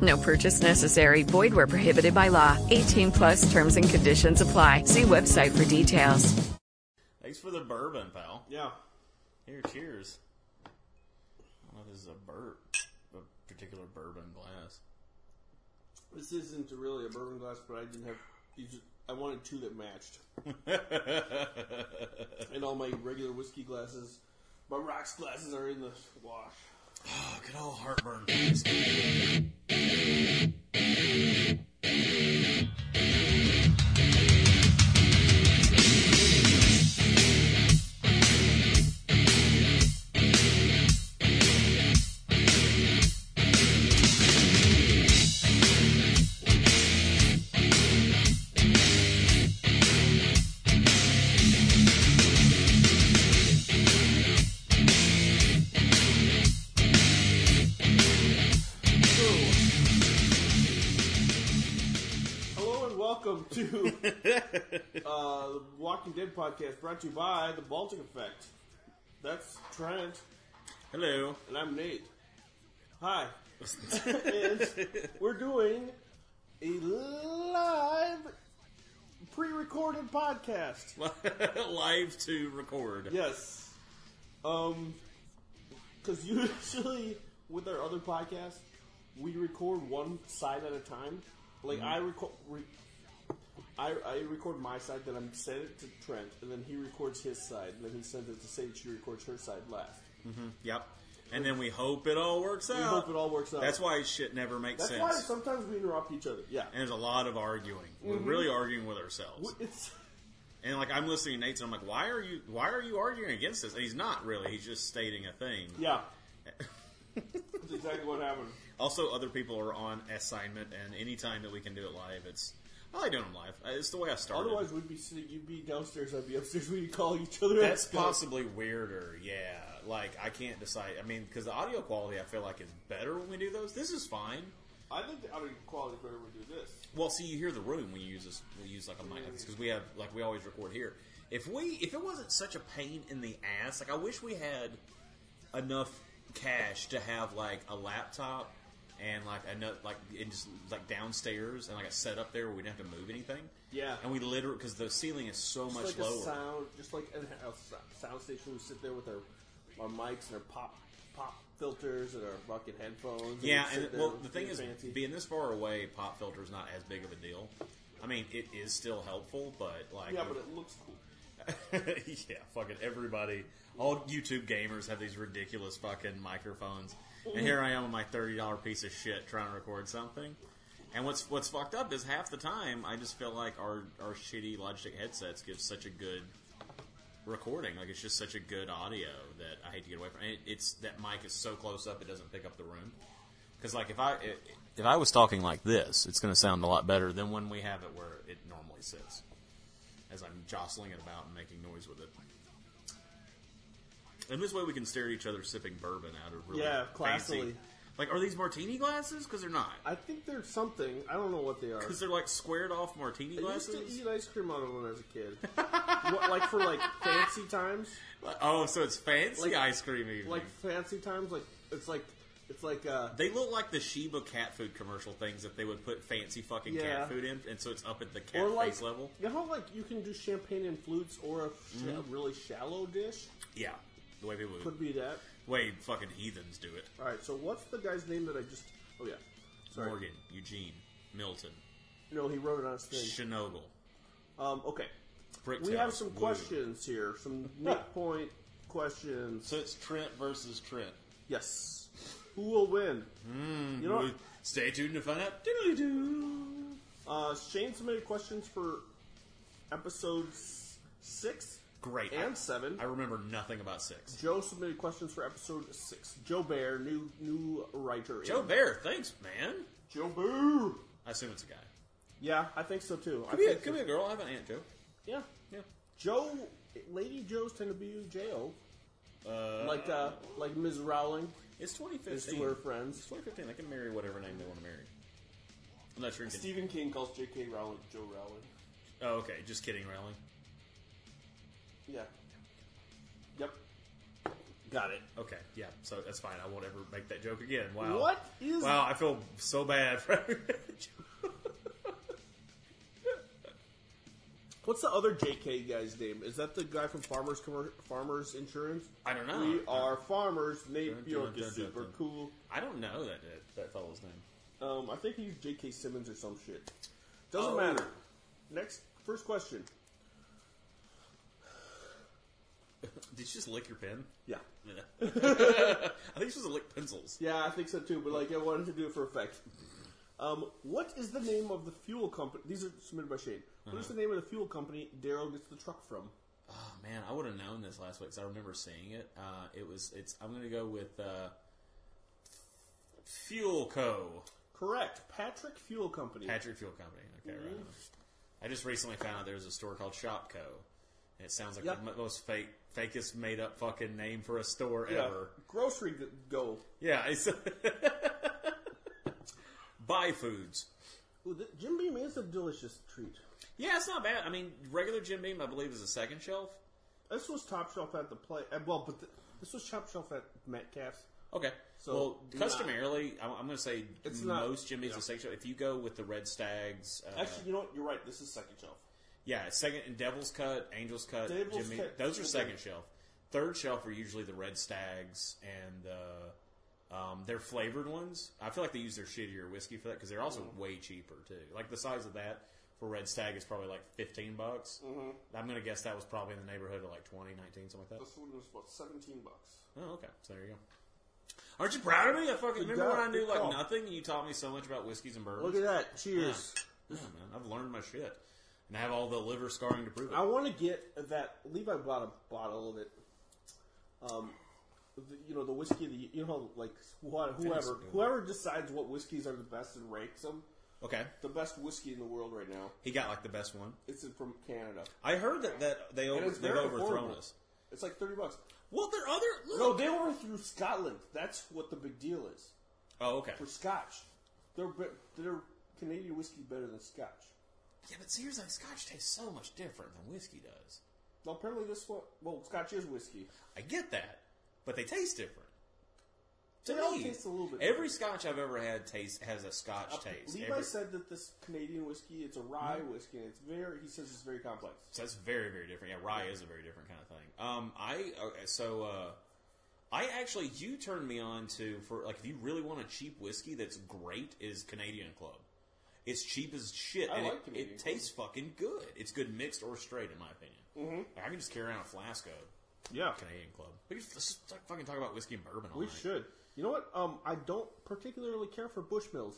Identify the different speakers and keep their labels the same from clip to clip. Speaker 1: No purchase necessary. Void where prohibited by law. 18 plus terms and conditions apply. See website for details.
Speaker 2: Thanks for the bourbon, pal.
Speaker 3: Yeah.
Speaker 2: Here, cheers. I don't know if this is a burp, a particular bourbon glass.
Speaker 3: This isn't really a bourbon glass, but I didn't have. These, I wanted two that matched. and all my regular whiskey glasses, my rocks glasses are in the wash.
Speaker 2: Oh, good old heartburn. Thanks.
Speaker 3: Hello and welcome to uh, the Walking Dead podcast, brought to you by the Baltic Effect. That's Trent,
Speaker 2: Hello.
Speaker 3: and I'm Nate. Hi. And we're doing a live pre-recorded podcast.
Speaker 2: Live to record.
Speaker 3: Yes. Um, because usually with our other podcasts, we record one side at a time. Like
Speaker 2: Mm-hmm.
Speaker 3: I record, re- I, I record my side, then I'm send it to Trent, and then he records his side, and then he sends it to Sage. She records her side last.
Speaker 2: Yep. And then we hope it all works out.
Speaker 3: We hope it all works out.
Speaker 2: That's why shit never makes
Speaker 3: That's
Speaker 2: sense.
Speaker 3: why sometimes we interrupt each other. Yeah.
Speaker 2: and there's a lot of arguing. We're
Speaker 3: Mm-hmm.
Speaker 2: really arguing with ourselves.
Speaker 3: It's
Speaker 2: And like I'm listening to Nate's, and I'm like, why are you why are you arguing against this? And he's not really. He's just stating a thing.
Speaker 3: yeah. That's exactly what happened.
Speaker 2: Also, other people are on assignment, and anytime that we can do it live, it's I like doing them live. Uh, It's the way I started.
Speaker 3: Otherwise, we'd be sitting. You'd be downstairs. I'd be upstairs. We'd call each other.
Speaker 2: That's
Speaker 3: out.
Speaker 2: possibly weirder. Yeah, like I can't decide. I mean, because the audio quality I feel like is better when we do those. This is fine.
Speaker 3: I think the audio quality better would do this.
Speaker 2: Well, see, you hear the room when you use this. We use like a mic because we have like we always record here. If we if it wasn't such a pain in the ass, like I wish we had enough cash to have like a laptop and like another like and just like downstairs and like a setup there where we didn't have to move anything.
Speaker 3: Yeah.
Speaker 2: and we literally because the ceiling is so much
Speaker 3: just like
Speaker 2: lower.
Speaker 3: A sound, just like in a s- sound station, we sit there with our, our mics and our pop pop filters and our fucking headphones.
Speaker 2: Yeah,
Speaker 3: we sit
Speaker 2: and
Speaker 3: there
Speaker 2: well, the
Speaker 3: being
Speaker 2: thing is,
Speaker 3: fancy.
Speaker 2: being this far away, pop filter is not as big of a deal. I mean, it is still helpful, but like,
Speaker 3: yeah, but it looks cool.
Speaker 2: yeah, fucking everybody, all YouTube gamers have these ridiculous fucking microphones, and here I am with my thirty dollar piece of shit trying to record something. And what's what's fucked up is half the time I just feel like our our shitty Logitech headsets give such a good recording, like it's just such a good audio that I hate to get away from. And it, it's that mic is so close up it doesn't pick up the room. Because like if I if I was talking like this, it's going to sound a lot better than when we have it where it normally sits, as I'm jostling it about and making noise with it. And this way we can stare at each other sipping bourbon out of really
Speaker 3: Yeah,
Speaker 2: fancy.
Speaker 3: classily.
Speaker 2: Like, are these martini glasses? Because they're not.
Speaker 3: I think there's something. I don't know what they are.
Speaker 2: Because they're like squared off martini
Speaker 3: I used
Speaker 2: glasses.
Speaker 3: to eat ice cream out of them when I was a kid. what, like for like fancy times,
Speaker 2: Oh, so it's fancy
Speaker 3: Like-
Speaker 2: ice cream evening.
Speaker 3: like fancy times, like it's like it's like uh
Speaker 2: They look like the Sheba cat food commercial things that they would put fancy fucking
Speaker 3: Yeah.
Speaker 2: cat food in, and so it's up at the cat
Speaker 3: or like
Speaker 2: face level. Mm-hmm.
Speaker 3: you know how like you can do champagne and flutes or a, sh- a really shallow dish
Speaker 2: Yeah, the way people
Speaker 3: could be that.
Speaker 2: the way fucking heathens do it.
Speaker 3: All right, so what's the guy's name that I just? Oh yeah, sorry.
Speaker 2: Morgan, Eugene, Milton,
Speaker 3: No, he wrote it on his thing.
Speaker 2: Chernobyl,
Speaker 3: Um, okay,
Speaker 2: Bricktown.
Speaker 3: we have some
Speaker 2: Woo.
Speaker 3: questions here. Some Nick Point questions.
Speaker 2: So it's Trent versus Trent.
Speaker 3: Yes, who will win?
Speaker 2: Hmm,
Speaker 3: you know, what?
Speaker 2: Stay tuned to find out. Doodly doo.
Speaker 3: uh, Shane submitted questions for episodes six
Speaker 2: Great.
Speaker 3: and seven.
Speaker 2: I remember nothing about six.
Speaker 3: Joe submitted questions for episode six. Joe Bear, new new writer. in-
Speaker 2: Joe Bear, thanks, man.
Speaker 3: Joe Bear.
Speaker 2: I assume it's a guy.
Speaker 3: Yeah, I think so too. I
Speaker 2: Could be a,
Speaker 3: think so.
Speaker 2: could be a girl. I have an aunt, Joe.
Speaker 3: Yeah.
Speaker 2: Yeah.
Speaker 3: Joe, Lady Joe's tend to be J.O.
Speaker 2: Uh,
Speaker 3: Like, uh, like Ms. Rowling
Speaker 2: it's 2015.
Speaker 3: is to her friends.
Speaker 2: It's 2015. They can marry whatever name they want to marry. I'm not sure.
Speaker 3: Stephen King calls J.K. Rowling Joe Rowling.
Speaker 2: Oh, okay. Just kidding, Rowling.
Speaker 3: Yeah. Yep. Got it.
Speaker 2: Okay, yeah. So that's fine. I won't ever make that joke again. Wow.
Speaker 3: What is-
Speaker 2: Wow, I feel so bad for that joke.
Speaker 3: What's the other J.K. guy's name? Is that the guy from Farmers Commer- Farmers Insurance?
Speaker 2: I don't know.
Speaker 3: We are farmers. Nate
Speaker 2: Dun, dun,
Speaker 3: Bjork
Speaker 2: dun,
Speaker 3: is
Speaker 2: dun,
Speaker 3: super
Speaker 2: dun.
Speaker 3: cool.
Speaker 2: I don't know that that, that fellow's name.
Speaker 3: Um, I think he's J.K. Simmons or some shit. Doesn't
Speaker 2: Oh.
Speaker 3: matter. Next, first question.
Speaker 2: Did you just lick your pen?
Speaker 3: Yeah.
Speaker 2: I think she was lick pencils.
Speaker 3: Yeah, I think so too. But like, I wanted to do it for effect. Um, what is the name of the fuel company? These are submitted by Shane. What is the name of the fuel company Daryl gets the truck from?
Speaker 2: Oh man, I would have known this last week because I remember seeing it. Uh, it was it's. I'm gonna go with uh, Fuel Co.
Speaker 3: Correct, Patrick Fuel Company.
Speaker 2: Patrick Fuel Company. Okay, right. on. I just recently found out there's a store called Shop Co. And it sounds like
Speaker 3: Yeah.
Speaker 2: the mo- most fake, fakest made up fucking name for a store
Speaker 3: Yeah,
Speaker 2: ever.
Speaker 3: grocery g- go.
Speaker 2: Yeah, it's buy foods.
Speaker 3: Ooh, th- Jim Beam is a delicious treat.
Speaker 2: Yeah, it's not bad. I mean, regular Jim Beam, I believe, is a second shelf.
Speaker 3: This was top shelf at the play. uh, Well, but th- this was top shelf at Metcalf's.
Speaker 2: Okay.
Speaker 3: So,
Speaker 2: well,
Speaker 3: not-
Speaker 2: customarily, I'm, I'm going to say
Speaker 3: It's not-
Speaker 2: most Jim Beams
Speaker 3: yeah.
Speaker 2: are second shelf. If you go with the Red Stags, uh,
Speaker 3: Actually, you know what? You're right. This is second shelf.
Speaker 2: yeah, second and Devil's Cut, Angel's Cut,
Speaker 3: Devil's
Speaker 2: Jim Beam,
Speaker 3: Cut.
Speaker 2: those are
Speaker 3: Okay.
Speaker 2: second shelf. Third shelf are usually the Red Stags and uh, um, their flavored ones. I feel like they use their shittier whiskey for that because they're also
Speaker 3: Mm-hmm.
Speaker 2: way cheaper too. Like the size of that for Red Stag is probably like fifteen bucks. Mm-hmm. I'm gonna guess that was probably in the neighborhood of like 20, 19, something like that.
Speaker 3: This one was about seventeen bucks.
Speaker 2: Oh, okay. So there you go. Aren't you proud of me? I fucking remember
Speaker 3: job.
Speaker 2: when I knew
Speaker 3: Good
Speaker 2: like
Speaker 3: call.
Speaker 2: nothing, and you taught me so much about whiskeys and bourbons.
Speaker 3: Look at that! Cheers.
Speaker 2: Yeah, man, I've learned my shit, and I have all the liver scarring to prove it.
Speaker 3: I want to get that. Levi bought a bottle of it. Um, the, you know the whiskey. The you know like what whoever whoever decides what whiskeys are the best and ranks them.
Speaker 2: Okay,
Speaker 3: The best whiskey in the world right now.
Speaker 2: he got like the best one.
Speaker 3: It's from Canada.
Speaker 2: I heard that, that they over,
Speaker 3: it's
Speaker 2: they've
Speaker 3: very
Speaker 2: overthrown
Speaker 3: affordable.
Speaker 2: us.
Speaker 3: It's like thirty bucks.
Speaker 2: Well, there are other.
Speaker 3: No, they overthrew Scotland. That's what the big deal is
Speaker 2: Oh, okay.
Speaker 3: for Scotch. They're be- they're Canadian whiskey better than Scotch.
Speaker 2: Yeah, but seriously, Scotch tastes so much different than whiskey does.
Speaker 3: Well, apparently this one. Well, Scotch is whiskey.
Speaker 2: I get that, but they taste different. To
Speaker 3: They all
Speaker 2: me,
Speaker 3: taste a little bit
Speaker 2: Every Scotch I've ever had taste has a Scotch
Speaker 3: Uh,
Speaker 2: taste.
Speaker 3: Levi
Speaker 2: Every-
Speaker 3: said that this Canadian whiskey, it's a rye whiskey, and it's very. He says it's very complex.
Speaker 2: So that's very, very different. Yeah, rye is a very different kind of thing. Um, I okay, so uh, I actually you turned me on to for like if you really want a cheap whiskey that's great is Canadian Club. It's cheap as shit,
Speaker 3: I
Speaker 2: and
Speaker 3: like
Speaker 2: it,
Speaker 3: Canadian
Speaker 2: it
Speaker 3: Club.
Speaker 2: tastes fucking good. It's good mixed or straight, in my opinion. Mm-hmm. I can just carry around a flask of
Speaker 3: Yeah,
Speaker 2: Canadian Club. We can just, let's just talk- fucking talk about whiskey and bourbon. All
Speaker 3: we
Speaker 2: night.
Speaker 3: should. You know what? Um, I don't particularly care for Bushmills.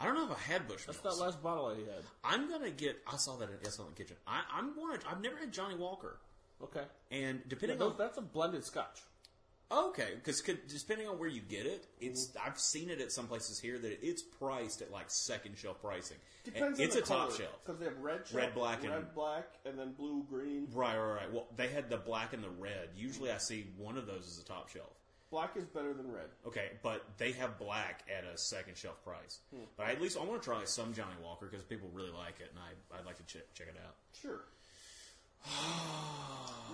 Speaker 2: I don't know if I had Bushmills.
Speaker 3: That's that last bottle I had.
Speaker 2: I'm gonna get. I saw that. In, I saw it in the kitchen. I, I'm going I've never had Johnny Walker,
Speaker 3: Okay,
Speaker 2: and
Speaker 3: Yeah,
Speaker 2: depending
Speaker 3: those-
Speaker 2: on
Speaker 3: that's a blended Scotch.
Speaker 2: Okay, because depending on where you get it, it's
Speaker 3: Mm-hmm.
Speaker 2: I've seen it at some places here that it's priced at like second shelf pricing. And it's a top shelf.
Speaker 3: because they have red, shelf,
Speaker 2: Red, black,
Speaker 3: red,
Speaker 2: and-
Speaker 3: black, and then blue, green.
Speaker 2: Right, right, right. Well, they had the black and the red. Usually,
Speaker 3: Mm-hmm.
Speaker 2: I see one of those as a top shelf.
Speaker 3: Black is better than red.
Speaker 2: Okay, but they have black at a second shelf price.
Speaker 3: Hmm.
Speaker 2: But I, at least I want to try some Johnny Walker because people really like it, and I I'd like to check check it out.
Speaker 3: Sure.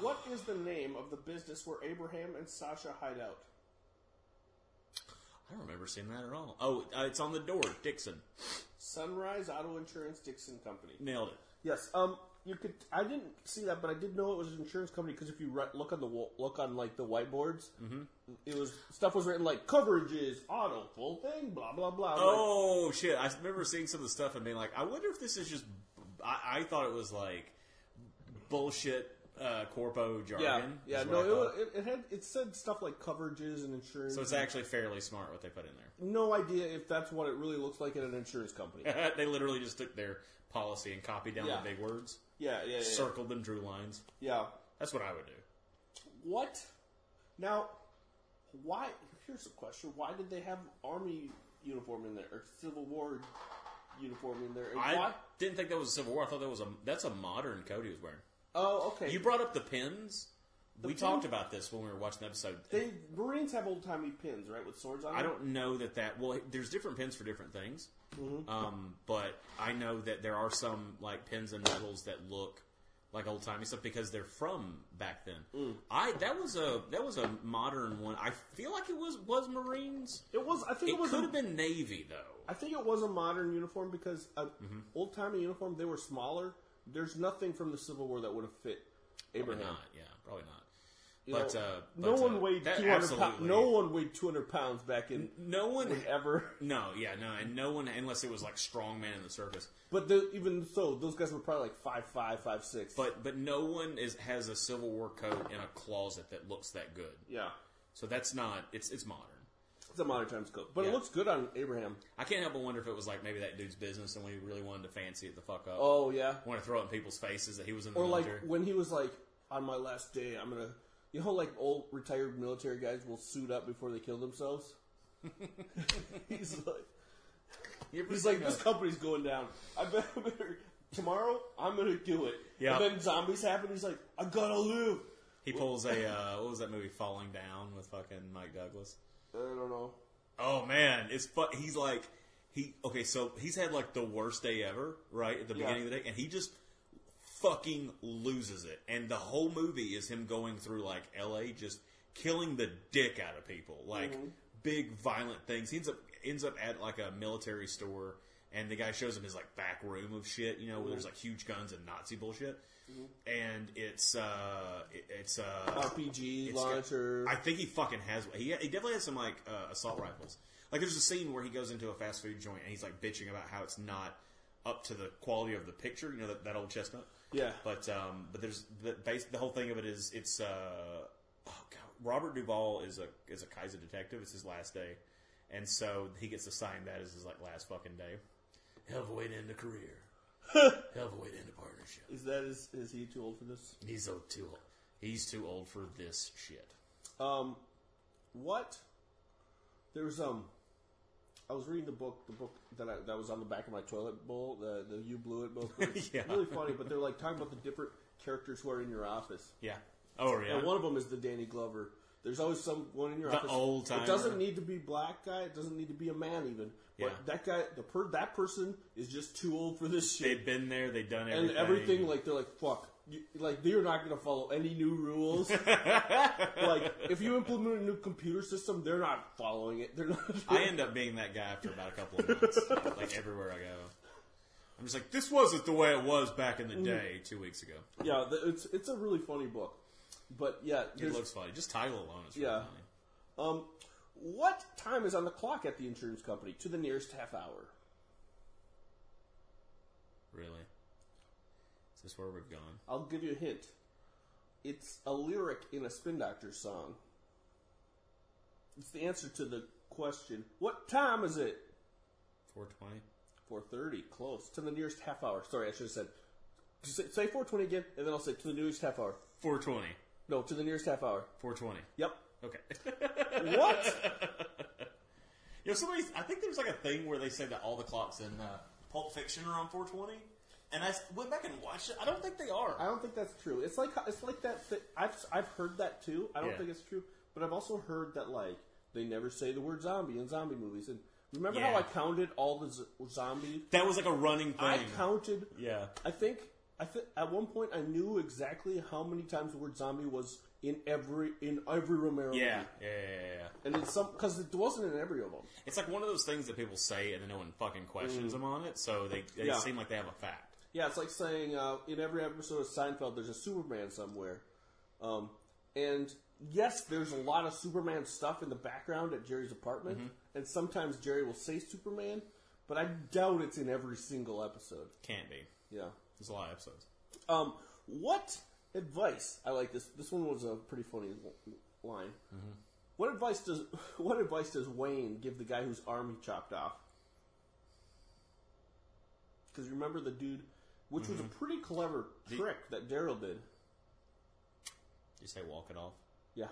Speaker 3: what is the name of the business where Abraham and Sasha hide out?
Speaker 2: I don't remember seeing that at all. Oh, uh, it's on the door. Dixon
Speaker 3: Sunrise Auto Insurance Dixon Company.
Speaker 2: nailed it.
Speaker 3: Yes. Um, you could. I didn't see that, but I did know it was an insurance company because if you re- look on the wa- look on like the whiteboards,
Speaker 2: Mm-hmm.
Speaker 3: it was stuff was written like coverages, auto, full thing, blah blah blah. I'm like,
Speaker 2: Oh shit! I remember seeing some of the stuff and being like, I wonder if this is just. I, I thought it was like bullshit uh, corpo
Speaker 3: yeah,
Speaker 2: jargon.
Speaker 3: yeah.
Speaker 2: is what
Speaker 3: No,
Speaker 2: I
Speaker 3: it, was,
Speaker 2: thought.
Speaker 3: it, it had it said stuff like coverages and insurance.
Speaker 2: so it's actually fairly smart what they put in
Speaker 3: no idea if that's what it really looks like in an insurance company. yeah,
Speaker 2: there. they literally just took their policy and copied down
Speaker 3: Yeah.
Speaker 2: the big words,
Speaker 3: yeah, yeah, yeah.
Speaker 2: circled them, drew lines.
Speaker 3: yeah.
Speaker 2: That's what I would do.
Speaker 3: What? Now, why? Here's a question: Why did they have army uniform in there or Civil War uniform in there? And
Speaker 2: I
Speaker 3: why?
Speaker 2: didn't think that was a Civil War. I thought that was a that's a modern coat he was wearing.
Speaker 3: Oh, okay.
Speaker 2: You brought up the pins. we
Speaker 3: pin-
Speaker 2: talked about this when we were watching the episode.
Speaker 3: they Marines have old timey pins, right, with swords on them.
Speaker 2: I don't know that that. Well, there's different pins for different things.
Speaker 3: Mm-hmm.
Speaker 2: Um, but I know that there are some like pins and medals that look like old timey stuff because they're from back then.
Speaker 3: Mm.
Speaker 2: I that was a that was a modern one. I feel like it was was Marines.
Speaker 3: It was. I think
Speaker 2: It,
Speaker 3: it, was.
Speaker 2: could
Speaker 3: a-
Speaker 2: have been Navy though.
Speaker 3: I think it was a modern uniform because a
Speaker 2: Mm-hmm.
Speaker 3: old timey uniform. They were smaller. There's nothing from the Civil War that would have fit
Speaker 2: Probably
Speaker 3: Abraham.
Speaker 2: not. Yeah, probably not.
Speaker 3: You
Speaker 2: But,
Speaker 3: know,
Speaker 2: uh,
Speaker 3: no
Speaker 2: but,
Speaker 3: one
Speaker 2: uh,
Speaker 3: weighed
Speaker 2: that-
Speaker 3: 200 pounds.
Speaker 2: absolutely.
Speaker 3: No one weighed 200 pounds back in
Speaker 2: No one. e,
Speaker 3: ever.
Speaker 2: No, yeah, no, and no one unless it was like strongman in the circus.
Speaker 3: But the, even so, those guys were probably like five five, five six.
Speaker 2: But but no one is has a Civil War coat in a closet that looks that good.
Speaker 3: yeah,
Speaker 2: So that's not it's it's modern.
Speaker 3: it's a modern times coat. But
Speaker 2: Yeah.
Speaker 3: it looks good on Abraham.
Speaker 2: I can't help but wonder if it was like maybe that dude's business and we really wanted to fancy it the fuck up.
Speaker 3: Oh yeah.
Speaker 2: Want to throw it in people's faces that he was in the
Speaker 3: Or like
Speaker 2: military.
Speaker 3: when he was like, on my last day, I'm gonna. You know, like old retired military guys will suit up before they kill themselves. he's like,
Speaker 2: You ever
Speaker 3: he's
Speaker 2: seen
Speaker 3: like, this
Speaker 2: a-
Speaker 3: company's going down. I bet- I better tomorrow. I'm gonna do it.
Speaker 2: Yeah.
Speaker 3: And then zombies happen. He's like, I gotta live.
Speaker 2: he pulls a uh, what was that movie Falling Down with fucking Mike Douglas.
Speaker 3: I don't know.
Speaker 2: Oh man, it's fu- he's like he okay, so he's had like the worst day ever, right? At the
Speaker 3: Yeah.
Speaker 2: beginning of the day and he just fucking loses it. And the whole movie is him going through like LA just killing the dick out of people. Like big violent things. He ends up ends up at like a military store and the guy shows him his like back room of shit, you know, where there's like huge guns and Nazi bullshit. And it's uh it- it's uh
Speaker 3: RPG
Speaker 2: it's got-
Speaker 3: launcher.
Speaker 2: I think he fucking has. He, he definitely has some like uh, assault rifles. Like there's a scene where he goes into a fast food joint and he's like bitching about how it's not up to the quality of the picture. You know that, that old chestnut.
Speaker 3: Yeah.
Speaker 2: But um, but there's the base. The whole thing of it is it's uh, oh god, Robert Duvall is a is a Kaiser detective. It's his last day, and so he gets assigned that as his like last fucking day. Hell of a way to end a career. Hell of a way to end a partnership.
Speaker 3: Is that is is he too old for this?
Speaker 2: He's so too old. He's too old for this shit.
Speaker 3: Um, what? There's um, I was reading the book, the book that I, that was on the back of my toilet bowl, the the you blew it book. It's
Speaker 2: Yeah.
Speaker 3: really funny, but they're like talking about the different characters who are in your office.
Speaker 2: Yeah. Oh yeah.
Speaker 3: And one of them is the Danny Glover. There's always someone in your
Speaker 2: The
Speaker 3: office.
Speaker 2: old-timer.
Speaker 3: It doesn't need to be black guy. It doesn't need to be a man even.
Speaker 2: Yeah.
Speaker 3: But that guy, the per, that person is just too old for this shit.
Speaker 2: They've been there. They've done everything.
Speaker 3: and everything like they're like fuck you, like they're not gonna follow any new rules like if you implement a new computer system they're not following it they're not
Speaker 2: I end up being that guy after about a couple of months. like everywhere I go, I'm just like, this wasn't the way it was back
Speaker 3: Mm.
Speaker 2: in the day two weeks ago.
Speaker 3: yeah th- it's it's a really funny book but yeah
Speaker 2: It
Speaker 3: there's-
Speaker 2: looks funny. Just title alone is really
Speaker 3: yeah
Speaker 2: funny.
Speaker 3: um what time is on the clock at the insurance company to the nearest half hour
Speaker 2: Really. Is this where we've gone?
Speaker 3: I'll give you a hint it's a lyric in a spin doctor song it's the answer to the question what time is it
Speaker 2: 420.
Speaker 3: Four thirty, close to the nearest half hour. Sorry, I should have said. Just say- say four twenty again, and then I'll say to the nearest half hour.
Speaker 2: 420.
Speaker 3: No, to the nearest half hour.
Speaker 2: 420.
Speaker 3: Yep.
Speaker 2: Okay.
Speaker 3: What?
Speaker 2: You know, somebody. I think there's like a thing where they say that all the clocks in uh, Pulp Fiction are on 420, and I s- went back and watched it. I don't think they are.
Speaker 3: I don't think that's true. It's like it's like that. Th- I've I've heard that too. I don't
Speaker 2: Yeah.
Speaker 3: think it's true, but I've also heard that like they never say the word zombie in zombie movies. And remember how
Speaker 2: Yeah.
Speaker 3: I counted all the z- zombie?
Speaker 2: that was like a running thing.
Speaker 3: I counted.
Speaker 2: yeah.
Speaker 3: I think I think at one point I knew exactly how many times the word zombie was in every in every Romero
Speaker 2: Yeah.
Speaker 3: movie,
Speaker 2: Yeah. Yeah. yeah, yeah.
Speaker 3: and it's some because it wasn't in every of them.
Speaker 2: It's like one of those things that people say and then no one fucking questions them on it, so they, they
Speaker 3: Mm. Yeah.
Speaker 2: seem like they have a fact.
Speaker 3: Yeah, it's like saying uh, in every episode of Seinfeld, there's a Superman somewhere. Um, and yes, there's a lot of Superman stuff in the background at Jerry's apartment, and sometimes Jerry will say Superman, but I doubt it's in every single episode.
Speaker 2: Can't be.
Speaker 3: Yeah.
Speaker 2: There's a lot of episodes.
Speaker 3: Um, what advice? I like this. This one was a pretty funny l- line. What advice does What advice does Wayne give the guy whose arm he chopped off? Because remember the dude, which was a pretty clever trick that Daryl did.
Speaker 2: Did you say walk it off?
Speaker 3: Yeah,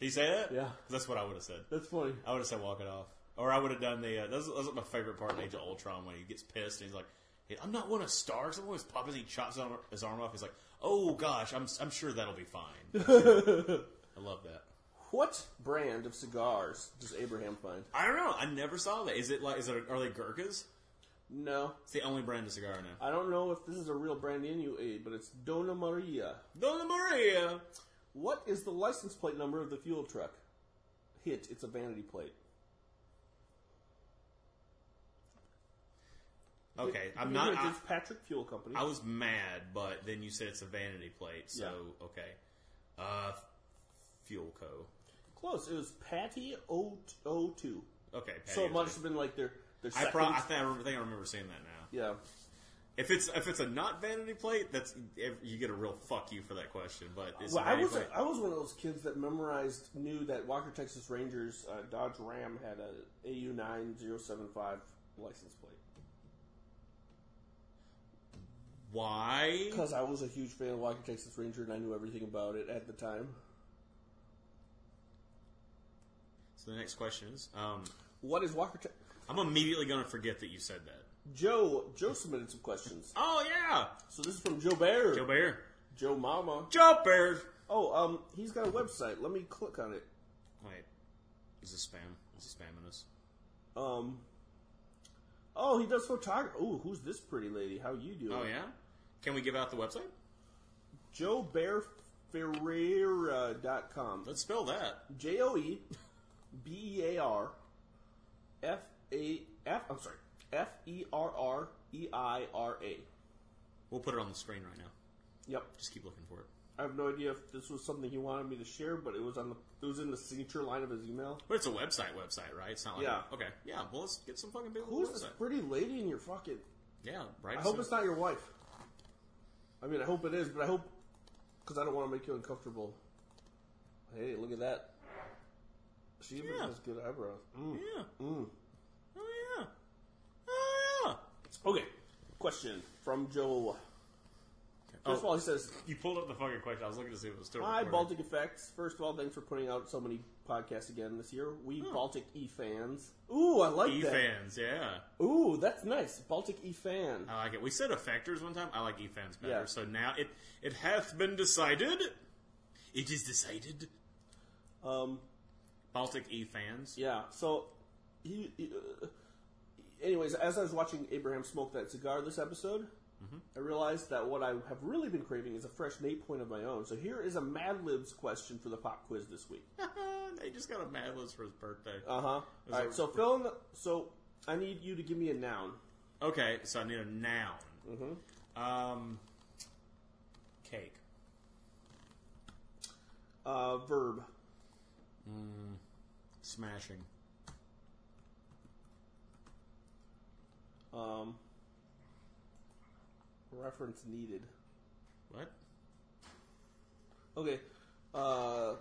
Speaker 2: Did you say that?
Speaker 3: Yeah.
Speaker 2: 'Cause That's what I would have said.
Speaker 3: that's funny.
Speaker 2: I would have said walk it off. Or I would have done the, uh, that's, that's my favorite part in Age of Ultron when he gets pissed and he's like, "Hey, I'm not one of stars. I'm one of his puppets. He chops his arm- his arm off. He's like, Oh gosh, I'm I'm sure that'll be fine. I'm sure. I love that.
Speaker 3: What brand of cigars does Abraham find?
Speaker 2: I don't know. I never saw that. Is it like? Is it? Are they Gurkhas?
Speaker 3: No,
Speaker 2: It's the only brand of cigar I know.
Speaker 3: I don't know if this is a real brand in UA, but it's Dona Maria.
Speaker 2: Dona Maria.
Speaker 3: What is the license plate number of the fuel truck? Hit. It's a vanity plate.
Speaker 2: Okay, I'm
Speaker 3: You
Speaker 2: not.
Speaker 3: know,
Speaker 2: I,
Speaker 3: It's Patrick Fuel Company.
Speaker 2: I was mad, but then you said it's a vanity plate, so okay. Uh, Fuel Co.
Speaker 3: Close. It was Patty O O two.
Speaker 2: Okay, Patty
Speaker 3: So
Speaker 2: was
Speaker 3: it must
Speaker 2: right.
Speaker 3: have been like their their
Speaker 2: I,
Speaker 3: second.
Speaker 2: pro- I, think I remember- think I remember seeing that now.
Speaker 3: yeah.
Speaker 2: If it's if it's a not vanity plate, that's if- you get a real fuck you for that question. But it's
Speaker 3: Well,
Speaker 2: a
Speaker 3: I
Speaker 2: vanity
Speaker 3: was
Speaker 2: plate.
Speaker 3: I was one of those kids that memorized knew that Walker Texas Rangers uh, Dodge Ram had a AU nine zero seven five license plate
Speaker 2: Why?
Speaker 3: because I was a huge fan of Walker Texas Ranger and I knew everything about it at the time.
Speaker 2: So the next question is, um,
Speaker 3: What is Walker? Te-
Speaker 2: I'm immediately gonna forget that you said that.
Speaker 3: Joe Joe submitted some questions.
Speaker 2: Oh yeah,
Speaker 3: So this is from Joe Bear.
Speaker 2: Joe Bear,
Speaker 3: Joe Mama.
Speaker 2: Joe Bear.
Speaker 3: Oh, um, he's got a website. Let me click on it.
Speaker 2: Wait, is this spam? Is he spamming us?
Speaker 3: Um. Oh, he does photography. Oh, who's this pretty lady? How you doing?
Speaker 2: Oh yeah. Can we give out the website?
Speaker 3: Joe Bear Ferreira dot com.
Speaker 2: Let's spell that.
Speaker 3: J O E B E A R F A F. I'm sorry. F E R R E I R A.
Speaker 2: We'll put it on the screen right now.
Speaker 3: Yep.
Speaker 2: Just keep looking for it.
Speaker 3: I have no idea if this was something he wanted me to share, but it was on the it was in the signature line of his email.
Speaker 2: But it's a website, website, right? It's not like
Speaker 3: Yeah.
Speaker 2: A, okay, yeah. Well, let's get some fucking people.
Speaker 3: Who is
Speaker 2: on the
Speaker 3: this
Speaker 2: website.
Speaker 3: pretty lady in your fucking?
Speaker 2: Yeah, right.
Speaker 3: I hope it's not your wife. I mean, I hope it is, but I hope because I don't want to make you uncomfortable. Hey, look at that. She even
Speaker 2: Yeah.
Speaker 3: has good eyebrows. Mm.
Speaker 2: Yeah. Oh yeah. Oh yeah.
Speaker 3: Okay, question from Joe. First of all, he says,
Speaker 2: You pulled up the fucking question. I was looking to see if it was still.
Speaker 3: "Hi,
Speaker 2: recorded.
Speaker 3: Baltic Effects. First of all, thanks for putting out so many podcasts again this year. We Baltic E fans. Ooh, I like
Speaker 2: E
Speaker 3: that.
Speaker 2: fans. Yeah,
Speaker 3: Ooh, that's nice. Baltic E fan.
Speaker 2: I like it. We said effectors one time. I like E fans better.
Speaker 3: Yeah.
Speaker 2: So now it it hath been decided. It is decided.
Speaker 3: Um,
Speaker 2: Baltic E fans.
Speaker 3: Yeah. So, he, he- uh, anyways, as I was watching Abraham smoke that cigar this episode, I realized that what I have really been craving is a fresh Nate point of my own. So here is a Mad Libs question for the pop quiz this week.
Speaker 2: they just got a mad list for his birthday.
Speaker 3: Uh huh. All right. So fill in the, So I need you to give me a noun.
Speaker 2: okay, so I need a noun. Mm-hmm. Um, cake.
Speaker 3: Uh, verb.
Speaker 2: Smashing.
Speaker 3: Um, reference needed.
Speaker 2: What?
Speaker 3: Okay. Uh,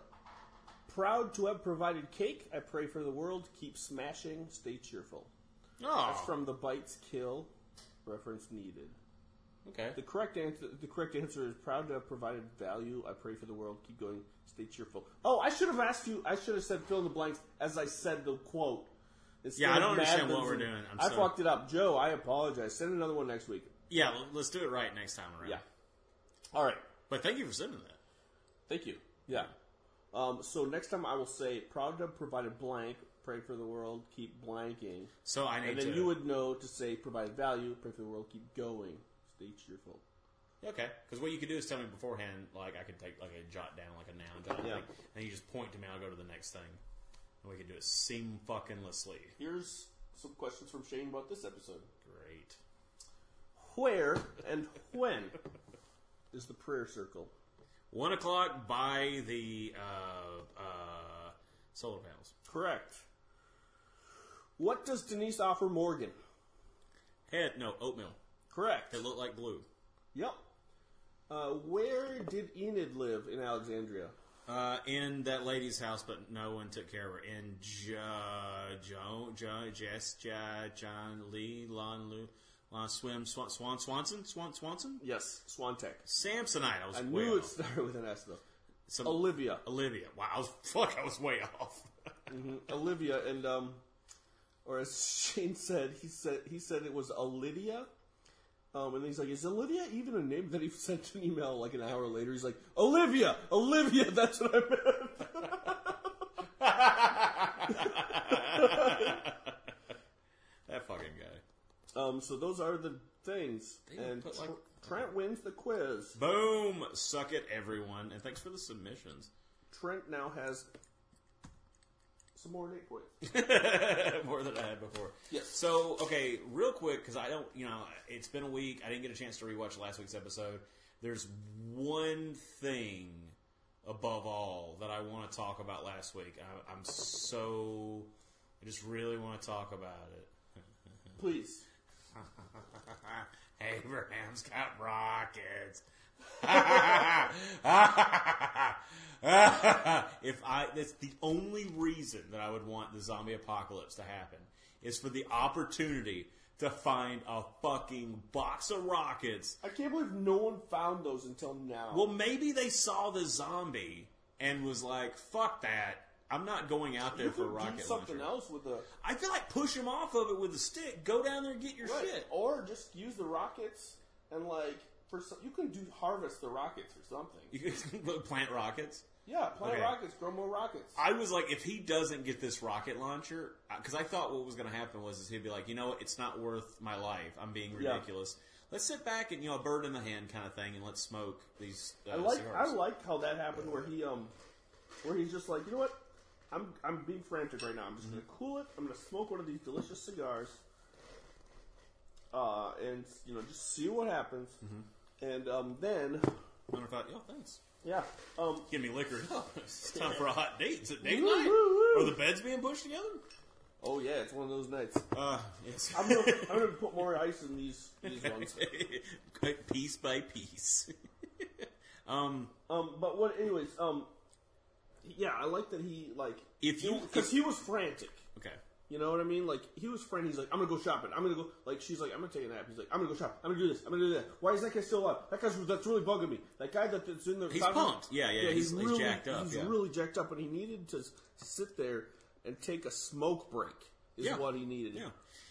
Speaker 3: proud to have provided cake. I pray for the world. Keep smashing. Stay cheerful.
Speaker 2: Oh,
Speaker 3: That's from the bites kill. Reference needed.
Speaker 2: okay.
Speaker 3: The correct answer. The correct answer is proud to have provided value. I pray for the world. Keep going. Stay cheerful. Oh, I should have asked you. I should have said fill in the blanks as I said the quote. Instead
Speaker 2: Yeah, I
Speaker 3: of
Speaker 2: don't understand
Speaker 3: Mad
Speaker 2: what
Speaker 3: Libs
Speaker 2: we're
Speaker 3: and-
Speaker 2: doing. I'm
Speaker 3: I
Speaker 2: sorry.
Speaker 3: fucked it up, Joe. I apologize. Send another one next week.
Speaker 2: Yeah, l- let's do it right next time around.
Speaker 3: Yeah. All right.
Speaker 2: But thank you for sending that.
Speaker 3: Thank you. Yeah. Um, so next time I will say proud to have provided blank. Pray for the world. Keep blanking.
Speaker 2: So I need
Speaker 3: And then
Speaker 2: to.
Speaker 3: you would know to say provide value. Pray for the world. Keep going. Stay cheerful.
Speaker 2: Okay, because what you could do is tell me beforehand. Like I could take like a jot down, like a noun jot,
Speaker 3: Yeah.
Speaker 2: like, and you just point to me. I'll go to the next thing, and we could do it seam fucking lessly.
Speaker 3: Here's some questions from Shane about this episode.
Speaker 2: Great.
Speaker 3: Where and when is the prayer circle?
Speaker 2: One o'clock by the uh, uh, solar panels.
Speaker 3: Correct. What does Denise offer Morgan?
Speaker 2: Head no oatmeal.
Speaker 3: Correct.
Speaker 2: It looked like glue.
Speaker 3: Yep. Uh, where did Enid live in Alexandria?
Speaker 2: Uh, in that lady's house, but no one took care of her. In Ja Joe Jo Jess Ja John Lee Lon Lu Lon Swim Swan Swan Swanson Swan Swanson
Speaker 3: Yes, Swantech.
Speaker 2: Samsonite. I was
Speaker 3: I
Speaker 2: way
Speaker 3: knew it
Speaker 2: off.
Speaker 3: started with an S though.
Speaker 2: Some-
Speaker 3: Olivia.
Speaker 2: Olivia. Wow, I was, fuck, I was way off.
Speaker 3: Olivia and um or as Shane said, he said he said it was Olivia Um, and he's like, "Is Olivia even a name?" Then he sent an email like an hour later. He's like, "Olivia, Olivia, that's what I meant."
Speaker 2: That fucking guy.
Speaker 3: um, so those are the things.
Speaker 2: They
Speaker 3: and
Speaker 2: put,
Speaker 3: Tr-
Speaker 2: like-
Speaker 3: Trent wins the quiz.
Speaker 2: Boom! Suck it, everyone, and thanks for the submissions.
Speaker 3: Trent now has some more Nate quiz.
Speaker 2: More than I had before.
Speaker 3: Yes.
Speaker 2: So, okay, real quick, because I don't, you know, it's been a week. I didn't get a chance to rewatch last week's episode. There's one thing above all that I want to talk about last week. I, I'm so, I just really want to talk about it.
Speaker 3: Please.
Speaker 2: Abraham's got rockets. if I, that's the only reason that I would want the zombie apocalypse to happen is for the opportunity to find a fucking box of rockets.
Speaker 3: I can't believe no one found those until now.
Speaker 2: Well, maybe they saw the zombie and was like, "Fuck that! I'm not going out there
Speaker 3: you
Speaker 2: for a
Speaker 3: could do
Speaker 2: rocket
Speaker 3: something
Speaker 2: launcher."
Speaker 3: else with the
Speaker 2: I feel like push him off of it with a stick. Go down there and get your
Speaker 3: Right.
Speaker 2: shit.
Speaker 3: or just use the rockets and like for some, you can do harvest the rockets or something.
Speaker 2: You can plant rockets.
Speaker 3: Yeah, plant
Speaker 2: Okay.
Speaker 3: rockets, grow more rockets.
Speaker 2: I was like, if he doesn't get this rocket launcher, because I thought what was going to happen was is he'd be like, you know what, it's not worth my life. I'm being
Speaker 3: Yeah.
Speaker 2: ridiculous. Let's sit back and you know, a bird in the hand kind of thing, and let's smoke these. Uh,
Speaker 3: I like
Speaker 2: cigars.
Speaker 3: I like how that happened where he um where he's just like, you know what? I'm I'm being frantic right now. I'm just gonna cool it. I'm gonna smoke one of these delicious cigars. Uh, and you know, just see what happens. And um, then,
Speaker 2: And I thought, yo, thanks.
Speaker 3: yeah, um,
Speaker 2: Give me liquor. it's time for a hot date. Is it date
Speaker 3: Woo,
Speaker 2: night?
Speaker 3: woo, woo.
Speaker 2: Are the beds being pushed together?
Speaker 3: oh yeah, it's one of those nights.
Speaker 2: Uh, yes.
Speaker 3: I'm gonna, I'm gonna put more ice in these these ones.
Speaker 2: piece by piece.
Speaker 3: Um, but what? Anyways, um, yeah, I like that he like
Speaker 2: If you-
Speaker 3: because he was frantic.
Speaker 2: Okay.
Speaker 3: You know what I mean? Like he was frantic. He's like, I'm gonna go shopping. I'm gonna go. Like she's like, I'm gonna take a nap. He's like, I'm gonna go shopping. I'm gonna do this. I'm gonna do that. Why is that guy still up? That guy's that's really bugging me. That guy that, that's in there.
Speaker 2: He's
Speaker 3: talking-
Speaker 2: pumped. Yeah, yeah, he's- he's jacked up,
Speaker 3: He's
Speaker 2: yeah.
Speaker 3: really jacked up, and he needed to s- sit there and take a smoke break. Is
Speaker 2: Yeah.
Speaker 3: what he needed.
Speaker 2: Yeah.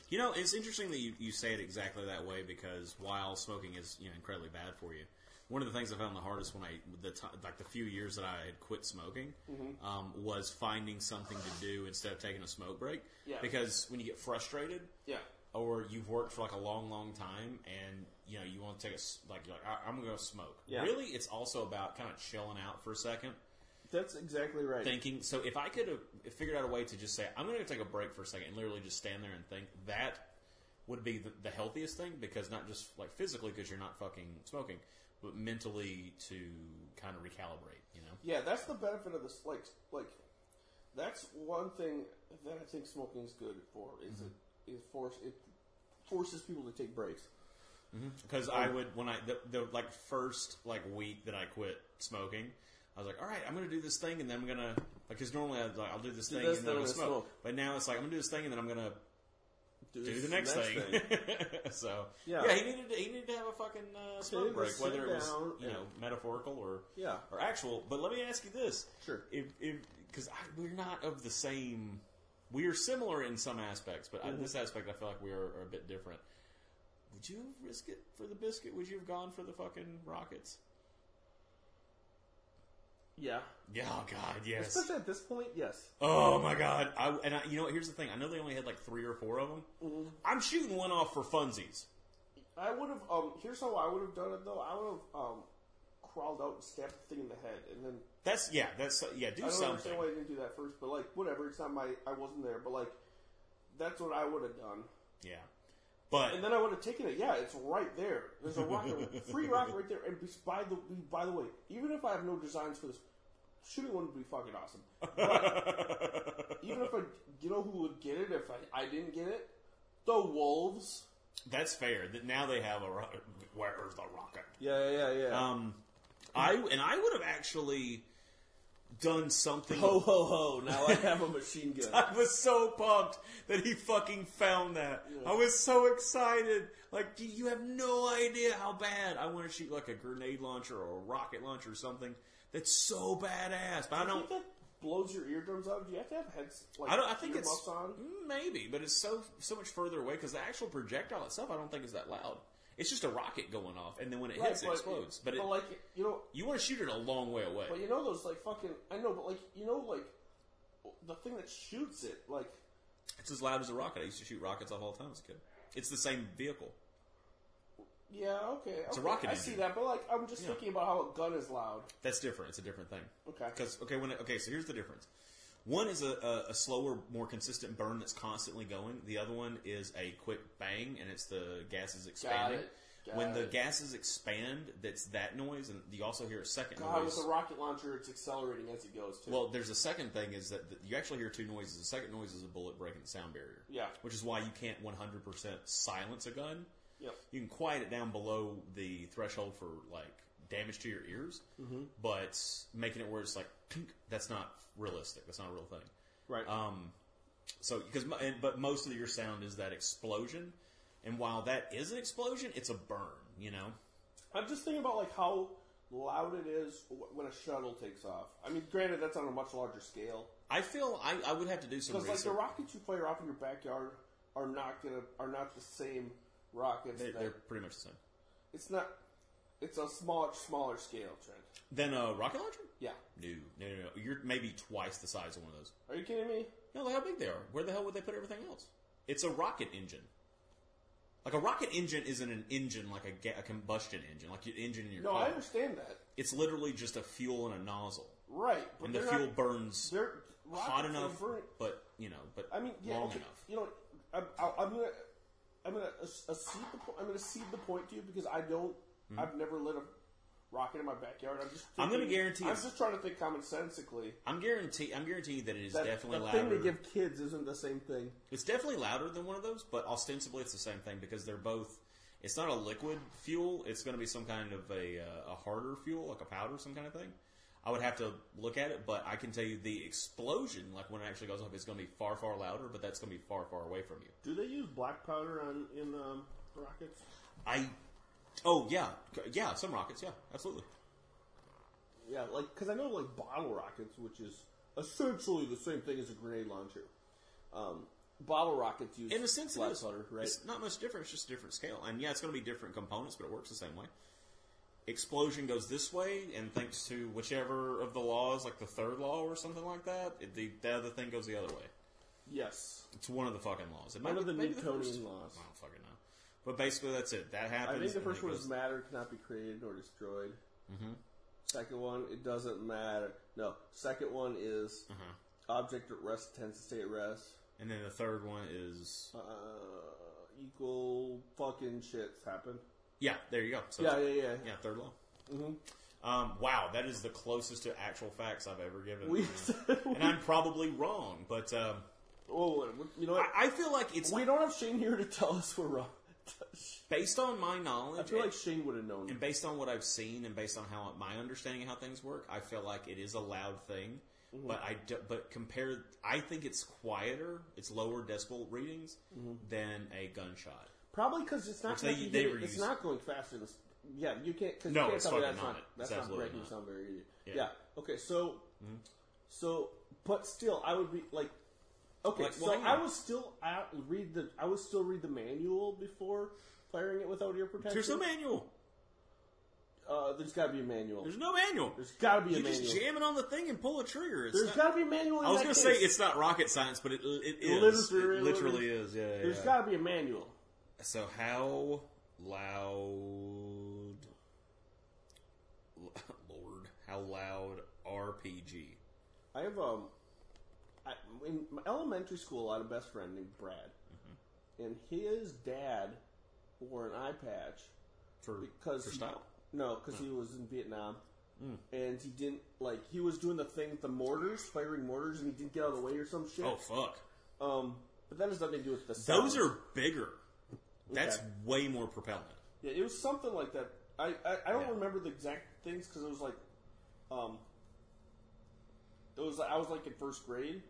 Speaker 2: You know, it's interesting that you, you say it exactly that way because while smoking is you know incredibly bad for you, one of the things I found the hardest when I the ti like the few years that I had quit smoking
Speaker 3: Mm-hmm.
Speaker 2: um, was finding something to do instead of taking a smoke break.
Speaker 3: Yeah.
Speaker 2: Because when you get frustrated,
Speaker 3: Yeah.
Speaker 2: or you've worked for like a long, long time, and you know you want to take a s- like you're like I- I'm gonna go smoke.
Speaker 3: Yeah.
Speaker 2: Really, it's also about kind of chilling out for a second
Speaker 3: That's exactly right.
Speaker 2: thinking. So if I could have figured out a way to just say, I'm going to take a break for a second and literally just stand there and think, that would be the, the healthiest thing because not just like physically because you're not fucking smoking, but mentally to kind of recalibrate. You know,
Speaker 3: Yeah, that's the benefit of this. Like, like that's one thing that I think smoking is good for. Is
Speaker 2: Mm-hmm.
Speaker 3: it is force it forces people to take breaks.
Speaker 2: because I would when I the, the like first like week that I quit smoking. I was like, all right, I'm gonna do this thing, and then I'm gonna like, cause normally I'd, like, I'll do this thing
Speaker 3: this,
Speaker 2: and then I'm gonna
Speaker 3: then I'm gonna
Speaker 2: smoke.
Speaker 3: smoke.
Speaker 2: But now it's like I'm gonna do this thing and then I'm gonna do the next, thing. so
Speaker 3: Yeah.
Speaker 2: yeah. he needed to, he needed to have a fucking uh,
Speaker 3: needed
Speaker 2: smoke
Speaker 3: to
Speaker 2: break,
Speaker 3: sit
Speaker 2: whether it was
Speaker 3: down
Speaker 2: you know metaphorical or
Speaker 3: Yeah.
Speaker 2: or actual. But let me ask you this:
Speaker 3: Sure.
Speaker 2: if because we're not of the same, we are similar in some aspects, but
Speaker 3: Mm-hmm.
Speaker 2: in this aspect, I feel like we are, are a bit different. Would you have risked it for the biscuit? Would you have gone for the fucking rockets?
Speaker 3: yeah,
Speaker 2: Yeah, oh God, yes.
Speaker 3: especially at this point. Yes,
Speaker 2: Oh my god! I, and I, you know what? Here's the thing. I know they only had like three or four of them.
Speaker 3: Mm-hmm.
Speaker 2: I'm shooting one off for funsies.
Speaker 3: I would have. Um, here's how I would have done it though. I would have um crawled out and stabbed the thing in the head, and then
Speaker 2: That's yeah. That's yeah. Do
Speaker 3: I don't
Speaker 2: something.
Speaker 3: understand why I didn't do that first. But like, whatever. It's not my. I wasn't there, but like, that's what I would have done.
Speaker 2: Yeah. But
Speaker 3: And then I would have taken it. Yeah, it's right there. There's a rocket, free rocket right there. And bes- by the by the way, even if I have no designs for this, shooting one would be fucking awesome. But even if I, you know, who would get it if I, I didn't get it? The wolves.
Speaker 2: that's fair. That now they have a rocket. Where's the rocket?
Speaker 3: Yeah, yeah, yeah.
Speaker 2: Um, I and I would have actually done something.
Speaker 3: ho ho ho! Now I have a machine gun.
Speaker 2: I was so pumped that he fucking found that. I was so excited. Like you- you have no idea how bad I want to shoot like a grenade launcher or a rocket launcher or something. That's so badass. But I
Speaker 3: I
Speaker 2: don't.
Speaker 3: think that blows your eardrums out. Do you have to have heads? Like,
Speaker 2: I don't. I think
Speaker 3: earmuffs
Speaker 2: it's Mm,
Speaker 3: on.
Speaker 2: maybe, but it's so so much further away because the actual projectile itself, I don't think is that loud. It's just a rocket going off, and then when it
Speaker 3: Right,
Speaker 2: hits, it
Speaker 3: but-
Speaker 2: explodes. But, it,
Speaker 3: like you know,
Speaker 2: you want to shoot it a long way away.
Speaker 3: but you know those like fucking. I know, but like you know, like the thing that shoots it, like
Speaker 2: It's as loud as a rocket. I used to shoot rockets off all the time as a kid. It's the same vehicle.
Speaker 3: yeah, okay, it's
Speaker 2: a rocket
Speaker 3: I
Speaker 2: engine.
Speaker 3: see that, but like I'm just
Speaker 2: Yeah.
Speaker 3: thinking about how a gun is loud.
Speaker 2: That's different. It's a different thing.
Speaker 3: Okay.
Speaker 2: Because okay, when it, okay, so here's the difference. One is a, a, a slower, more consistent burn that's constantly going. The other one is a quick bang, and it's the gases expanding.
Speaker 3: it. Got
Speaker 2: when the
Speaker 3: it.
Speaker 2: gases expand, that's that noise, and you also hear a second
Speaker 3: God,
Speaker 2: noise.
Speaker 3: with a rocket launcher, it's accelerating as it goes too.
Speaker 2: Well, there's a second thing is that th- you actually hear two noises. The second noise is a bullet breaking the sound barrier.
Speaker 3: Yeah.
Speaker 2: Which is why you can't 100% silence a gun.
Speaker 3: Yep.
Speaker 2: You can quiet it down below the threshold for like damage to your ears, mm-hmm. but making it where it's like "Tink," that's not realistic. That's not a real thing.
Speaker 3: right.
Speaker 2: Um, so because but most of your sound is that explosion, and while that is an explosion, it's a burn. You know.
Speaker 3: I'm just thinking about like how loud it is wh- when a shuttle takes off. I mean, granted, that's on a much larger scale
Speaker 2: I feel I, I would have to do some
Speaker 3: because
Speaker 2: research.
Speaker 3: like the rockets you fire off in your backyard are not gonna are not the same rockets.
Speaker 2: They-
Speaker 3: that,
Speaker 2: they're pretty much the same.
Speaker 3: it's not. It's a smaller smaller scale trend.
Speaker 2: Then a rocket launcher?
Speaker 3: Yeah.
Speaker 2: No, no, no, no. You're maybe twice the size of one of those.
Speaker 3: Are you kidding me?
Speaker 2: No, look how big they are. Where the hell would they put everything else? It's a rocket engine. Like a rocket engine isn't an engine like a, ga- a combustion engine, like your engine in your
Speaker 3: No,
Speaker 2: car.
Speaker 3: I understand that.
Speaker 2: It's literally just a fuel and a nozzle,
Speaker 3: Right, but
Speaker 2: and the
Speaker 3: they're
Speaker 2: fuel
Speaker 3: not,
Speaker 2: burns
Speaker 3: they're rockets
Speaker 2: hot
Speaker 3: are
Speaker 2: enough,
Speaker 3: burning-
Speaker 2: but you know, but
Speaker 3: I mean, yeah,
Speaker 2: long
Speaker 3: okay,
Speaker 2: enough.
Speaker 3: You know, I'm, I'll- I'm gonna, I'm gonna ac- accede the point. I'm gonna cede the point to you because I don't. I've never lit a rocket in my backyard. I'm just. Thinking,
Speaker 2: Hmm? I'm gonna guarantee
Speaker 3: I'm
Speaker 2: it's-
Speaker 3: just trying to think commonsensically.
Speaker 2: I'm guarantee. I'm guaranteeing that it is
Speaker 3: That
Speaker 2: definitely
Speaker 3: the
Speaker 2: louder.
Speaker 3: thing they give kids isn't the same thing.
Speaker 2: It's definitely louder than one of those, but ostensibly it's the same thing because they're both. It's not a liquid fuel. It's going to be some kind of a, uh, a harder fuel, like a powder, some kind of thing. I would have to look at it, but I can tell you the explosion, like when it actually goes off, is going to be far, far louder, but that's going to be far, far away from you.
Speaker 3: Do they use black powder on in um, rockets?
Speaker 2: I. Oh, yeah. Yeah, some rockets, yeah, absolutely.
Speaker 3: Yeah, like because I know like bottle rockets, which is essentially the same thing as a grenade launcher. Um, bottle rockets use
Speaker 2: In a sense,
Speaker 3: black
Speaker 2: it is.
Speaker 3: powder, right?
Speaker 2: It's not much different. It's just a different scale, and yeah, it's going to be different components, but it works the same way. Explosion goes this way, and thanks to whichever of the laws, like the third law or something like that, it, the, the other thing goes the other way.
Speaker 3: Yes.
Speaker 2: It's one of the fucking laws. It
Speaker 3: One
Speaker 2: might
Speaker 3: of
Speaker 2: be-
Speaker 3: the
Speaker 2: maybe
Speaker 3: Newtonian
Speaker 2: first.
Speaker 3: laws.
Speaker 2: I don't fucking know. But basically, that's it. That happens.
Speaker 3: I think the
Speaker 2: and
Speaker 3: first
Speaker 2: it
Speaker 3: one
Speaker 2: goes-
Speaker 3: is matter cannot be created nor destroyed. Mm-hmm. Second one, it doesn't matter. No, second one is
Speaker 2: Mm-hmm.
Speaker 3: object at rest tends to stay at rest.
Speaker 2: and then the third one is
Speaker 3: Uh, equal fucking shits happen.
Speaker 2: yeah. There you go. So
Speaker 3: Yeah, yeah, Mm-hmm. yeah.
Speaker 2: Oh. yeah. Third law. Um, wow, that is the closest to actual facts I've ever given.
Speaker 3: We-
Speaker 2: and I'm probably wrong, but um,
Speaker 3: Oh, wait, you know what?
Speaker 2: I, I feel like it's
Speaker 3: we don't have Shane here to tell us we're wrong.
Speaker 2: based on my knowledge
Speaker 3: I feel like
Speaker 2: and,
Speaker 3: Shane would have known.
Speaker 2: and based on what I've seen and based on how my understanding of how things work, I feel like it is a loud thing.
Speaker 3: Mm-hmm.
Speaker 2: But I do, but compared, I think it's quieter. It's lower decibel readings
Speaker 3: Mm-hmm.
Speaker 2: than a gunshot.
Speaker 3: Probably because it's not.
Speaker 2: Which they-
Speaker 3: gonna be
Speaker 2: they
Speaker 3: hitting-
Speaker 2: were
Speaker 3: it's
Speaker 2: used-
Speaker 3: not going faster. Than, yeah, you can't. Cause
Speaker 2: No,
Speaker 3: you can't
Speaker 2: it's
Speaker 3: tell me
Speaker 2: fucking
Speaker 3: that's
Speaker 2: not.
Speaker 3: not.
Speaker 2: It's
Speaker 3: That's not
Speaker 2: absolutely
Speaker 3: breaking
Speaker 2: not.
Speaker 3: sound barrier. Either.
Speaker 2: Yeah. Mm-hmm.
Speaker 3: Yeah. Okay. So. So, but still, I would be like. Okay,
Speaker 2: Like,
Speaker 3: so
Speaker 2: well, hang
Speaker 3: I
Speaker 2: on.
Speaker 3: was still I read the I would still read the manual before firing it without ear protection.
Speaker 2: There's no manual.
Speaker 3: Uh, there's got to be a manual.
Speaker 2: There's no manual.
Speaker 3: there's got to be a
Speaker 2: you
Speaker 3: manual.
Speaker 2: just jam it on the thing and pull a trigger. It's
Speaker 3: there's
Speaker 2: not-
Speaker 3: got to be a manual. In
Speaker 2: I was
Speaker 3: that
Speaker 2: gonna
Speaker 3: case.
Speaker 2: say it's not rocket science, but it it
Speaker 3: It
Speaker 2: is.
Speaker 3: literally-
Speaker 2: it literally is. Yeah. yeah,
Speaker 3: There's
Speaker 2: yeah.
Speaker 3: got to be a manual.
Speaker 2: So how loud, Lord, how loud RPG?
Speaker 3: I have um, I, in my elementary school, I had a best friend named Brad,
Speaker 2: Mm-hmm.
Speaker 3: and his dad wore an eye patch
Speaker 2: for
Speaker 3: because
Speaker 2: for
Speaker 3: he-
Speaker 2: style. Oh. Mm.
Speaker 3: No, because he was in Vietnam, and he didn't like he was doing the thing with the mortars, firing mortars, and he didn't get out of the way or some shit.
Speaker 2: Oh fuck,
Speaker 3: Um, but that has nothing to do with the.
Speaker 2: those
Speaker 3: sounds.
Speaker 2: are bigger. That's
Speaker 3: Okay.
Speaker 2: way more propellant.
Speaker 3: Yeah, it was something like that. I I, I don't
Speaker 2: Yeah.
Speaker 3: remember the exact things because it was like, um, it was I was like in first grade,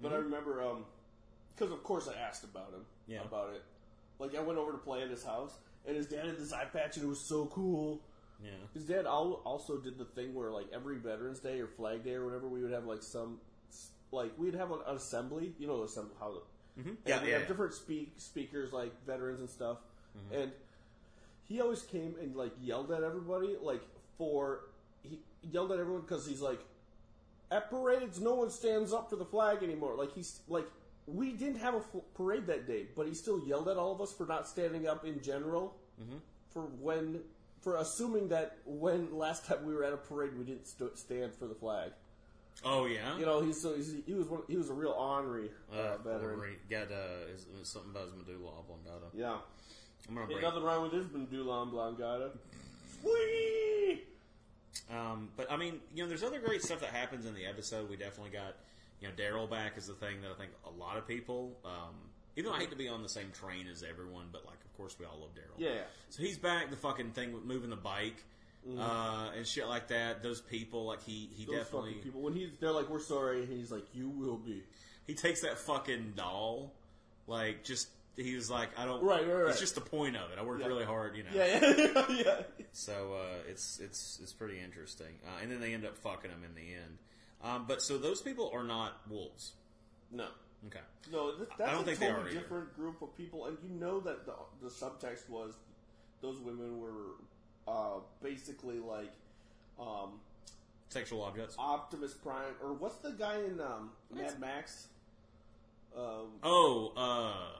Speaker 3: but I remember um, because of course I asked about him
Speaker 2: Mm-hmm. Yeah.
Speaker 3: about it. Like I went over to play at his house, and his dad had this eye patch, and it was so cool.
Speaker 2: Yeah,
Speaker 3: His dad al- also did the thing where like every Veterans Day or Flag Day or whatever, we would have like some like we'd have an assembly. You know, assembly how. The,
Speaker 2: Mm-hmm. Yeah, Mm-hmm.
Speaker 3: and we'd
Speaker 2: yeah,
Speaker 3: have
Speaker 2: yeah.
Speaker 3: different speak speakers like veterans and stuff, and he always came and like yelled at everybody, like for he yelled at everyone because he's like, at parades no one stands up for the flag anymore. Like he's like we didn't have a fl- parade that day, but he still yelled at all of us for not standing up in general for when for assuming that when last time we were at a parade we didn't st- stand for the flag.
Speaker 2: Oh yeah,
Speaker 3: You know, he's so he's, he was one, he was a real ornery uh,
Speaker 2: uh,
Speaker 3: veteran.
Speaker 2: great. got uh, his, something about his medulla oblongata.
Speaker 3: Yeah.
Speaker 2: I'm gonna
Speaker 3: Ain't
Speaker 2: break.
Speaker 3: nothing wrong with this medulla oblongata. Whee!
Speaker 2: Um, but I mean, you know, there's other great stuff that happens in the episode. We definitely got, you know, Daryl back is the thing that I think a lot of people, um, even though I hate to be on the same train as everyone, but like, of course, we all love Daryl.
Speaker 3: Yeah.
Speaker 2: So he's back. The fucking thing with moving the bike uh, and shit like that. Those people, like he, he
Speaker 3: Mm-hmm. Those
Speaker 2: definitely
Speaker 3: fucking people. When he's they're like, "We're sorry," and he's like, "You will be."
Speaker 2: he takes that fucking doll, like just. He was like, I don't.
Speaker 3: Right, right, right.
Speaker 2: It's just the point of it. I worked
Speaker 3: Yeah.
Speaker 2: really hard, you know.
Speaker 3: Yeah, yeah, yeah.
Speaker 2: So uh, it's it's it's pretty interesting. Uh, and then they end up fucking them in the end. Um, but so those people are not wolves.
Speaker 3: No,
Speaker 2: Okay.
Speaker 3: no, th- that's
Speaker 2: I don't
Speaker 3: a
Speaker 2: think they
Speaker 3: totally
Speaker 2: are either.
Speaker 3: different group of people, and you know that the the subtext was those women were uh, basically like um,
Speaker 2: Sexual objects.
Speaker 3: Optimus Prime, or what's the guy in um, Mad Max? Um,
Speaker 2: Oh, uh,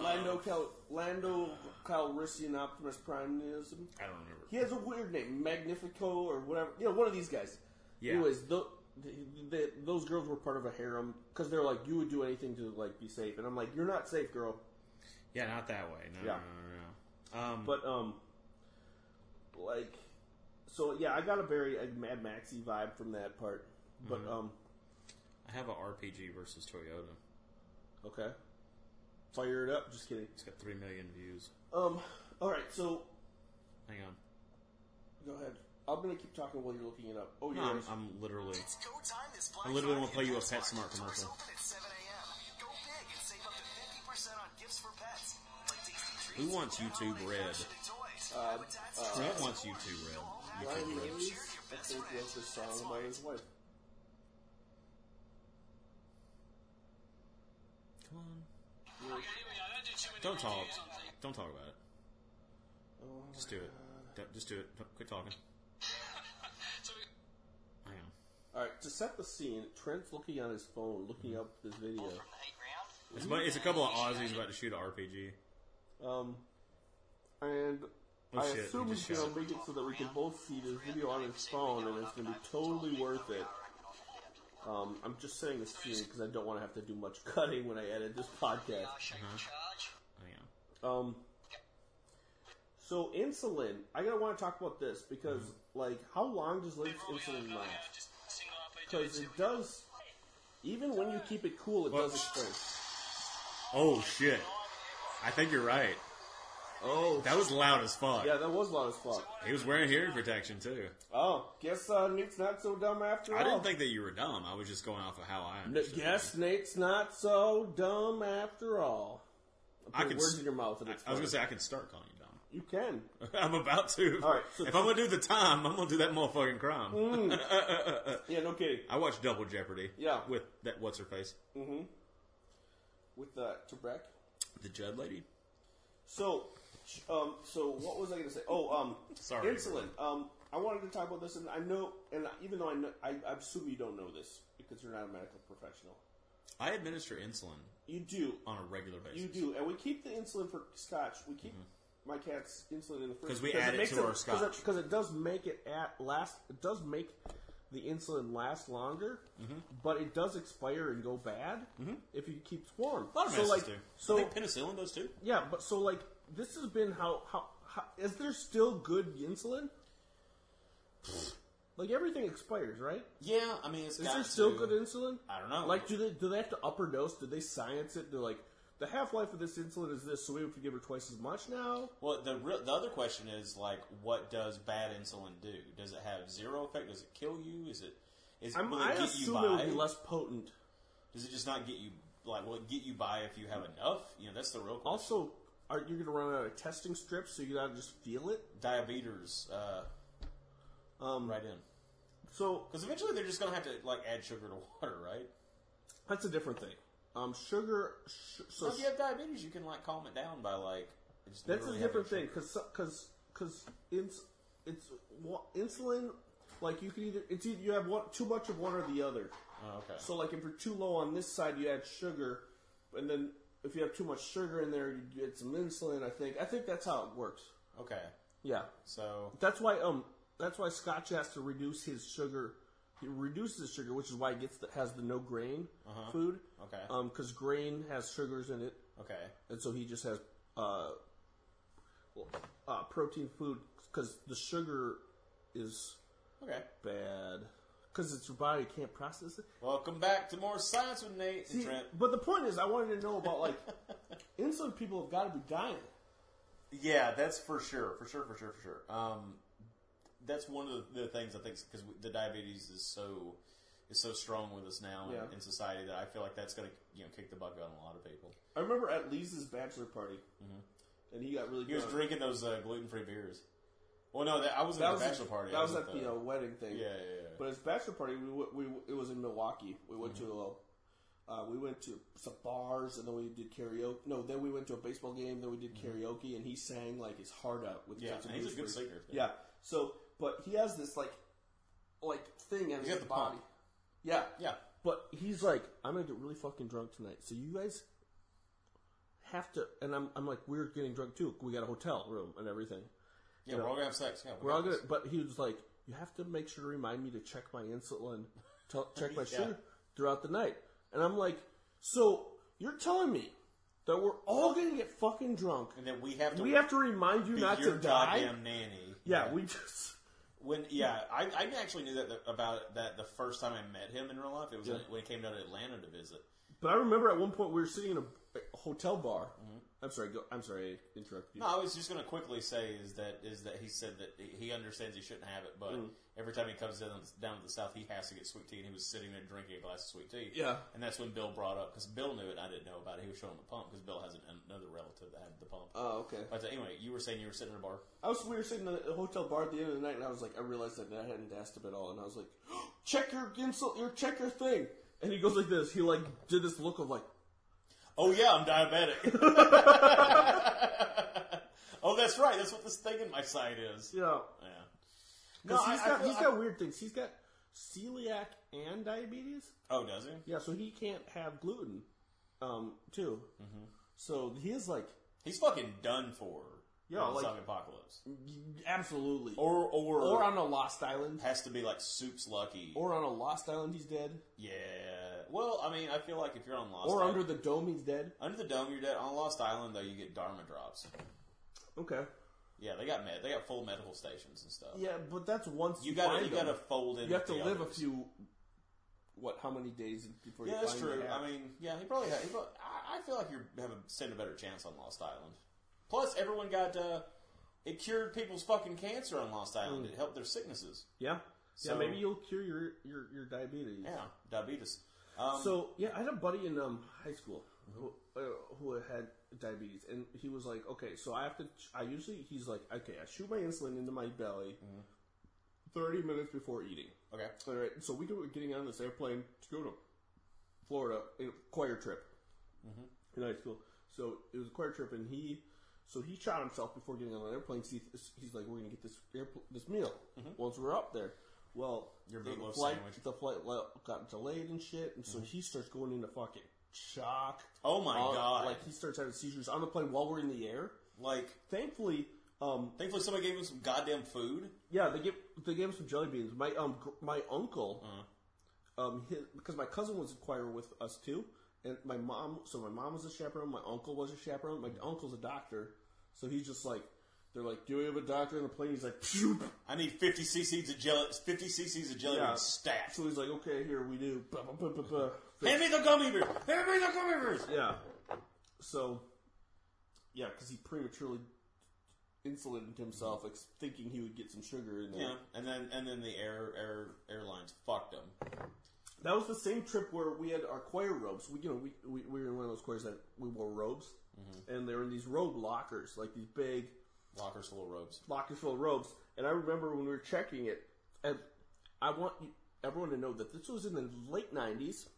Speaker 3: Lando Cal Lando Calrissian Optimus Primeism.
Speaker 2: I don't remember.
Speaker 3: He has a weird name, Magnifico or whatever. You know, one of these guys.
Speaker 2: Yeah.
Speaker 3: Anyways, tho- th th those girls were part of a harem because they're like, you would do anything to like be safe, and I'm like, you're not safe, girl.
Speaker 2: Yeah, not that way. No,
Speaker 3: Yeah.
Speaker 2: no, no, no. Um,
Speaker 3: But um, like, so yeah, I got a very like, Mad Maxy vibe from that part. But um,
Speaker 2: I have a RPG versus Toyota.
Speaker 3: okay, fire it up. Just kidding.
Speaker 2: It's got three million views.
Speaker 3: Um, all right, so
Speaker 2: Hang on.
Speaker 3: go ahead. I'm gonna keep talking while you're looking it up. Oh
Speaker 2: No,
Speaker 3: yeah,
Speaker 2: I'm, I'm literally.
Speaker 4: It's go time this Black
Speaker 2: I literally
Speaker 4: Friday
Speaker 2: wanna play you a
Speaker 4: at PetSmart.
Speaker 2: PetSmart commercial.
Speaker 4: Doors open at 7 a.m. Go big and save up to 50% on gifts for pets. Like tasty treats,
Speaker 2: Who wants YouTube
Speaker 4: holiday
Speaker 2: Red?
Speaker 4: fashion and toys. Habitats,
Speaker 3: uh,
Speaker 2: Trent
Speaker 4: toys,
Speaker 2: wants
Speaker 4: more.
Speaker 2: YouTube
Speaker 4: Go
Speaker 2: Red.
Speaker 4: all out
Speaker 3: Ryan
Speaker 4: and give
Speaker 3: Reynolds,
Speaker 4: cheer to your
Speaker 3: I
Speaker 4: best
Speaker 3: think,
Speaker 4: friends.
Speaker 3: wrote this song
Speaker 4: That's
Speaker 3: about
Speaker 4: why.
Speaker 3: his wife.
Speaker 2: Come on. Don't talk. Don't talk about it.
Speaker 3: Oh.
Speaker 2: Just do it. Don't- Just do it. Don't- Quit talking. Hang on.
Speaker 3: All right, to set the scene, Trent's looking on his phone, looking up this video.
Speaker 2: It's, mu- it's a couple of Aussies about to shoot an RPG.
Speaker 4: Oh.
Speaker 3: Um, and
Speaker 2: Oh,
Speaker 3: I
Speaker 2: shit, he
Speaker 3: assume he's
Speaker 2: just shot
Speaker 3: gonna
Speaker 2: it.
Speaker 3: make it so that we can both see this video on his phone, and it's gonna be totally worth it. Um, I'm just saying this to you because I don't want to have to do much cutting when I edit this podcast.
Speaker 2: Hang on.
Speaker 3: Um, so insulin, I gotta want to talk about this because, like, how long does Lynch insulin last? Because it does, even when you keep it cool, it
Speaker 2: Well-
Speaker 3: does explode.
Speaker 2: Oh shit! I think you're right.
Speaker 3: Oh,
Speaker 2: That was loud as fuck.
Speaker 3: yeah, that was loud as fuck.
Speaker 2: He was wearing hearing protection too.
Speaker 3: Oh, guess uh, Nate's not so dumb after
Speaker 2: I
Speaker 3: all.
Speaker 2: didn't think that you were dumb. I was just going off of how I
Speaker 3: N-
Speaker 2: understood.
Speaker 3: guess Nate's not so dumb after all.
Speaker 2: I
Speaker 3: Put
Speaker 2: could
Speaker 3: words
Speaker 2: s-
Speaker 3: in your mouth, and
Speaker 2: I,
Speaker 3: it's
Speaker 2: I was
Speaker 3: funny.
Speaker 2: gonna say I can start calling you
Speaker 3: you can.
Speaker 2: dumb. I'm about to.
Speaker 3: All right, so- Mm-hmm.
Speaker 2: if I'm gonna do the time, I'm gonna do that motherfucking crime.
Speaker 3: Yeah, no kidding.
Speaker 2: I watched Double Jeopardy.
Speaker 3: Yeah.
Speaker 2: With that what's her face,
Speaker 3: With uh, Trebek.
Speaker 2: the Judd lady.
Speaker 3: So, ch- um, so what was I going to say? Oh, um,
Speaker 2: Sorry.
Speaker 3: insulin. Um, I wanted to talk about this, and I know, and even though I, know, I, I assume you don't know this because you're not a medical professional,
Speaker 2: I administer insulin
Speaker 3: you do,
Speaker 2: on a regular basis.
Speaker 3: you do, and we keep the insulin for Scotch. We keep my cat's insulin in the fridge
Speaker 2: Mm-hmm. 'Cause we add it
Speaker 3: makes
Speaker 2: to our
Speaker 3: because
Speaker 2: Scotch.
Speaker 3: it, 'cause it does make it at last. It does make the insulin last longer,
Speaker 2: Mm-hmm.
Speaker 3: but it does expire and go bad if you keep it warm.
Speaker 2: A lot of
Speaker 3: so
Speaker 2: so
Speaker 3: like,
Speaker 2: do.
Speaker 3: so
Speaker 2: I think penicillin does too.
Speaker 3: Yeah, but so like this has been how how, how is there still good insulin? Like everything expires, right?
Speaker 2: Yeah, I mean, it's
Speaker 3: Is there still good insulin?
Speaker 2: I don't know.
Speaker 3: Like, do they do they have to upper dose? Did they science it? They're like, the half life of this insulin is this, so we have to give her twice as much now.
Speaker 2: Well, the real, the other question is like, what does bad insulin do? Does it have zero effect? Does it kill you? Is it is
Speaker 3: I'm,
Speaker 2: will
Speaker 3: I
Speaker 2: it get you
Speaker 3: assume
Speaker 2: by?
Speaker 3: it would be less potent.
Speaker 2: Does it just not get you like? Will it get you by if you have enough? You know, that's the real question.
Speaker 3: Also, are you going to run out of testing strips so you got to just feel it?
Speaker 2: Diabetes, uh,
Speaker 3: Um,
Speaker 2: right in
Speaker 3: So
Speaker 2: because eventually they're just gonna have to like add sugar to water, right?
Speaker 3: that's a different thing. Um, sugar. Sh- so
Speaker 2: So if you have diabetes, you can like calm it down by like just
Speaker 3: That's a
Speaker 2: literally
Speaker 3: different
Speaker 2: having-
Speaker 3: thing because because because ins, it's wa- insulin. Like you can either it's either you have one, too much of one or the other.
Speaker 2: Oh, okay.
Speaker 3: So like if you're too low on this side, you add sugar, and then if you have too much sugar in there, you add some insulin. I think I think that's how it works.
Speaker 2: okay.
Speaker 3: Yeah,
Speaker 2: So
Speaker 3: that's why um that's why Scotch has to reduce his sugar. He reduces his sugar, which is why he gets the, has the no grain food.
Speaker 2: Uh-huh. Okay.
Speaker 3: Um, because grain has sugars in it,
Speaker 2: okay.
Speaker 3: and so he just has uh, well, uh protein food because the sugar is
Speaker 2: Okay.
Speaker 3: bad because it's your body can't process it.
Speaker 2: Welcome back to more science with Nate and
Speaker 3: See,
Speaker 2: Trent.
Speaker 3: But the point is, I wanted to know about like insulin people have got to be dying.
Speaker 2: Yeah, that's for sure, for sure, for sure, for sure. Um, that's one of the, the things I think because the diabetes is so is so strong with us now
Speaker 3: Yeah.
Speaker 2: in, in society that I feel like that's going to you know kick the bucket on a lot of people.
Speaker 3: I remember at Lee's bachelor party, and he got really.
Speaker 2: Mm-hmm. He was
Speaker 3: drunk.
Speaker 2: drinking those uh, gluten free beers. Well, no, that, I was at the bachelor party.
Speaker 3: That
Speaker 2: I
Speaker 3: was at the uh,
Speaker 2: the-
Speaker 3: you know, wedding thing.
Speaker 2: Yeah, yeah, yeah.
Speaker 3: But his bachelor party, we, went- we it was in Milwaukee. We went
Speaker 2: Mm-hmm.
Speaker 3: to a, uh, we went to some bars, and then we did karaoke. No, then we went to a baseball game. Then we did karaoke, and he sang like his heart out with
Speaker 2: Mm-hmm. Yeah,
Speaker 3: Jackson
Speaker 2: and he's a
Speaker 3: Blues
Speaker 2: good
Speaker 3: Break.
Speaker 2: singer, too.
Speaker 3: Yeah. So, but he has this like, like thing in
Speaker 2: He's
Speaker 3: his
Speaker 2: got the
Speaker 3: body.
Speaker 2: pump.
Speaker 3: Yeah.
Speaker 2: Yeah.
Speaker 3: But he's like, I'm gonna get really fucking drunk tonight. So you guys have to, and I'm, I'm like, we're getting drunk too. We got a hotel room and everything.
Speaker 2: yeah, we're all gonna have sex. Yeah,
Speaker 3: We're all
Speaker 2: got
Speaker 3: good,
Speaker 2: this.
Speaker 3: but he was like, "You have to make sure to remind me to check my insulin, tell check my sugar throughout the night." And I'm like, "So you're telling me that we're all gonna get fucking drunk?
Speaker 2: And then we have to.
Speaker 3: we have to remind you
Speaker 2: be
Speaker 3: not
Speaker 2: your
Speaker 3: to die?"
Speaker 2: goddamn nanny.
Speaker 3: yeah, we just
Speaker 2: When yeah, I, I actually knew that the, about that the first time I met him in real life. It was
Speaker 3: Yeah.
Speaker 2: when he came down to Atlanta to visit.
Speaker 3: But I remember at one point we were sitting in a hotel bar.
Speaker 2: Mm-hmm.
Speaker 3: I'm sorry, go, I'm sorry, I interrupted you.
Speaker 2: No, I was just gonna quickly say is that is that he said that he understands he shouldn't have it, but
Speaker 3: Mm.
Speaker 2: every time he comes down down to the south, he has to get sweet tea, and he was sitting there drinking a glass of sweet tea.
Speaker 3: Yeah.
Speaker 2: and that's when Bill brought up because Bill knew it, and I didn't know about it. He was showing the pump because Bill has an, another relative that had the pump.
Speaker 3: Oh, okay.
Speaker 2: but uh, anyway, you were saying you were sitting in a bar.
Speaker 3: I was we were sitting in a hotel bar at the end of the night, and I was like, I realized that I hadn't asked him at all, and I was like, check your insult, your check your thing, and he goes like this. He like did this look of like,
Speaker 2: Oh yeah, I'm diabetic. oh, that's right. That's what this thing in my side is.
Speaker 3: you know,
Speaker 2: Yeah.
Speaker 3: 'cause
Speaker 2: No,
Speaker 3: he's
Speaker 2: I- I
Speaker 3: got
Speaker 2: feel-
Speaker 3: he's
Speaker 2: I-
Speaker 3: got weird things. He's got celiac and diabetes.
Speaker 2: Oh, does he?
Speaker 3: Yeah, so he can't have gluten, um, too. So he is like
Speaker 2: He's fucking done for.
Speaker 3: Yeah,
Speaker 2: in the
Speaker 3: like-
Speaker 2: zombie apocalypse,
Speaker 3: absolutely, or,
Speaker 2: or or
Speaker 3: on a lost island,
Speaker 2: has to be like Soup's lucky.
Speaker 3: or on a lost island he's dead,
Speaker 2: yeah. Well, I mean, I feel like if you're on Lost,
Speaker 3: or
Speaker 2: Island,
Speaker 3: under the dome he's dead.
Speaker 2: under the dome, you're dead. On Lost Island, though, you get Dharma drops.
Speaker 3: Okay.
Speaker 2: Yeah, they got med. They got full medical stations and stuff.
Speaker 3: Yeah, but that's once
Speaker 2: You gotta
Speaker 3: find
Speaker 2: you gotta
Speaker 3: him.
Speaker 2: fold in.
Speaker 3: You have
Speaker 2: with
Speaker 3: to
Speaker 2: the
Speaker 3: live a
Speaker 2: others.
Speaker 3: few. What? How many days before?
Speaker 2: Yeah,
Speaker 3: you
Speaker 2: that's
Speaker 3: find
Speaker 2: true.
Speaker 3: it out?
Speaker 2: I mean, yeah, he probably had. He probably, I, I feel like you have a stand a better chance on Lost Island. Plus, everyone got uh, it cured people's fucking cancer on Lost
Speaker 3: Mm.
Speaker 2: Island. It helped their sicknesses.
Speaker 3: yeah,
Speaker 2: so-
Speaker 3: yeah. Maybe you'll cure your your, your diabetes.
Speaker 2: Yeah, diabetes. Um,
Speaker 3: So yeah, I had a buddy in um high school who, uh, who had diabetes, and he was like, okay, so I have to. ch- I usually he's like, okay, I shoot my insulin into my belly
Speaker 2: Mm-hmm.
Speaker 3: thirty minutes before eating.
Speaker 2: okay,
Speaker 3: All right, so we were getting on this airplane to go to Florida, in a choir trip
Speaker 2: Mm-hmm.
Speaker 3: in high school. So it was a choir trip, and he, so he shot himself before getting on an airplane. 'cause he- he's like, we're gonna get this airpl- this meal once we're up there. Well,
Speaker 2: Mm-hmm. Your
Speaker 3: the
Speaker 2: meatloaf
Speaker 3: flight
Speaker 2: sandwich. Mm-hmm.
Speaker 3: the flight le- got delayed and shit, and so he starts going into fucking shock.
Speaker 2: Oh my
Speaker 3: Uh,
Speaker 2: God.
Speaker 3: Like he starts having seizures on the plane while we're in the air.
Speaker 2: like
Speaker 3: Thankfully, um,
Speaker 2: thankfully somebody gave him some goddamn food.
Speaker 3: yeah, they gave they gave him some jelly beans. My um gr- my uncle, um, his, because my cousin was in choir with us too, and my mom. So my mom was a chaperone. My uncle was a chaperone. My uncle's a doctor, so he's just like, they're like, do we have a doctor on the plane? He's like, Phew.
Speaker 2: I need fifty cc's of jelly. Fifty cc's of jelly
Speaker 3: Yeah.
Speaker 2: beans stacked.
Speaker 3: so he's like, okay, here we do. Bah, bah, bah, bah, bah.
Speaker 2: Hand me the gummy bears. Hand me the gummy bears.
Speaker 3: yeah, so yeah, because he prematurely insulated himself, like, thinking he would get some sugar in there.
Speaker 2: Yeah, and then and then the air air airlines fucked him.
Speaker 3: That was the same trip where we had our choir robes. We, you know, we, we, we were in one of those choirs that we wore robes,
Speaker 2: Mm-hmm.
Speaker 3: and they were in these robe lockers, like these big
Speaker 2: Lockers full of robes.
Speaker 3: lockers full of robes. And I remember when we were checking it, and I want you, everyone to know that this was in the late '90s,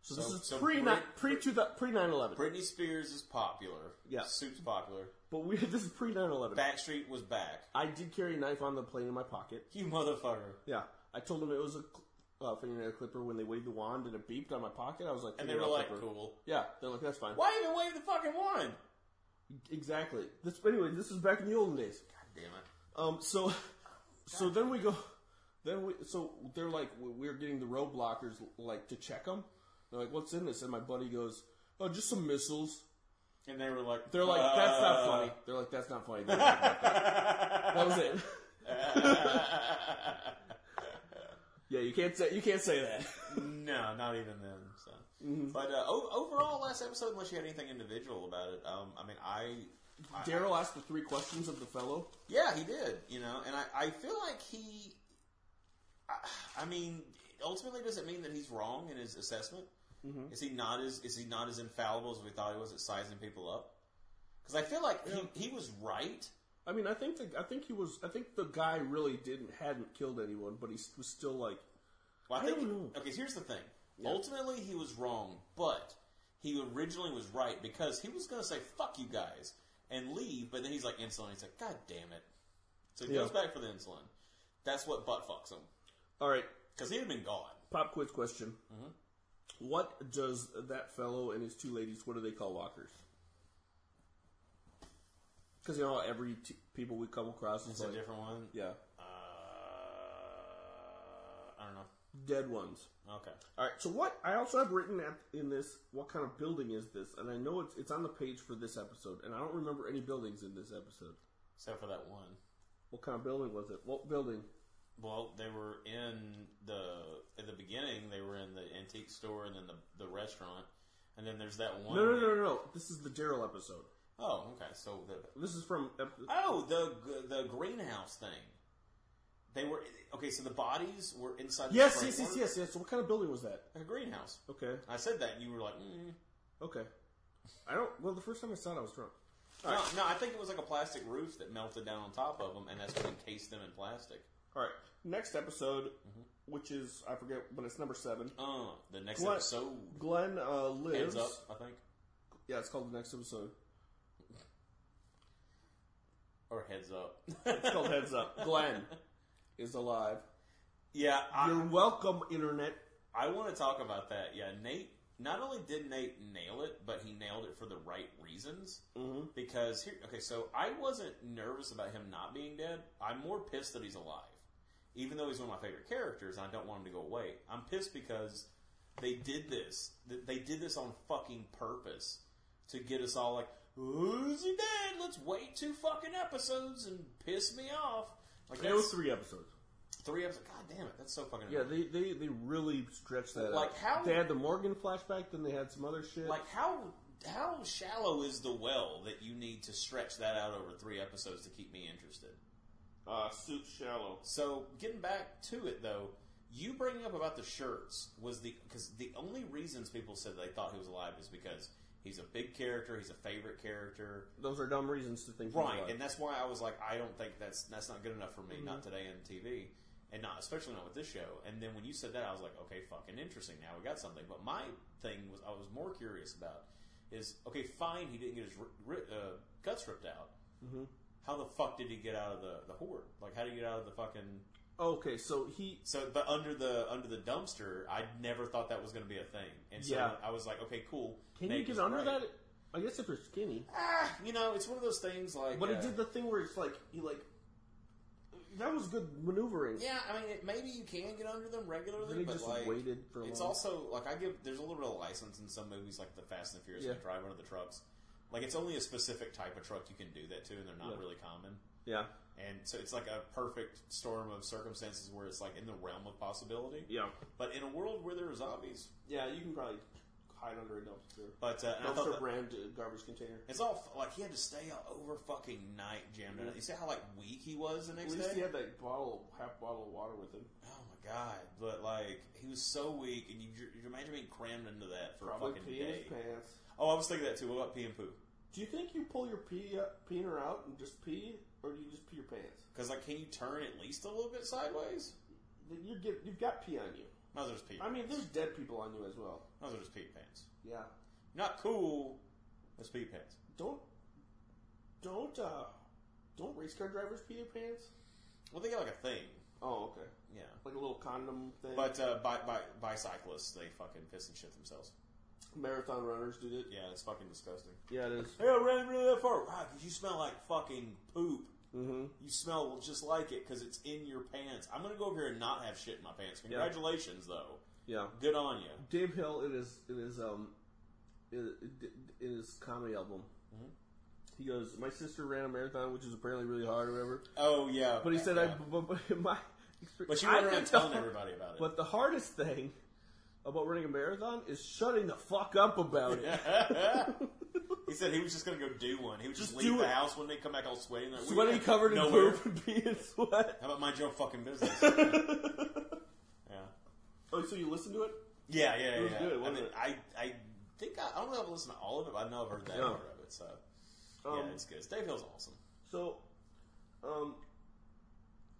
Speaker 3: So, this
Speaker 2: So-
Speaker 3: is
Speaker 2: so
Speaker 3: pre
Speaker 2: Brit-
Speaker 3: pre two pre nine eleven.
Speaker 2: Britney Spears is popular.
Speaker 3: Yeah.
Speaker 2: Soup's popular.
Speaker 3: But we this is pre nine eleven.
Speaker 2: Backstreet was back.
Speaker 3: I did carry a knife on the plane in my pocket.
Speaker 2: You motherfucker.
Speaker 3: Yeah, I told them it was a cl- uh, fingernail clipper when they waved the wand and it beeped on my pocket. I was like,
Speaker 2: And they were
Speaker 3: "Fingernail
Speaker 2: like,
Speaker 3: clipper."
Speaker 2: cool.
Speaker 3: Yeah, they're like, that's fine.
Speaker 2: Why even wave the fucking wand?
Speaker 3: Exactly. This anyway. This is back in the olden days.
Speaker 2: God damn it.
Speaker 3: Um. So, so then we go. Then we. So they're like, we- we're getting the road blockers like to check them. They're like, what's in this? And my buddy goes, oh, just some missiles.
Speaker 2: And they were like,
Speaker 3: They're like, that's not
Speaker 2: "Uh,
Speaker 3: funny. They're like, that's not funny. They're like, that was it. yeah, you can't say you can't say that.
Speaker 2: No, not even then. So,
Speaker 3: Mm-hmm.
Speaker 2: but uh, o- overall, last episode, unless you had anything individual about it, um, I mean, I, I
Speaker 3: Daryl asked the three questions of the fellow.
Speaker 2: yeah, he did, you know, and I, I feel like he, I, I mean, ultimately, does it mean that he's wrong in his assessment?
Speaker 3: Mm-hmm.
Speaker 2: Is he not as is he not as infallible as we thought he was at sizing people up? Because I feel like he, he was right.
Speaker 3: I mean, I think the, I think he was. I think the guy really didn't hadn't killed anyone, but he s- was still like,
Speaker 2: Well, I,
Speaker 3: I
Speaker 2: think
Speaker 3: don't know.
Speaker 2: okay, so here's the thing. Ultimately, he was wrong, but he originally was right because he was going to say "fuck you guys" and leave, but then he's like insulin. He's like, "God damn it!" So he
Speaker 3: Yeah.
Speaker 2: goes back for the insulin. That's what butt fucks him
Speaker 3: all right,
Speaker 2: because he had been gone.
Speaker 3: pop quiz question. What does that fellow and his two ladies? What do they call walkers? Because you know how every t- people we come across is
Speaker 2: It's
Speaker 3: like,
Speaker 2: a different one.
Speaker 3: yeah,
Speaker 2: Uh, I don't know.
Speaker 3: dead ones.
Speaker 2: Okay.
Speaker 3: All right. So what I also have written at, in this, what kind of building is this? And I know it's it's on the page for this episode, and I don't remember any buildings in this episode.
Speaker 2: Except for that one.
Speaker 3: What kind of building was it? What building?
Speaker 2: Well, they were in the at the beginning. They were in the antique store and then the the restaurant, and then there's that one.
Speaker 3: No, no, no, no, no. This is the Daryl episode.
Speaker 2: Oh, okay. So the
Speaker 3: This is from ep-
Speaker 2: Oh, the the greenhouse thing. They were okay. So the bodies were inside. the
Speaker 3: yes,
Speaker 2: framework
Speaker 3: yes, yes, yes, yes. So what kind of building was that?
Speaker 2: of A greenhouse.
Speaker 3: Okay,
Speaker 2: I said that, and you were like, mm.
Speaker 3: okay. I don't. Well, the first time I saw it, I was drunk.
Speaker 2: no, no. I think it was like a plastic roof that melted down on top of them, and that's what encased them in plastic.
Speaker 3: All right. Next episode,
Speaker 2: Mm-hmm.
Speaker 3: which is I forget, but it's number seven.
Speaker 2: Uh, the next
Speaker 3: Glenn,
Speaker 2: episode
Speaker 3: Glenn uh, lives.
Speaker 2: heads up. I think,
Speaker 3: Yeah, it's called the next episode.
Speaker 2: or heads up.
Speaker 3: It's called Heads Up. Glenn is alive.
Speaker 2: yeah, I,
Speaker 3: You're welcome, internet.
Speaker 2: I want to talk about that. Yeah, Nate. Not only did Nate nail it, but he nailed it for the right reasons. Mm-hmm. Because here, okay, so I wasn't nervous about him not being dead. I'm more pissed that he's alive, even though he's one of my favorite characters, and I don't want him to go away. I'm pissed because they did this. Th- They did this on fucking purpose to get us all like, "Who's he dead? Let's wait two fucking episodes and piss me off." Like
Speaker 3: It was
Speaker 2: that's
Speaker 3: three episodes.
Speaker 2: three episodes. God damn it, that's so fucking.
Speaker 3: Yeah,
Speaker 2: annoying.
Speaker 3: they, they, they really stretched that
Speaker 2: Like,
Speaker 3: out.
Speaker 2: how-
Speaker 3: they had the Morgan flashback, then they had some other shit.
Speaker 2: Like how how shallow is the well that you need to stretch that out over three episodes to keep me interested?
Speaker 3: uh, suit shallow.
Speaker 2: So getting back to it though, you bringing up about the shirts was the because the only reasons people said they thought he was alive is because he's a big character, he's a favorite character,
Speaker 3: Those are dumb reasons to think. he's
Speaker 2: right?
Speaker 3: alive.
Speaker 2: And that's why I was like, I don't think that's that's not good enough for me, not
Speaker 3: Mm-hmm.
Speaker 2: today on TV, and not especially not with this show. And then when you said that, I was like, okay, fucking interesting. Now we got something. But my thing was, I was more curious about is okay, fine, he didn't get his ri- ri- uh, guts ripped out.
Speaker 3: Mm-hmm.
Speaker 2: How the fuck did he get out of the the horde? Like, how do you get out of the fucking
Speaker 3: Okay, so he.
Speaker 2: so, but under the under the dumpster, I never thought that was going to be a thing, and so
Speaker 3: Yeah.
Speaker 2: I was like, okay, cool.
Speaker 3: Can
Speaker 2: Nate
Speaker 3: you
Speaker 2: was
Speaker 3: get under
Speaker 2: right.
Speaker 3: that? I guess if you're skinny.
Speaker 2: Ah, you know, it's one of those things like.
Speaker 3: But
Speaker 2: uh,
Speaker 3: he did the thing where it's like he like. That was good maneuvering.
Speaker 2: Yeah, I mean, it, maybe you can get under them regularly,
Speaker 3: Then he
Speaker 2: but
Speaker 3: just
Speaker 2: like,
Speaker 3: waited for
Speaker 2: it's
Speaker 3: long.
Speaker 2: also like I give. There's a little bit of license in some movies, like the Fast and the Furious,
Speaker 3: Yeah.
Speaker 2: when they drive under the trucks. Like it's only a specific type of truck you can do that to, and they're not
Speaker 3: Yeah.
Speaker 2: really common.
Speaker 3: Yeah.
Speaker 2: And so it's like a perfect storm of circumstances where it's like in the realm of possibility.
Speaker 3: Yeah.
Speaker 2: But in a world where there are zombies,
Speaker 3: Yeah, you can probably hide under a dumpster.
Speaker 2: but uh, and I thought
Speaker 3: Dumpster
Speaker 2: that-
Speaker 3: brand uh, garbage container.
Speaker 2: It's all f- like he had to stay out over fucking night, jammed in. You see how like weak he was the
Speaker 3: At
Speaker 2: next
Speaker 3: least
Speaker 2: day.
Speaker 3: he had that bottle, half bottle of water with him.
Speaker 2: oh my god! But like he was so weak, and you, you imagine being crammed into that for
Speaker 3: Probably
Speaker 2: a fucking
Speaker 3: pee in his
Speaker 2: day.
Speaker 3: pants.
Speaker 2: Oh, I was thinking that too. What about pee and poo?
Speaker 3: Do you think you pull your pee up, peener out and just pee, or do you just pee your pants?
Speaker 2: Because like, can you turn at least a little bit sideways?
Speaker 3: Then You get, you've got pee on you.
Speaker 2: Those are just pee.
Speaker 3: I mean, there's dead people on you as well.
Speaker 2: Those are just pee pants.
Speaker 3: Yeah.
Speaker 2: Not cool. That's pee pants.
Speaker 3: Don't, don't, uh, don't race car drivers pee their pants?
Speaker 2: Well, they got like a thing.
Speaker 3: Oh, okay.
Speaker 2: Yeah.
Speaker 3: Like a little condom thing.
Speaker 2: But uh, bi- bi- bicyclists, they fucking piss and shit themselves.
Speaker 3: marathon runners did it.
Speaker 2: Yeah, it's fucking disgusting.
Speaker 3: Yeah, it is.
Speaker 2: Hey, I ran really that far. Wow, 'cause you smell like fucking poop. Mm-hmm. You smell just like it because it's in your pants. I'm gonna go over here and not have shit in my pants. Congratulations, though.
Speaker 3: Yeah.
Speaker 2: Good on you.
Speaker 3: Dave Hill in his in his um in, in his comedy album,
Speaker 2: Mm-hmm.
Speaker 3: he goes, "My sister ran a marathon, which is apparently really hard or whatever."
Speaker 2: Oh yeah.
Speaker 3: But he said,
Speaker 2: yeah.
Speaker 3: "I but, but my
Speaker 2: But you
Speaker 3: I
Speaker 2: went around
Speaker 3: think the
Speaker 2: telling
Speaker 3: har-
Speaker 2: everybody about it.
Speaker 3: But the hardest thing about running a marathon is shutting the fuck up about it.
Speaker 2: he said he was just gonna go do one. He would just,
Speaker 3: Just
Speaker 2: leave
Speaker 3: do
Speaker 2: the
Speaker 3: it.
Speaker 2: house one day, come back all sweaty. Like, we
Speaker 3: Sweaty,
Speaker 2: went
Speaker 3: covered in
Speaker 2: nowhere.
Speaker 3: poop and pee and sweat.
Speaker 2: How about mind your own fucking business? yeah.
Speaker 3: Oh, so you listen to it?
Speaker 2: Yeah, yeah, yeah.
Speaker 3: was good,
Speaker 2: I
Speaker 3: wasn't
Speaker 2: mean,
Speaker 3: it?
Speaker 2: I, I think I, I don't know if I've listened to all of it, but I know I've heard that
Speaker 3: Yeah.
Speaker 2: part of it. So
Speaker 3: Um,
Speaker 2: yeah, it's good. Dave Hill's awesome.
Speaker 3: So, um,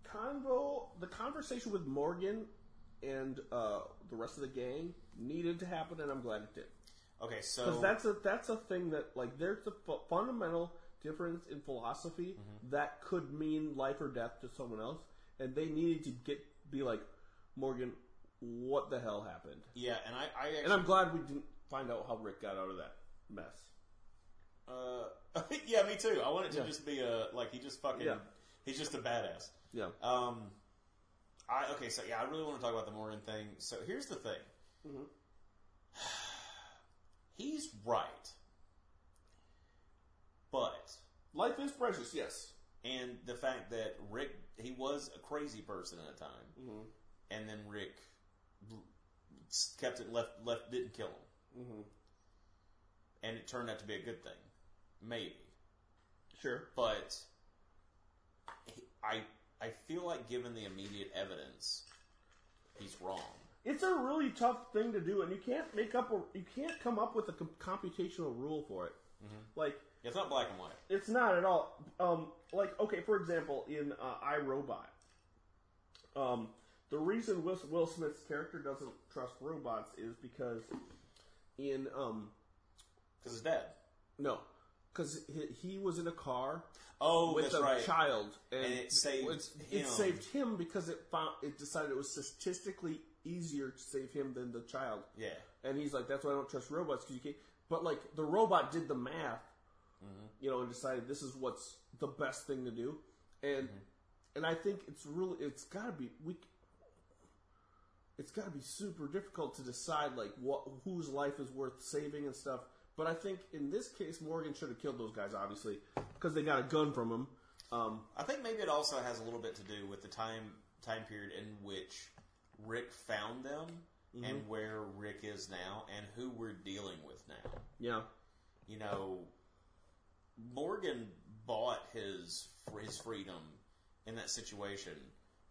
Speaker 3: convo the conversation with Morgan and uh, the rest of the gang needed to happen, and I'm glad it did
Speaker 2: Okay, so
Speaker 3: because that's a that's a thing that like there's a fu- fundamental difference in philosophy that could mean life or death to someone else, and they needed to get be like Morgan, what the hell happened?
Speaker 2: yeah, and I, I
Speaker 3: And
Speaker 2: actually,
Speaker 3: I'm glad we didn't find out how Rick got out of that mess.
Speaker 2: uh, yeah, me too. I want it to just be a like he just fucking
Speaker 3: Yeah.
Speaker 2: he's just a badass.
Speaker 3: Yeah,
Speaker 2: Um, I okay, so yeah, I really want to talk about the Morgan thing. So here's the thing.
Speaker 3: Mm-hmm.
Speaker 2: He's right, but
Speaker 3: life is precious. Yes.
Speaker 2: and the fact that Rick he was a crazy person at a time,
Speaker 3: Mm-hmm.
Speaker 2: and then Rick kept it left left didn't kill him,
Speaker 3: Mm-hmm.
Speaker 2: and it turned out to be a good thing, maybe
Speaker 3: Sure.
Speaker 2: but he- I I feel like given the immediate evidence, he's wrong.
Speaker 3: it's a really tough thing to do, and you can't make up. A, you can't come up with a com- computational rule for it.
Speaker 2: Mm-hmm.
Speaker 3: Like
Speaker 2: It's not black and white.
Speaker 3: it's not at all. Um, like okay, for example, in uh, iRobot, um, the reason Will, Will Smith's character doesn't trust robots is because in um
Speaker 2: because it's dead.
Speaker 3: no, because he, he was in a car
Speaker 2: Oh,
Speaker 3: with
Speaker 2: that's
Speaker 3: a
Speaker 2: right.
Speaker 3: child, and,
Speaker 2: And it saved
Speaker 3: it's-
Speaker 2: him.
Speaker 3: It saved him because it found it decided it was statistically easier to save him than the child.
Speaker 2: Yeah,
Speaker 3: And he's like, that's why I don't trust robots because you can't. But like, the robot did the math, you know, and decided this is what's the best thing to do. And and I think it's really it's got to be we. It's got to be super difficult to decide like what whose life is worth saving and stuff. But I think in this case, Morgan should have killed those guys, obviously, because they got a gun from him. Um,
Speaker 2: I think maybe it also has a little bit to do with the time time period in which Rick found them and where Rick is now and who we're dealing with now.
Speaker 3: yeah,
Speaker 2: You know, Morgan bought his his freedom in that situation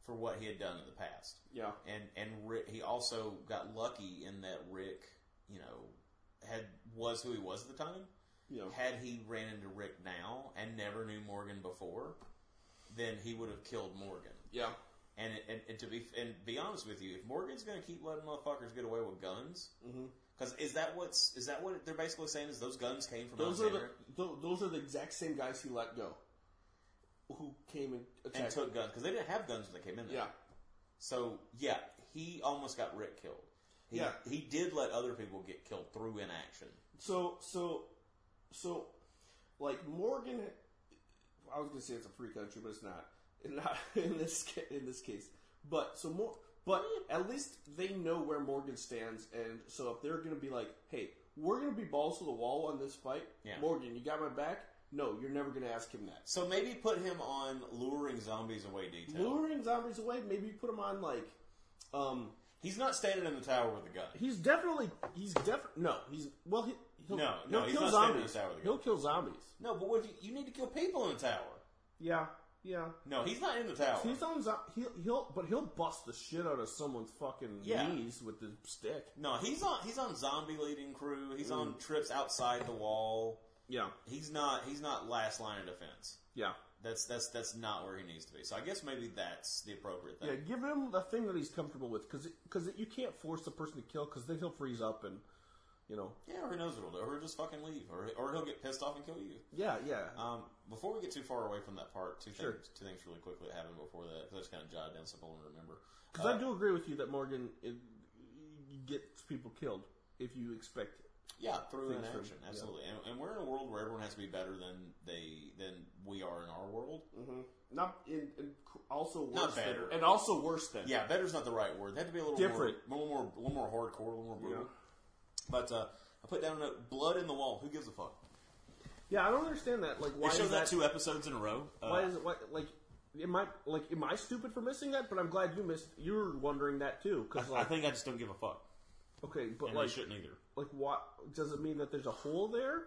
Speaker 2: for what he had done in the past.
Speaker 3: yeah,
Speaker 2: and and Rick, he also got lucky in that Rick, you know, had was who he was at the time.
Speaker 3: yeah,
Speaker 2: Had he ran into Rick now and never knew Morgan before, then he would have killed Morgan.
Speaker 3: yeah,
Speaker 2: And it, and, and to be and be honest with you, if Morgan's going to keep letting motherfuckers get away with guns,
Speaker 3: Mm-hmm.
Speaker 2: because is that what's is that what they're basically saying is those guns came from
Speaker 3: Those are
Speaker 2: Alexander
Speaker 3: the th- those are the exact same guys he let go, who came and
Speaker 2: and
Speaker 3: attacked.
Speaker 2: took guns because they didn't have guns when they came in there.
Speaker 3: yeah,
Speaker 2: So yeah, he almost got Rick killed. He,
Speaker 3: Yeah.
Speaker 2: he did let other people get killed through inaction.
Speaker 3: So so so like Morgan I was going to say it's a free country but it's not. Not in this ca- in this case. But so more but at least they know where Morgan stands and so if they're going to be like, "Hey, we're going to be balls to the wall on this fight.
Speaker 2: Yeah.
Speaker 3: Morgan, you got my back?" No, you're never going to ask him that.
Speaker 2: So maybe put him on luring zombies away detail.
Speaker 3: Luring zombies away, maybe you put him on like um
Speaker 2: He's not standing in the tower with a gun.
Speaker 3: He's definitely he's def no he's well he he'll,
Speaker 2: No,
Speaker 3: he'll
Speaker 2: no, he's not
Speaker 3: kill
Speaker 2: standing
Speaker 3: zombies
Speaker 2: in the tower with a gun.
Speaker 3: he'll kill zombies
Speaker 2: No, but what if you, you need to kill people in the tower?
Speaker 3: yeah yeah
Speaker 2: No, he's not in the tower.
Speaker 3: He's on. zo- He'll, he'll, but he'll bust the shit out of someone's fucking
Speaker 2: Yeah.
Speaker 3: knees with his stick.
Speaker 2: no, he's on he's on zombie leading crew. He's on trips outside the wall.
Speaker 3: Yeah,
Speaker 2: He's not he's not last line of defense.
Speaker 3: yeah,
Speaker 2: That's that's that's not where he needs to be. So I guess maybe that's the appropriate thing.
Speaker 3: Yeah, give him the thing that he's comfortable with, because you can't force the person to kill, because then he'll freeze up and, you know,
Speaker 2: Yeah, or who knows what he'll do, or he'll just fucking leave, or or he'll get pissed off and kill you.
Speaker 3: yeah, yeah,
Speaker 2: Um, before we get too far away from that part, two
Speaker 3: Sure.
Speaker 2: things, two things really quickly that happened before that because I just kind of jotted down something I want to remember.
Speaker 3: because I do agree with you that Morgan it, gets people killed if you expect it.
Speaker 2: Yeah, through
Speaker 3: Things from-
Speaker 2: inaction, absolutely. And, and we're in a world where everyone has to be better than they than we are in our world.
Speaker 3: Mm-hmm. Not in, in also worse
Speaker 2: Not better.
Speaker 3: than, and also worse than
Speaker 2: Yeah, better's not the right word. They have to be a little
Speaker 3: Different.
Speaker 2: more, a little more, a little more hardcore, a little more brutal.
Speaker 3: Yeah.
Speaker 2: But uh, I put down a note, blood in the wall. Who gives a fuck?
Speaker 3: yeah. I don't understand that. Like,
Speaker 2: They
Speaker 3: why
Speaker 2: showed
Speaker 3: is
Speaker 2: that
Speaker 3: that?
Speaker 2: two episodes in a row. Uh,
Speaker 3: why is it? Why, like, am I like am I stupid for missing that? But I'm glad you missed. You were wondering that too, because
Speaker 2: I
Speaker 3: like,
Speaker 2: think I just don't give a fuck,
Speaker 3: okay, but
Speaker 2: and
Speaker 3: like,
Speaker 2: they shouldn't either.
Speaker 3: like what does it mean that there's a hole there?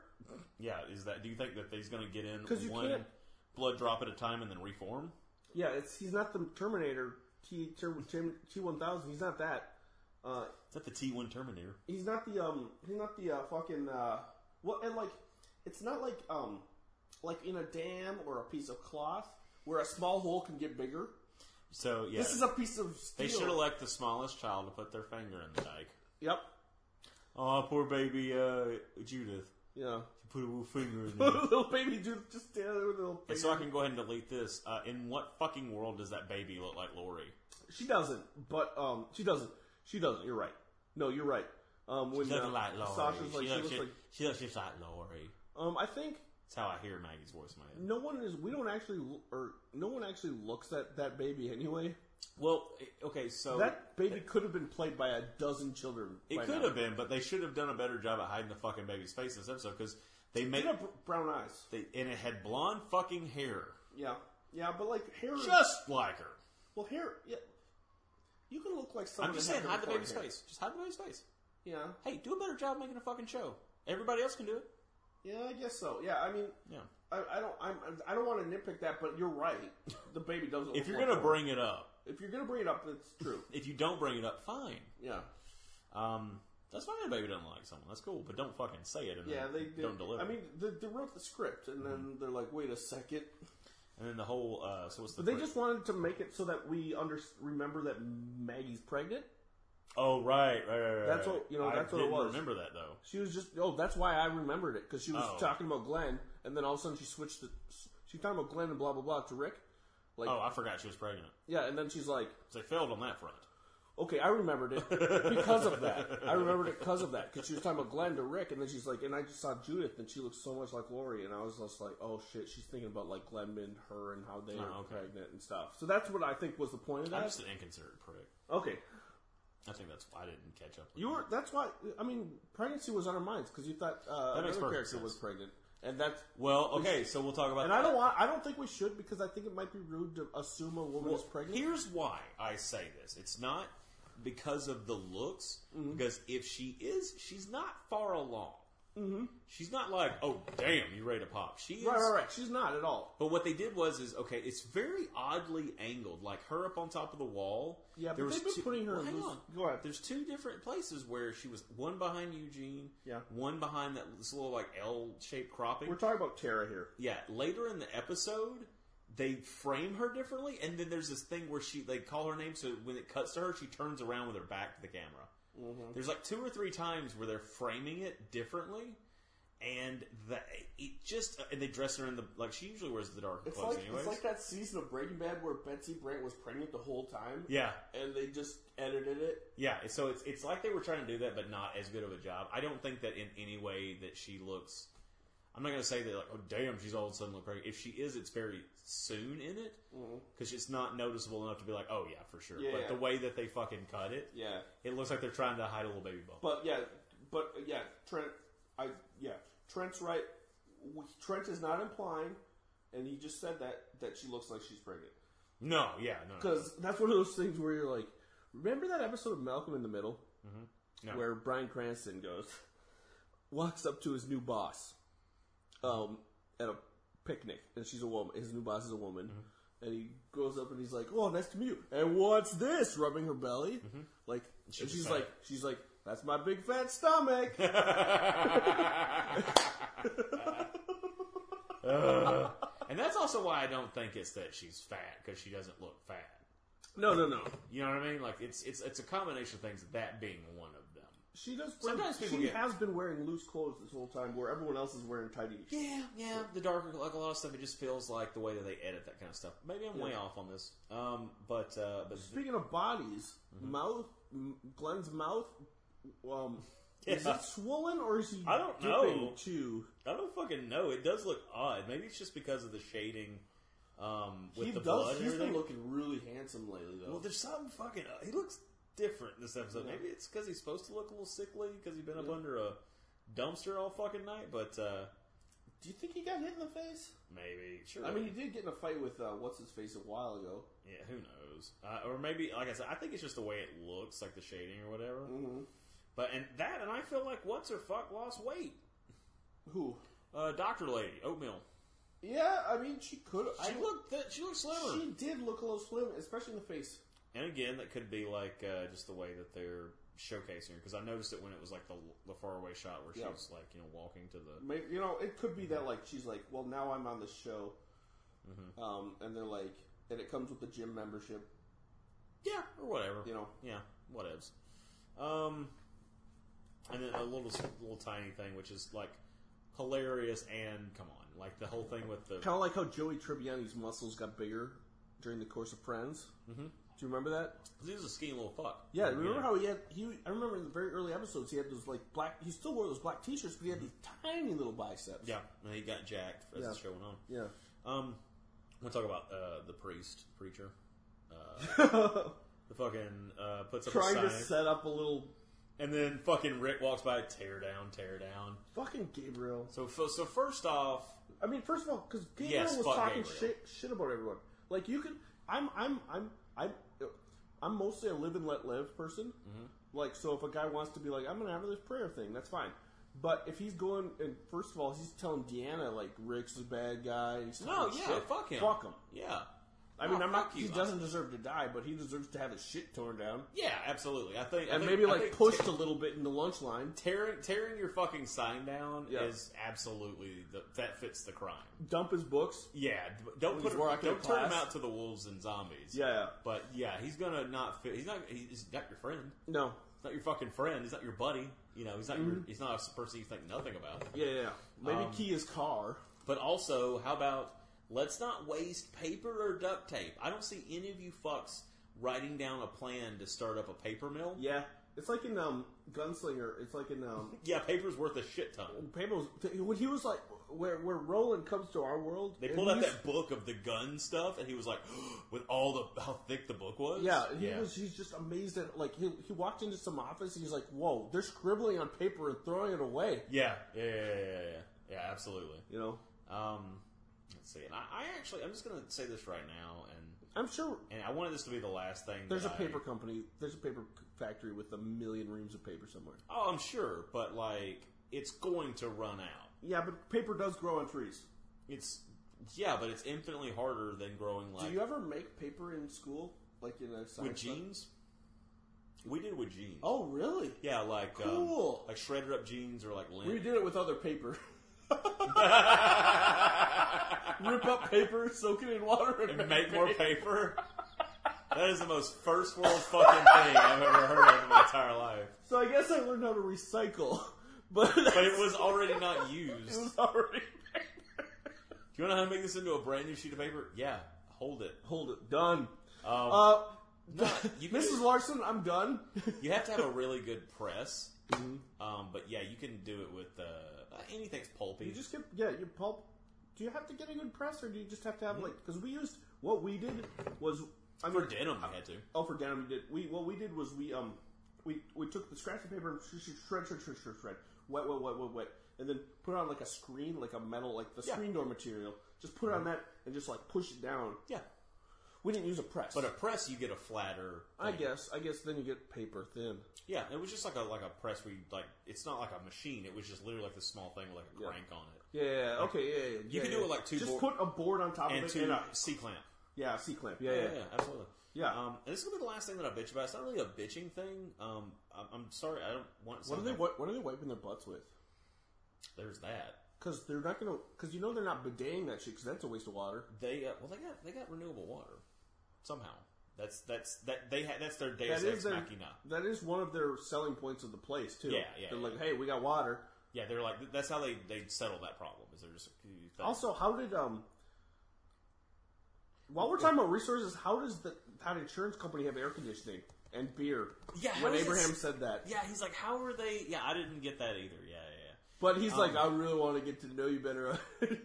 Speaker 2: Yeah, is that? Do you think that he's going to get in
Speaker 3: 'Cause you
Speaker 2: one
Speaker 3: can't-
Speaker 2: blood drop at a time and then reform?
Speaker 3: Yeah, it's he's not the Terminator T T one thousand. He's not that. Uh,
Speaker 2: Is that the T one Terminator?
Speaker 3: he's not the um. He's not the uh, fucking uh. What and like, it's not like um, like in a dam or a piece of cloth where a small hole can get bigger.
Speaker 2: So yeah,
Speaker 3: This is a piece of steel.
Speaker 2: they should elect the smallest child to put their finger in the dike.
Speaker 3: Yep.
Speaker 2: Oh, poor baby uh, Judith.
Speaker 3: Yeah.
Speaker 2: She put a little finger in there.
Speaker 3: little baby dude just stand there with a little.
Speaker 2: And
Speaker 3: finger.
Speaker 2: so I can go ahead and delete this. Uh, in what fucking world does that baby look like Lori?
Speaker 3: She doesn't, but um, she doesn't. She doesn't. You're right. No, you're right. Um, when
Speaker 2: She doesn't
Speaker 3: uh,
Speaker 2: like Lori.
Speaker 3: Sasha's like,
Speaker 2: she,
Speaker 3: she,
Speaker 2: looks
Speaker 3: looks
Speaker 2: just,
Speaker 3: like.
Speaker 2: she looks just like Lori.
Speaker 3: Um, I think
Speaker 2: That's how I hear Maggie's voice in my head.
Speaker 3: no one is. We don't actually, l- or no one actually looks at that baby anyway.
Speaker 2: Well, i- okay, so
Speaker 3: That baby could have been played by a dozen children.
Speaker 2: it
Speaker 3: by
Speaker 2: could
Speaker 3: now.
Speaker 2: have been, but they should have done a better job at hiding the fucking baby's face in this episode because they
Speaker 3: They
Speaker 2: made
Speaker 3: got br- brown eyes.
Speaker 2: they, and it had blonde fucking hair,
Speaker 3: Yeah, yeah, but like hair.
Speaker 2: just like her.
Speaker 3: well, hair. Yeah, you can look like someone.
Speaker 2: I'm just
Speaker 3: and
Speaker 2: saying,
Speaker 3: have
Speaker 2: hide the
Speaker 3: brown
Speaker 2: baby's
Speaker 3: hair.
Speaker 2: face. Just hide the baby's face.
Speaker 3: Yeah,
Speaker 2: Hey, do a better job making a fucking show. Everybody else can do it.
Speaker 3: yeah, I guess so. Yeah, I mean,
Speaker 2: Yeah.
Speaker 3: I, I don't, I'm, I don't want to nitpick that, but you're right. The baby doesn't.
Speaker 2: If
Speaker 3: look
Speaker 2: you're
Speaker 3: like
Speaker 2: gonna
Speaker 3: her.
Speaker 2: bring it up,
Speaker 3: if you're gonna bring it up, it's true.
Speaker 2: if you don't bring it up, fine.
Speaker 3: Yeah,
Speaker 2: Um, that's fine. if Baby doesn't like someone. That's cool, but don't fucking say it. And
Speaker 3: yeah,
Speaker 2: then
Speaker 3: they, they
Speaker 2: don't deliver.
Speaker 3: I mean, they, they wrote the script, and then they're like, wait a second.
Speaker 2: and then the whole. Uh, so what's the?
Speaker 3: But they
Speaker 2: first-
Speaker 3: just wanted to make it so that we under remember that Maggie's pregnant.
Speaker 2: Oh right, right, right. right,
Speaker 3: That's
Speaker 2: right.
Speaker 3: what- you know,
Speaker 2: I
Speaker 3: that's what it
Speaker 2: didn't
Speaker 3: was.
Speaker 2: Remember that though.
Speaker 3: She was just oh, that's why I remembered it because she was
Speaker 2: Oh.
Speaker 3: talking about Glenn, and then all of a sudden she switched. The, she talking about Glenn and blah blah blah to Rick. Like
Speaker 2: Oh, I forgot she was pregnant.
Speaker 3: yeah, and then she's like,
Speaker 2: So they failed on that front.
Speaker 3: okay, I remembered it because of that. I remembered it because of that because she was talking about Glenn to Rick, and then she's like, and I just saw Judith, and she looks so much like Lori, and I was just like, oh shit, she's thinking about like Glenn and her and how they
Speaker 2: Oh,
Speaker 3: are
Speaker 2: okay.
Speaker 3: pregnant and stuff. So that's what I think was the point of
Speaker 2: I'm
Speaker 3: that.
Speaker 2: just an inconsiderate prick.
Speaker 3: Okay,
Speaker 2: I think that's why I didn't catch up. With
Speaker 3: you were that's why I mean pregnancy was on her minds because you thought uh,
Speaker 2: That makes
Speaker 3: another
Speaker 2: perfect
Speaker 3: character
Speaker 2: sense.
Speaker 3: was pregnant, and that's
Speaker 2: Well, okay. So we'll talk about.
Speaker 3: And I don't want. I don't think we should because I think it might be rude to assume a woman
Speaker 2: Well,
Speaker 3: is pregnant.
Speaker 2: Here's why I say this. It's not because of the looks,
Speaker 3: Mm-hmm.
Speaker 2: because if she is, she's not far along. Mm-hmm. She's not like, oh damn, you ready to pop. She is
Speaker 3: right, right, right. She's not at all.
Speaker 2: But what they did was is okay. It's very oddly angled, like her up on top of the wall.
Speaker 3: Yeah, but they've been putting her
Speaker 2: Well,
Speaker 3: in
Speaker 2: hang
Speaker 3: loose-
Speaker 2: on.
Speaker 3: go ahead.
Speaker 2: There's two different places where she was. One behind Eugene.
Speaker 3: Yeah.
Speaker 2: One behind that this little like L-shaped cropping.
Speaker 3: We're talking about Tara here.
Speaker 2: yeah. Later in the episode, they frame her differently, and then there's this thing where she they call her name, so when it cuts to her, she turns around with her back to the camera.
Speaker 3: Mm-hmm.
Speaker 2: There's like two or three times where they're framing it differently. And the, it just and they dress her in the like she usually wears the darker
Speaker 3: It's
Speaker 2: clothes
Speaker 3: like
Speaker 2: anyways.
Speaker 3: it's like that season of Breaking Bad where Betsy Brandt was pregnant the whole time.
Speaker 2: Yeah,
Speaker 3: and they just edited it.
Speaker 2: yeah. So it's it's like they were trying to do that, but not as good of a job. I don't think that in any way that she looks. I'm not gonna say that like, oh damn, she's all of a sudden look pregnant. If she is, it's very soon in it because it's not noticeable enough to be like, oh yeah, for sure.
Speaker 3: Mm-hmm. Yeah,
Speaker 2: but
Speaker 3: yeah.
Speaker 2: the way that they fucking cut it,
Speaker 3: Yeah,
Speaker 2: it looks like they're trying to hide a little baby bump.
Speaker 3: but yeah, but yeah, Trent. I yeah, Trent's right. We- Trent is not implying, and he just said that that she looks like she's pregnant
Speaker 2: no, yeah, no, no,
Speaker 3: because that's one of those things where you're like, remember that episode of Malcolm in the Middle?
Speaker 2: no.
Speaker 3: where Brian Cranston goes, walks up to his new boss, um, at a picnic, and she's a woman. His new boss is a woman,
Speaker 2: Mm-hmm.
Speaker 3: and he goes up and he's like, "Oh, nice to meet you." And what's this? Rubbing her belly,
Speaker 2: Mm-hmm.
Speaker 3: like and
Speaker 2: She's
Speaker 3: she's
Speaker 2: fat.
Speaker 3: like, she's like, "That's my big fat stomach."
Speaker 2: Uh, And that's also why I don't think it's that she's fat because she doesn't look fat.
Speaker 3: No, no, no.
Speaker 2: You know what I mean? Like it's it's it's a combination of things. That being one of them.
Speaker 3: She does.
Speaker 2: Sometimes people
Speaker 3: she
Speaker 2: get-
Speaker 3: has been wearing loose clothes this whole time, where everyone else is wearing tighty.
Speaker 2: Yeah, yeah. The darker, like a lot of stuff, it just feels like the way that they edit that kind of stuff. Maybe I'm way
Speaker 3: Yeah.
Speaker 2: off on this. Um, but uh, but
Speaker 3: Speaking of bodies, mouth, m- Glenn's mouth, um, is
Speaker 2: Yeah.
Speaker 3: it swollen or is he?
Speaker 2: I don't
Speaker 3: dipping
Speaker 2: know.
Speaker 3: Too.
Speaker 2: I don't fucking know. It does look odd. Maybe it's just because of the shading. Um, with
Speaker 3: he
Speaker 2: the
Speaker 3: does.
Speaker 2: blood. and
Speaker 3: he's been
Speaker 2: everything.
Speaker 3: looking really handsome lately, though.
Speaker 2: Well, there's something fucking. uh, He looks different in this episode.
Speaker 3: Yeah.
Speaker 2: Maybe it's because he's supposed to look a little sickly because he's been up
Speaker 3: Yeah.
Speaker 2: under a dumpster all fucking night. But uh,
Speaker 3: Do you think he got hit in the face?
Speaker 2: maybe sure.
Speaker 3: I mean, he did get in a fight with uh, what's his face a while ago.
Speaker 2: yeah, who knows? Uh, or maybe, like I said, I think it's just the way it looks, like the shading or whatever. But and that, and I feel like what's her fuck lost weight.
Speaker 3: Who?
Speaker 2: Uh, doctor lady, oatmeal.
Speaker 3: Yeah, I mean, she could.
Speaker 2: She
Speaker 3: I
Speaker 2: looked. Th- she looked slimmer.
Speaker 3: She did look a little slim, especially in the face.
Speaker 2: And again, that could be like uh, just the way that they're showcasing her because I noticed it when it was like the the faraway shot where she
Speaker 3: Yeah.
Speaker 2: was like you know walking to the
Speaker 3: Maybe, you know, it could be that like she's like, well, now I'm on this show, um, and they're like, and it comes with the gym membership.
Speaker 2: Yeah, or whatever.
Speaker 3: You know.
Speaker 2: Yeah, whatevs. Um, and then a little little tiny thing, which is like hilarious and come on, like the whole thing with the
Speaker 3: Kind of like how Joey Tribbiani's muscles got bigger during the course of Friends. Mm-hmm. Do you remember that?
Speaker 2: he was a skinny little fuck.
Speaker 3: Yeah, remember how he had he? I remember in the very early episodes he had those like black. He still wore those black T-shirts, but he had these tiny little biceps.
Speaker 2: Yeah, and he got jacked as
Speaker 3: Yeah.
Speaker 2: the show went on.
Speaker 3: yeah.
Speaker 2: Um, we'll talk about uh, the priest preacher. Uh, the fucking uh, puts up a
Speaker 3: Trying
Speaker 2: sign,
Speaker 3: to set up a little
Speaker 2: and then fucking Rick walks by, tear down, tear down.
Speaker 3: fucking Gabriel.
Speaker 2: So f- so first off,
Speaker 3: I mean, first of all, because Gabriel
Speaker 2: Yes,
Speaker 3: was
Speaker 2: fuck
Speaker 3: talking
Speaker 2: Gabriel.
Speaker 3: shit shit about everyone. Like you can, I'm I'm I'm I'm I'm mostly a live and let live person.
Speaker 2: Mm-hmm.
Speaker 3: Like so, if a guy wants to be like, I'm gonna have this prayer thing, that's fine. But if he's going and first of all, he's telling Deanna like Rick's a bad guy. He's
Speaker 2: no,
Speaker 3: talking
Speaker 2: yeah,
Speaker 3: shit.
Speaker 2: fuck him,
Speaker 3: fuck him.
Speaker 2: yeah.
Speaker 3: I mean,
Speaker 2: No,
Speaker 3: I'm not.
Speaker 2: fuck you.
Speaker 3: He doesn't deserve to die, but he deserves to have his shit torn down
Speaker 2: Yeah, absolutely. I think, I
Speaker 3: and
Speaker 2: think-
Speaker 3: maybe
Speaker 2: I
Speaker 3: like
Speaker 2: think
Speaker 3: pushed
Speaker 2: te-
Speaker 3: a little bit in the lunch line.
Speaker 2: tearing tearing your fucking sign down
Speaker 3: Yeah.
Speaker 2: is absolutely the, that fits the crime.
Speaker 3: Dump his books.
Speaker 2: Yeah, don't
Speaker 3: He's
Speaker 2: put him, don't
Speaker 3: working
Speaker 2: turn him
Speaker 3: class.
Speaker 2: out to the wolves and zombies.
Speaker 3: Yeah.
Speaker 2: but yeah, he's gonna not fit. He's not. He's not your friend.
Speaker 3: No.
Speaker 2: He's not your fucking friend. He's not your buddy. You know, he's not. Your,
Speaker 3: Mm-hmm.
Speaker 2: he's not a person you think nothing about.
Speaker 3: Yeah, yeah. yeah. Maybe
Speaker 2: Um,
Speaker 3: key his car.
Speaker 2: But also, how about let's not waste paper or duct tape? I don't see any of you fucks writing down a plan to start up a paper mill.
Speaker 3: Yeah, it's like in um, Gunslinger. It's like in um,
Speaker 2: Yeah, paper's worth a shit ton.
Speaker 3: Pablo's when he was like, where where Roland comes to our world.
Speaker 2: They
Speaker 3: and
Speaker 2: pulled out
Speaker 3: he's-
Speaker 2: that book of the gun stuff, and he was like, with all the how thick the book was.
Speaker 3: Yeah, and he was. He's just amazed at like he he walked into some office. and He's like, whoa, they're scribbling on paper and throwing it away.
Speaker 2: yeah, yeah, yeah, yeah, yeah, yeah. yeah absolutely.
Speaker 3: You know,
Speaker 2: Um, let's see. And I, I actually, I'm just gonna say this right now, and
Speaker 3: I'm sure
Speaker 2: and I wanted this to be the last thing.
Speaker 3: there's a
Speaker 2: that I-
Speaker 3: paper company. There's a paper c- factory with a million reams of paper somewhere.
Speaker 2: Oh, I'm sure, but like, it's going to run out.
Speaker 3: Yeah, but paper does grow on trees.
Speaker 2: It's yeah, but it's infinitely harder than growing like
Speaker 3: Do you ever make paper in school, like in a science
Speaker 2: with
Speaker 3: lab?
Speaker 2: jeans. We did with jeans.
Speaker 3: Oh, really?
Speaker 2: yeah, like
Speaker 3: Cool.
Speaker 2: um, like shredded up jeans or like lint.
Speaker 3: We did it with other paper. Rip up paper, soak it in water, and,
Speaker 2: and make more paper. That is the most first world fucking thing I've ever heard of in my entire life.
Speaker 3: So I guess I learned how to recycle, but,
Speaker 2: But it was already not used.
Speaker 3: it was already
Speaker 2: Do you want to how to make this into a brand new sheet of paper? Yeah, hold it.
Speaker 3: hold it done.
Speaker 2: Um,
Speaker 3: Uh,
Speaker 2: you can-
Speaker 3: Mrs. Larson, I'm done.
Speaker 2: you have to have a really good press.
Speaker 3: Mm-hmm.
Speaker 2: Um, but yeah, you can do it with uh, anything's pulpy.
Speaker 3: you just get yeah, you pulp. Do you have to get a good press, or do you just have to have like? Because we used what we did was I mean,
Speaker 2: Mm-hmm. for denim, you had to.
Speaker 3: Oh, for denim, we did. We what we did was we um we we took the scraps of paper and sh- sh- shred, shred, shred, shred, shred, wet, wet, wet, wet, wet, and then put it on like a screen, like a metal, like the
Speaker 2: Yeah. Mm-hmm.
Speaker 3: screen door material. Just put it on that and just like push it down.
Speaker 2: Yeah.
Speaker 3: We didn't use a press,
Speaker 2: But a press, you get a flatter.
Speaker 3: I
Speaker 2: thing.
Speaker 3: guess I guess then you get paper thin.
Speaker 2: Yeah, it was just like a like a press where you like it's not like a machine. It was just literally like a small thing with like a
Speaker 3: Yeah.
Speaker 2: crank on it
Speaker 3: Yeah, yeah, yeah, okay, yeah, yeah.
Speaker 2: You
Speaker 3: yeah,
Speaker 2: could do
Speaker 3: yeah.
Speaker 2: it like two
Speaker 3: Just
Speaker 2: board-
Speaker 3: put a board on top
Speaker 2: and
Speaker 3: of it. And
Speaker 2: two
Speaker 3: a,
Speaker 2: C clamp.
Speaker 3: yeah, C clamp. Yeah,
Speaker 2: Yeah,
Speaker 3: yeah.
Speaker 2: yeah, absolutely.
Speaker 3: Yeah.
Speaker 2: Um, and this is gonna be the last thing that I bitch about. It's not really a bitching thing. Um, I'm, I'm sorry, I don't want.
Speaker 3: What are
Speaker 2: something-
Speaker 3: they? What, what are they wiping their butts with?
Speaker 2: There's that.
Speaker 3: because they're not gonna because you know they're not bideting that shit because that's a waste of water.
Speaker 2: They uh, well, they got they got renewable water somehow. That's that's that they ha- that's their Deus
Speaker 3: That
Speaker 2: Ex
Speaker 3: is their,
Speaker 2: Machina.
Speaker 3: that is one of their selling points of the place too.
Speaker 2: Yeah, yeah,
Speaker 3: They're
Speaker 2: yeah.
Speaker 3: like, hey, we got water.
Speaker 2: Yeah, they're like that's how they they settle that problem. Is they're just
Speaker 3: Also, how did um. While we're talking about resources, how does the how did insurance company have air conditioning and beer?
Speaker 2: Yeah, how
Speaker 3: when
Speaker 2: does it
Speaker 3: Abraham
Speaker 2: s-
Speaker 3: said that,
Speaker 2: yeah. He's like, how are they? Yeah, I didn't get that either. Yeah, yeah. yeah.
Speaker 3: but he's like, I really want to get to know you better.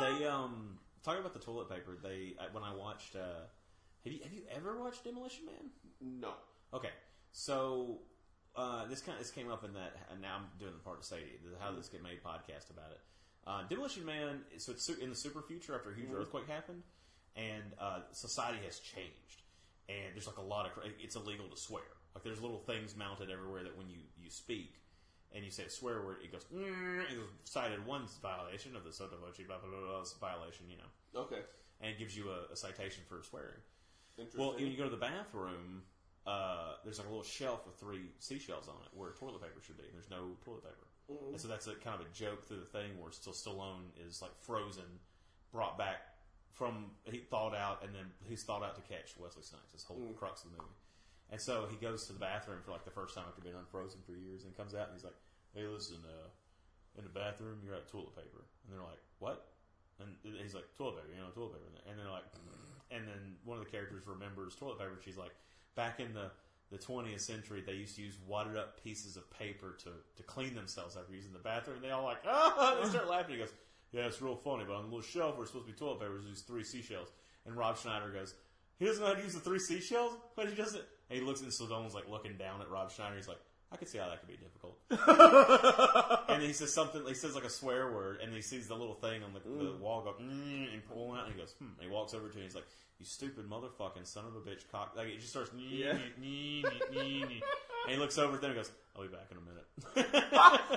Speaker 2: They um talking about the toilet paper. They I- when I watched. uh Have you have you ever watched Demolition Man?
Speaker 3: no,
Speaker 2: Okay, so uh, this kind of this came up in that, and now I'm doing the part to say the how this get made podcast about it. Uh, Demolition Man. So it's su- in the super future after a huge earthquake happened, and uh, society has changed, and there's like a lot of cra- it's illegal to swear. Like there's little things mounted everywhere that when you you speak. And you say a swear word, it goes. "Mm," It goes cited one violation of the sotto voce blah blah blah, blah violation, you know,
Speaker 3: okay,
Speaker 2: and it gives you a, a citation for swearing.
Speaker 3: interesting.
Speaker 2: Well, when you go to the bathroom, uh, there's like a little shelf with three seashells on it where toilet paper should be. and There's no toilet paper, and so that's a kind of a joke through the thing where still Stallone is like frozen, brought back from he thawed out, and then he's thawed out to catch Wesley Snipes. This whole crux of the movie, and so he goes to the bathroom for like the first time after being unfrozen for years, and comes out and he's like, "Hey, listen, uh, in the bathroom you're out of toilet paper," and they're like, "What?" And he's like, toilet paper, you know, toilet paper. And they're like, and then one of the characters remembers toilet paper. She's like, back in the, the 20th century, they used to use wadded up pieces of paper to, to clean themselves after using the bathroom. And they all like, ah, they start laughing. He goes, yeah, it's real funny, but on the little shelf where it's supposed to be toilet paper, there's these three seashells. And Rob Schneider goes, he doesn't know how to use the three seashells, but he doesn't. And he looks and Stallone's like looking down at Rob Schneider. He's like, I could see how that could be difficult. and he says something. He says like a swear word, and he sees the little thing on the, the wall go mm, and pulling out. And he goes, hmm. And he walks over to him. He's like, "You stupid motherfucking son of a bitch, cock!" Like it just starts. "Nee,
Speaker 3: Yeah.
Speaker 2: nee, nee, nee, nee." and he looks over at them and goes, "I'll be back in a minute."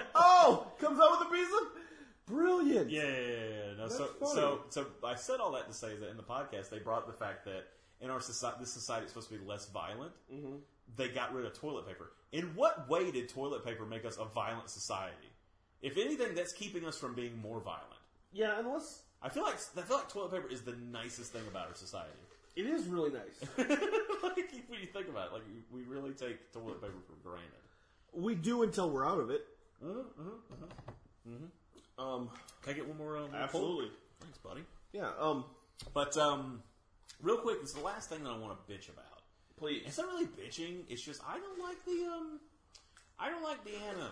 Speaker 3: oh, comes out with a piece of brilliant.
Speaker 2: Yeah, yeah, yeah, yeah. No, so,
Speaker 3: funny.
Speaker 2: so, so I said all that to say that in the podcast they brought the fact that in our society, this society is supposed to be less violent. Mm-hmm. They got rid of toilet paper. In what way did toilet paper make us a violent society? If anything, that's keeping us from being more violent.
Speaker 3: yeah. Unless
Speaker 2: I feel like I feel like toilet paper is the nicest thing about our society.
Speaker 3: it is really nice.
Speaker 2: like when you think about it, like we really take toilet paper for granted.
Speaker 3: we do until we're out of it.
Speaker 2: Mm-hmm.
Speaker 3: Um.
Speaker 2: Can I get one more? Um, pull?
Speaker 3: Absolutely.
Speaker 2: Thanks, buddy.
Speaker 3: Yeah. Um.
Speaker 2: But um, real quick, it's the last thing that I want to bitch about.
Speaker 3: Please.
Speaker 2: It's not really bitching. It's just I don't like the um, I don't like Deanna.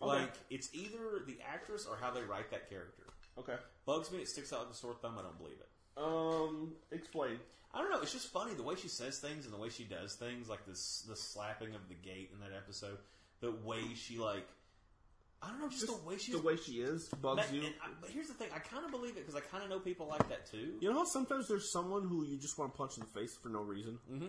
Speaker 2: Like it's either the actress or how they write that character.
Speaker 3: Okay.
Speaker 2: Bugs me. It sticks out like a sore thumb. I don't believe it.
Speaker 3: Um. Explain.
Speaker 2: I don't know. It's just funny the way she says things and the way she does things, like this the slapping of the gate in that episode. The way she like, I don't know, just, the way she's.
Speaker 3: the way she is bugs
Speaker 2: that-
Speaker 3: you.
Speaker 2: and I- but here's the thing. I kind of believe it because I kind of know people like that too.
Speaker 3: You know how sometimes there's someone who you just want to punch in the face for no reason. Mm-hmm.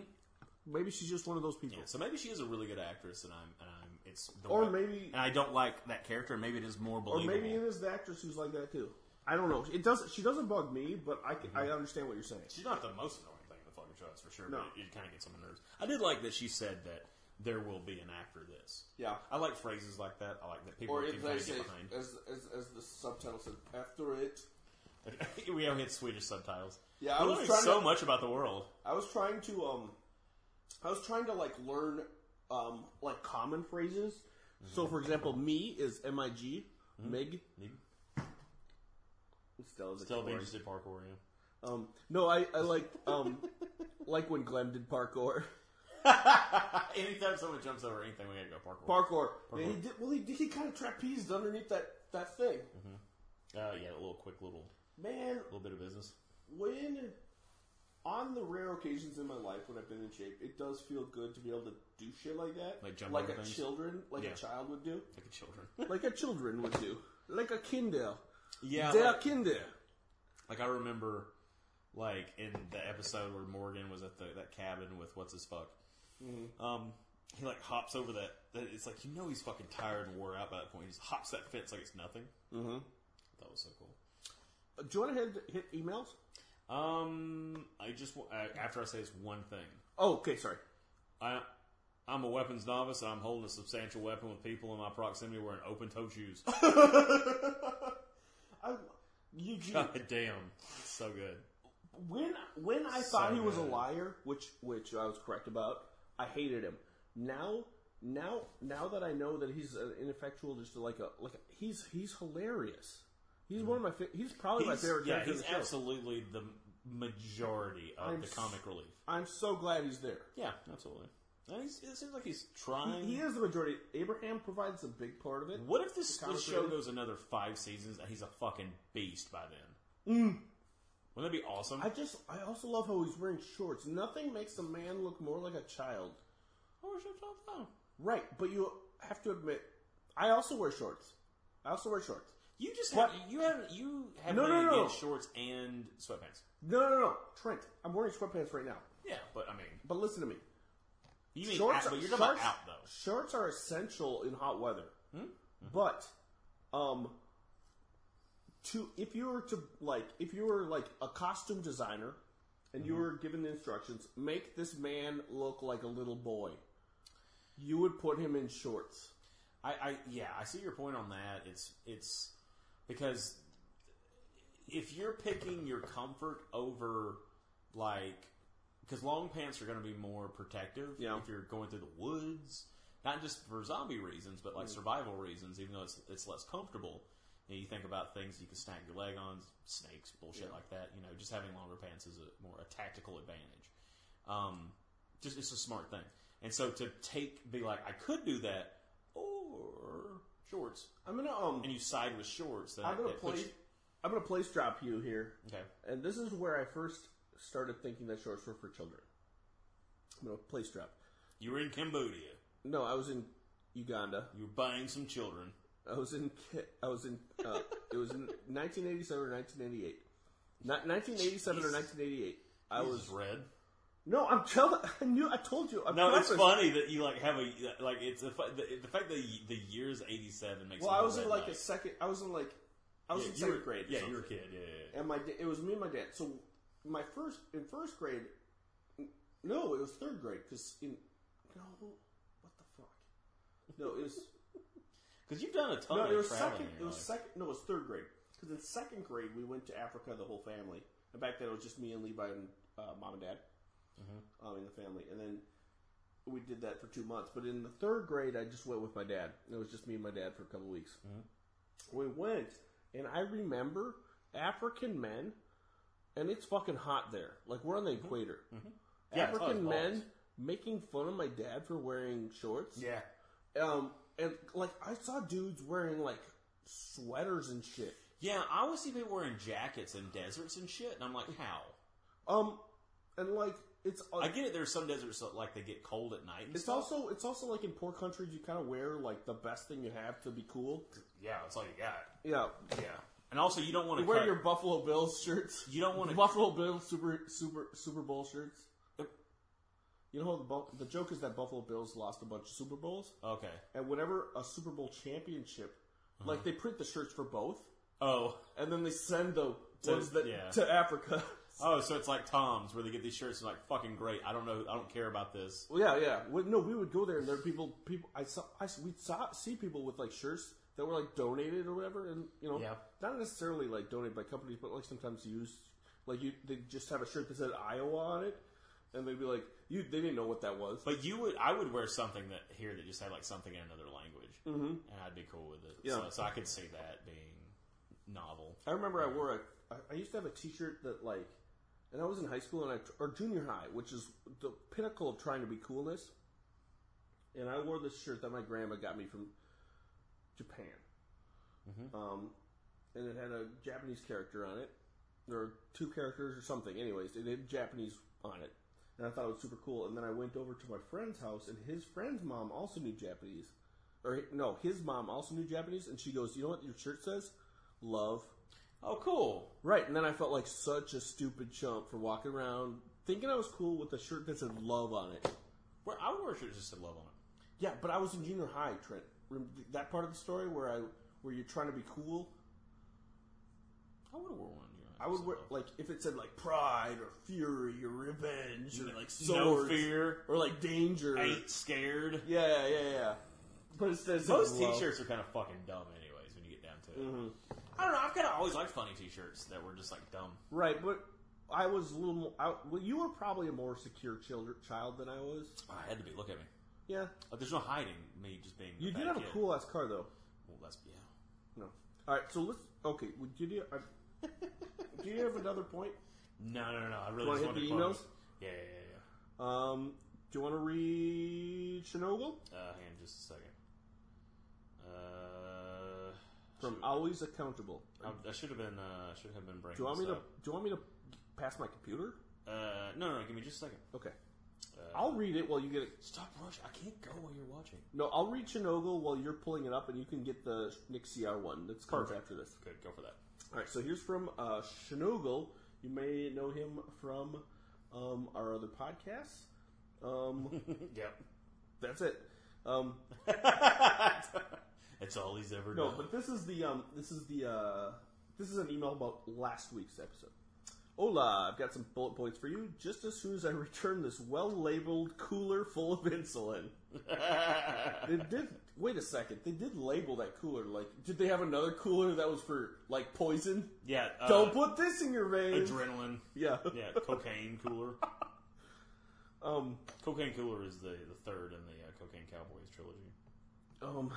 Speaker 3: Maybe she's just one of those people.
Speaker 2: Yeah, so maybe she is a really good actress, and I'm and I'm it's the
Speaker 3: Or
Speaker 2: way-
Speaker 3: maybe-
Speaker 2: and I don't like that character. and Maybe it is more
Speaker 3: or
Speaker 2: believable.
Speaker 3: maybe it is the actress who's like that too. I don't know. It doesn't. She doesn't bug me, but I can, I understand what you're saying.
Speaker 2: She's not the most annoying thing in the fucking show, that's for sure.
Speaker 3: No.
Speaker 2: But it, kind of gets on my nerves. I did like that she said that there will be an after this.
Speaker 3: Yeah.
Speaker 2: I like phrases like that. I like that people can kind of get behind.
Speaker 3: as, as as the subtitle said, after it.
Speaker 2: we all hit Swedish subtitles.
Speaker 3: Yeah, I
Speaker 2: We're
Speaker 3: was
Speaker 2: learning
Speaker 3: trying
Speaker 2: so
Speaker 3: to-
Speaker 2: much about the world.
Speaker 3: I was trying to um, I was trying to like learn um like common phrases. So for example, me is M I G, Mig. Stella's
Speaker 2: Still being
Speaker 3: exploring.
Speaker 2: just did parkour. Yeah.
Speaker 3: Um, no, I, I like um, like when Glenn did parkour.
Speaker 2: Anytime someone jumps over anything, we gotta go parkour.
Speaker 3: Parkour. Yeah, he did, well, he did, he kind of trapezed underneath that that thing.
Speaker 2: uh, yeah, a little quick, little
Speaker 3: Man,
Speaker 2: little bit of business.
Speaker 3: when on the rare occasions in my life when I've been in shape, it does feel good to be able to do shit like that,
Speaker 2: Like jump
Speaker 3: like
Speaker 2: over
Speaker 3: a
Speaker 2: things?
Speaker 3: children, like
Speaker 2: Yeah.
Speaker 3: a child would do,
Speaker 2: Like children.
Speaker 3: like a children would do, like a kinder,
Speaker 2: yeah.
Speaker 3: they are
Speaker 2: like-
Speaker 3: kinder.
Speaker 2: Like I remember, like in the episode where Morgan was at the that cabin with what's his fuck.
Speaker 3: Mm-hmm.
Speaker 2: Um, he like hops over that, that. It's like you know he's fucking tired and wore out by that point. He just hops that fence like it's nothing. Mm-hmm. That was so cool.
Speaker 3: Uh, Do you want to hit, hit emails?
Speaker 2: Um, I just wa- I, after I say this one thing,
Speaker 3: Oh, okay, sorry.
Speaker 2: I I'm I'm a weapons novice and I'm holding a substantial weapon with people in my proximity wearing open toe shoes.
Speaker 3: I, Eugene,
Speaker 2: God damn. So good.
Speaker 3: when when I thought he was a
Speaker 2: good.
Speaker 3: liar, which which I was correct about, I hated him. Now now now that I know that he's an ineffectual, just like a like a, he's he's hilarious. He's one of my fa- he's probably my
Speaker 2: He's,
Speaker 3: favorite
Speaker 2: yeah,
Speaker 3: character. in
Speaker 2: he's
Speaker 3: the show.
Speaker 2: absolutely the majority of
Speaker 3: I'm
Speaker 2: the
Speaker 3: s-
Speaker 2: comic relief.
Speaker 3: I'm so glad he's there.
Speaker 2: Yeah, absolutely. And he's, it seems like he's
Speaker 3: He,
Speaker 2: trying.
Speaker 3: he is the majority. Abraham provides a big part of it.
Speaker 2: What if this,
Speaker 3: The comic
Speaker 2: this show
Speaker 3: relief?
Speaker 2: goes another five seasons and he's a fucking beast by then? Wouldn't that be awesome?
Speaker 3: Mm. I just I also love how he's wearing shorts. Nothing makes a man look more like a child.
Speaker 2: I worship all the time.
Speaker 3: Right, but you have to admit, I also wear shorts. I also wear shorts.
Speaker 2: You just
Speaker 3: What?
Speaker 2: have, you have you have
Speaker 3: No,
Speaker 2: nothing
Speaker 3: no, no.
Speaker 2: against shorts and sweatpants.
Speaker 3: No, no, no, Trent. I'm wearing sweatpants right now.
Speaker 2: Yeah, but I mean,
Speaker 3: But listen to me.
Speaker 2: you mean out, but you're talking about out though. Hmm?
Speaker 3: Shorts are essential in hot weather. But, um, to if you were to like if you were like a costume designer and
Speaker 2: Mm-hmm.
Speaker 3: you were given the instructions, make this man look like a little boy. You would put him in shorts.
Speaker 2: I, I yeah, I see your point on that. It's it's because if you're picking your comfort over like because long pants are going to be more protective
Speaker 3: Yeah.
Speaker 2: if you're going through the woods, not just for zombie reasons, but like survival reasons. Even though it's it's less comfortable, you, know, you think about things you can snag your leg on, snakes, bullshit like that. You know, just having longer pants is a more a tactical advantage. Um, just it's a smart thing. And so to take be like I could do that or shorts,
Speaker 3: I'm gonna um.
Speaker 2: and you side with shorts. Then
Speaker 3: I'm gonna
Speaker 2: that puts-
Speaker 3: place. I'm gonna place drop you here.
Speaker 2: Okay.
Speaker 3: And this is where I first started thinking that shorts were for children. I'm gonna place drop.
Speaker 2: You were in Cambodia.
Speaker 3: No, I was in Uganda.
Speaker 2: You were buying some children.
Speaker 3: I was in. Ki- I was in. Uh, it was in 1987 or 1988. Not 1987 or 1988. I
Speaker 2: This
Speaker 3: was.
Speaker 2: is red.
Speaker 3: No, I'm telling. I knew. I told you. I'm
Speaker 2: No, it's
Speaker 3: prefaced.
Speaker 2: funny that you like have a like. It's a, fu- the, the fact that y- the year's eighty seven makes.
Speaker 3: Well,
Speaker 2: me
Speaker 3: I
Speaker 2: go
Speaker 3: was in
Speaker 2: red
Speaker 3: like a
Speaker 2: light.
Speaker 3: second. I was in like. I was
Speaker 2: Yeah,
Speaker 3: in
Speaker 2: you
Speaker 3: second
Speaker 2: were-
Speaker 3: grade. or
Speaker 2: Yeah, you were a
Speaker 3: something.
Speaker 2: kid. Yeah, yeah, yeah.
Speaker 3: and my da- it was me and my dad. So my first in first grade, n- no, it was third grade because in no, what the fuck? No, it was
Speaker 2: Because you've done a ton
Speaker 3: no,
Speaker 2: of
Speaker 3: it was
Speaker 2: traveling.
Speaker 3: second.
Speaker 2: in
Speaker 3: It
Speaker 2: your
Speaker 3: was
Speaker 2: life.
Speaker 3: second. No, it was third grade because in second grade we went to Africa, the whole family. And back then it was just me and Levi and uh, mom and dad,
Speaker 2: Mm-hmm.
Speaker 3: um, in the family, and then. We did that for two months, but in the third grade, I just went with my dad. It was just me and my dad for a couple weeks.
Speaker 2: Mm-hmm.
Speaker 3: We went, and I remember African men, and it's fucking hot there. Like we're on the equator.
Speaker 2: Mm-hmm. Yeah, it's hot as
Speaker 3: African men
Speaker 2: balls.
Speaker 3: making fun of my dad for wearing shorts.
Speaker 2: Yeah.
Speaker 3: Um, and like I saw dudes wearing like sweaters and shit.
Speaker 2: Yeah, I always see people wearing jackets in deserts and shit, and I'm like, how?
Speaker 3: Um, and like it's uh,
Speaker 2: I get it. There's some deserts that, like they get cold at night. And
Speaker 3: it's
Speaker 2: stuff.
Speaker 3: also it's also like in poor countries you kind of wear like the best thing you have to be cool.
Speaker 2: yeah, it's all you got.
Speaker 3: Yeah,
Speaker 2: Yeah, and also you don't want
Speaker 3: you
Speaker 2: to
Speaker 3: wear
Speaker 2: cut.
Speaker 3: your Buffalo Bills shirts.
Speaker 2: You don't wanna-
Speaker 3: Buffalo Bills Super Super Super Bowl shirts.
Speaker 2: Yep.
Speaker 3: You know the bu- the joke is that Buffalo Bills lost a bunch of Super Bowls, Uh,
Speaker 2: Okay.
Speaker 3: and whenever a Super Bowl championship,
Speaker 2: Uh-huh.
Speaker 3: like they print the shirts for both,
Speaker 2: Oh.
Speaker 3: and then they send the
Speaker 2: To-
Speaker 3: ones that
Speaker 2: yeah.
Speaker 3: to Africa.
Speaker 2: Oh, so it's like Tom's where they get these shirts and like fucking great. I don't know. I don't care about this.
Speaker 3: Well, yeah, yeah. We, no, we would go there, and there were people. People, I saw. I we saw see people with like shirts that were like donated or whatever, and you know,
Speaker 2: Yeah.
Speaker 3: not necessarily like donated by companies, but like sometimes used. Like you, they just have a shirt that said Iowa on it, and they'd be like, "You." They didn't know what that was.
Speaker 2: But you would, I would wear something that here that just had like something in another language, mm-hmm. and I'd be cool with it.
Speaker 3: Yeah.
Speaker 2: So, so I could see that being novel.
Speaker 3: I remember I wore a. I- I used to have a T-shirt that like, and I was in high school and I or junior high, which is the pinnacle of trying to be coolness. And I wore this shirt that my grandma got me from Japan, um, and it had a Japanese character on it, or two characters or something. Anyways, it had Japanese on it, and I thought it was super cool. And then I went over to my friend's house, and his friend's mom also knew Japanese, or no, his mom also knew Japanese, and she goes, "You know what your shirt says? Love."
Speaker 2: Oh, cool!
Speaker 3: Right, and then I felt like such a stupid chump for walking around thinking I was cool with a shirt that said love on it.
Speaker 2: Where I would wear shirts that said love on it.
Speaker 3: Yeah, but I was in junior high, Trent. Rem- That part of the story where I where you're trying to be cool.
Speaker 2: I would have worn one. You know.
Speaker 3: I would wear like if it said like pride or fury or revenge or like
Speaker 2: no
Speaker 3: swords
Speaker 2: fear.
Speaker 3: or like danger.
Speaker 2: Ain't scared.
Speaker 3: Yeah, yeah, yeah. But it says
Speaker 2: Most
Speaker 3: love. Mm-hmm.
Speaker 2: T-shirts are kind of fucking dumb, anyways. When you get down to it, I don't know. I've kind of always liked funny T-shirts that were just like dumb.
Speaker 3: Right, but I was a little more. I, well, you were probably a more secure child, child than I was.
Speaker 2: I had to be. Look at me.
Speaker 3: Yeah,
Speaker 2: Like, there's no hiding me just being.
Speaker 3: you
Speaker 2: a
Speaker 3: did
Speaker 2: fat
Speaker 3: have a
Speaker 2: kid.
Speaker 3: cool ass car though.
Speaker 2: Well, that's yeah.
Speaker 3: No. All right, so let's. Okay, well, did you? I, do you have another point?
Speaker 2: No, no, no. no. I really
Speaker 3: Wanna
Speaker 2: just
Speaker 3: hit
Speaker 2: wanted
Speaker 3: the
Speaker 2: to close.
Speaker 3: emails?
Speaker 2: Yeah, yeah, yeah.
Speaker 3: Um, do you want to read Chernobyl
Speaker 2: yeah. Uh, hang on just a second. Uh,
Speaker 3: from Always Accountable?
Speaker 2: I- I should have been. Uh, should have been breaking.
Speaker 3: Do you want me
Speaker 2: this
Speaker 3: to? Do
Speaker 2: up.
Speaker 3: you want me to pass my computer?
Speaker 2: Uh, no, no, no. Give me just a second. Uh,
Speaker 3: Okay. I'll read it while you get it.
Speaker 2: Stop rushing. I can't go while you're watching.
Speaker 3: No, I'll read Chernobyl while you're pulling it up, and you can get the Nick CR one that's comes
Speaker 2: Perfect.
Speaker 3: after this.
Speaker 2: Good. Go for that.
Speaker 3: All right, so here's from uh, Schnogel. You may know him from um, our other podcasts. Um,
Speaker 2: Yep.
Speaker 3: that's it. Um,
Speaker 2: That's all he's ever
Speaker 3: no,
Speaker 2: done.
Speaker 3: but this is the um, this is the uh, this is an email about last week's episode. Hola, I've got some bullet points for you. Just as soon as I return this well-labeled cooler full of insulin, they did. Wait a second, they did label that cooler. Like, did they have another cooler that was for like poison?
Speaker 2: yeah. Uh,
Speaker 3: Don't put this in your veins.
Speaker 2: adrenaline.
Speaker 3: yeah.
Speaker 2: Yeah, cocaine cooler.
Speaker 3: Um.
Speaker 2: cocaine cooler is the, the third in the uh, cocaine cowboys trilogy.
Speaker 3: Um,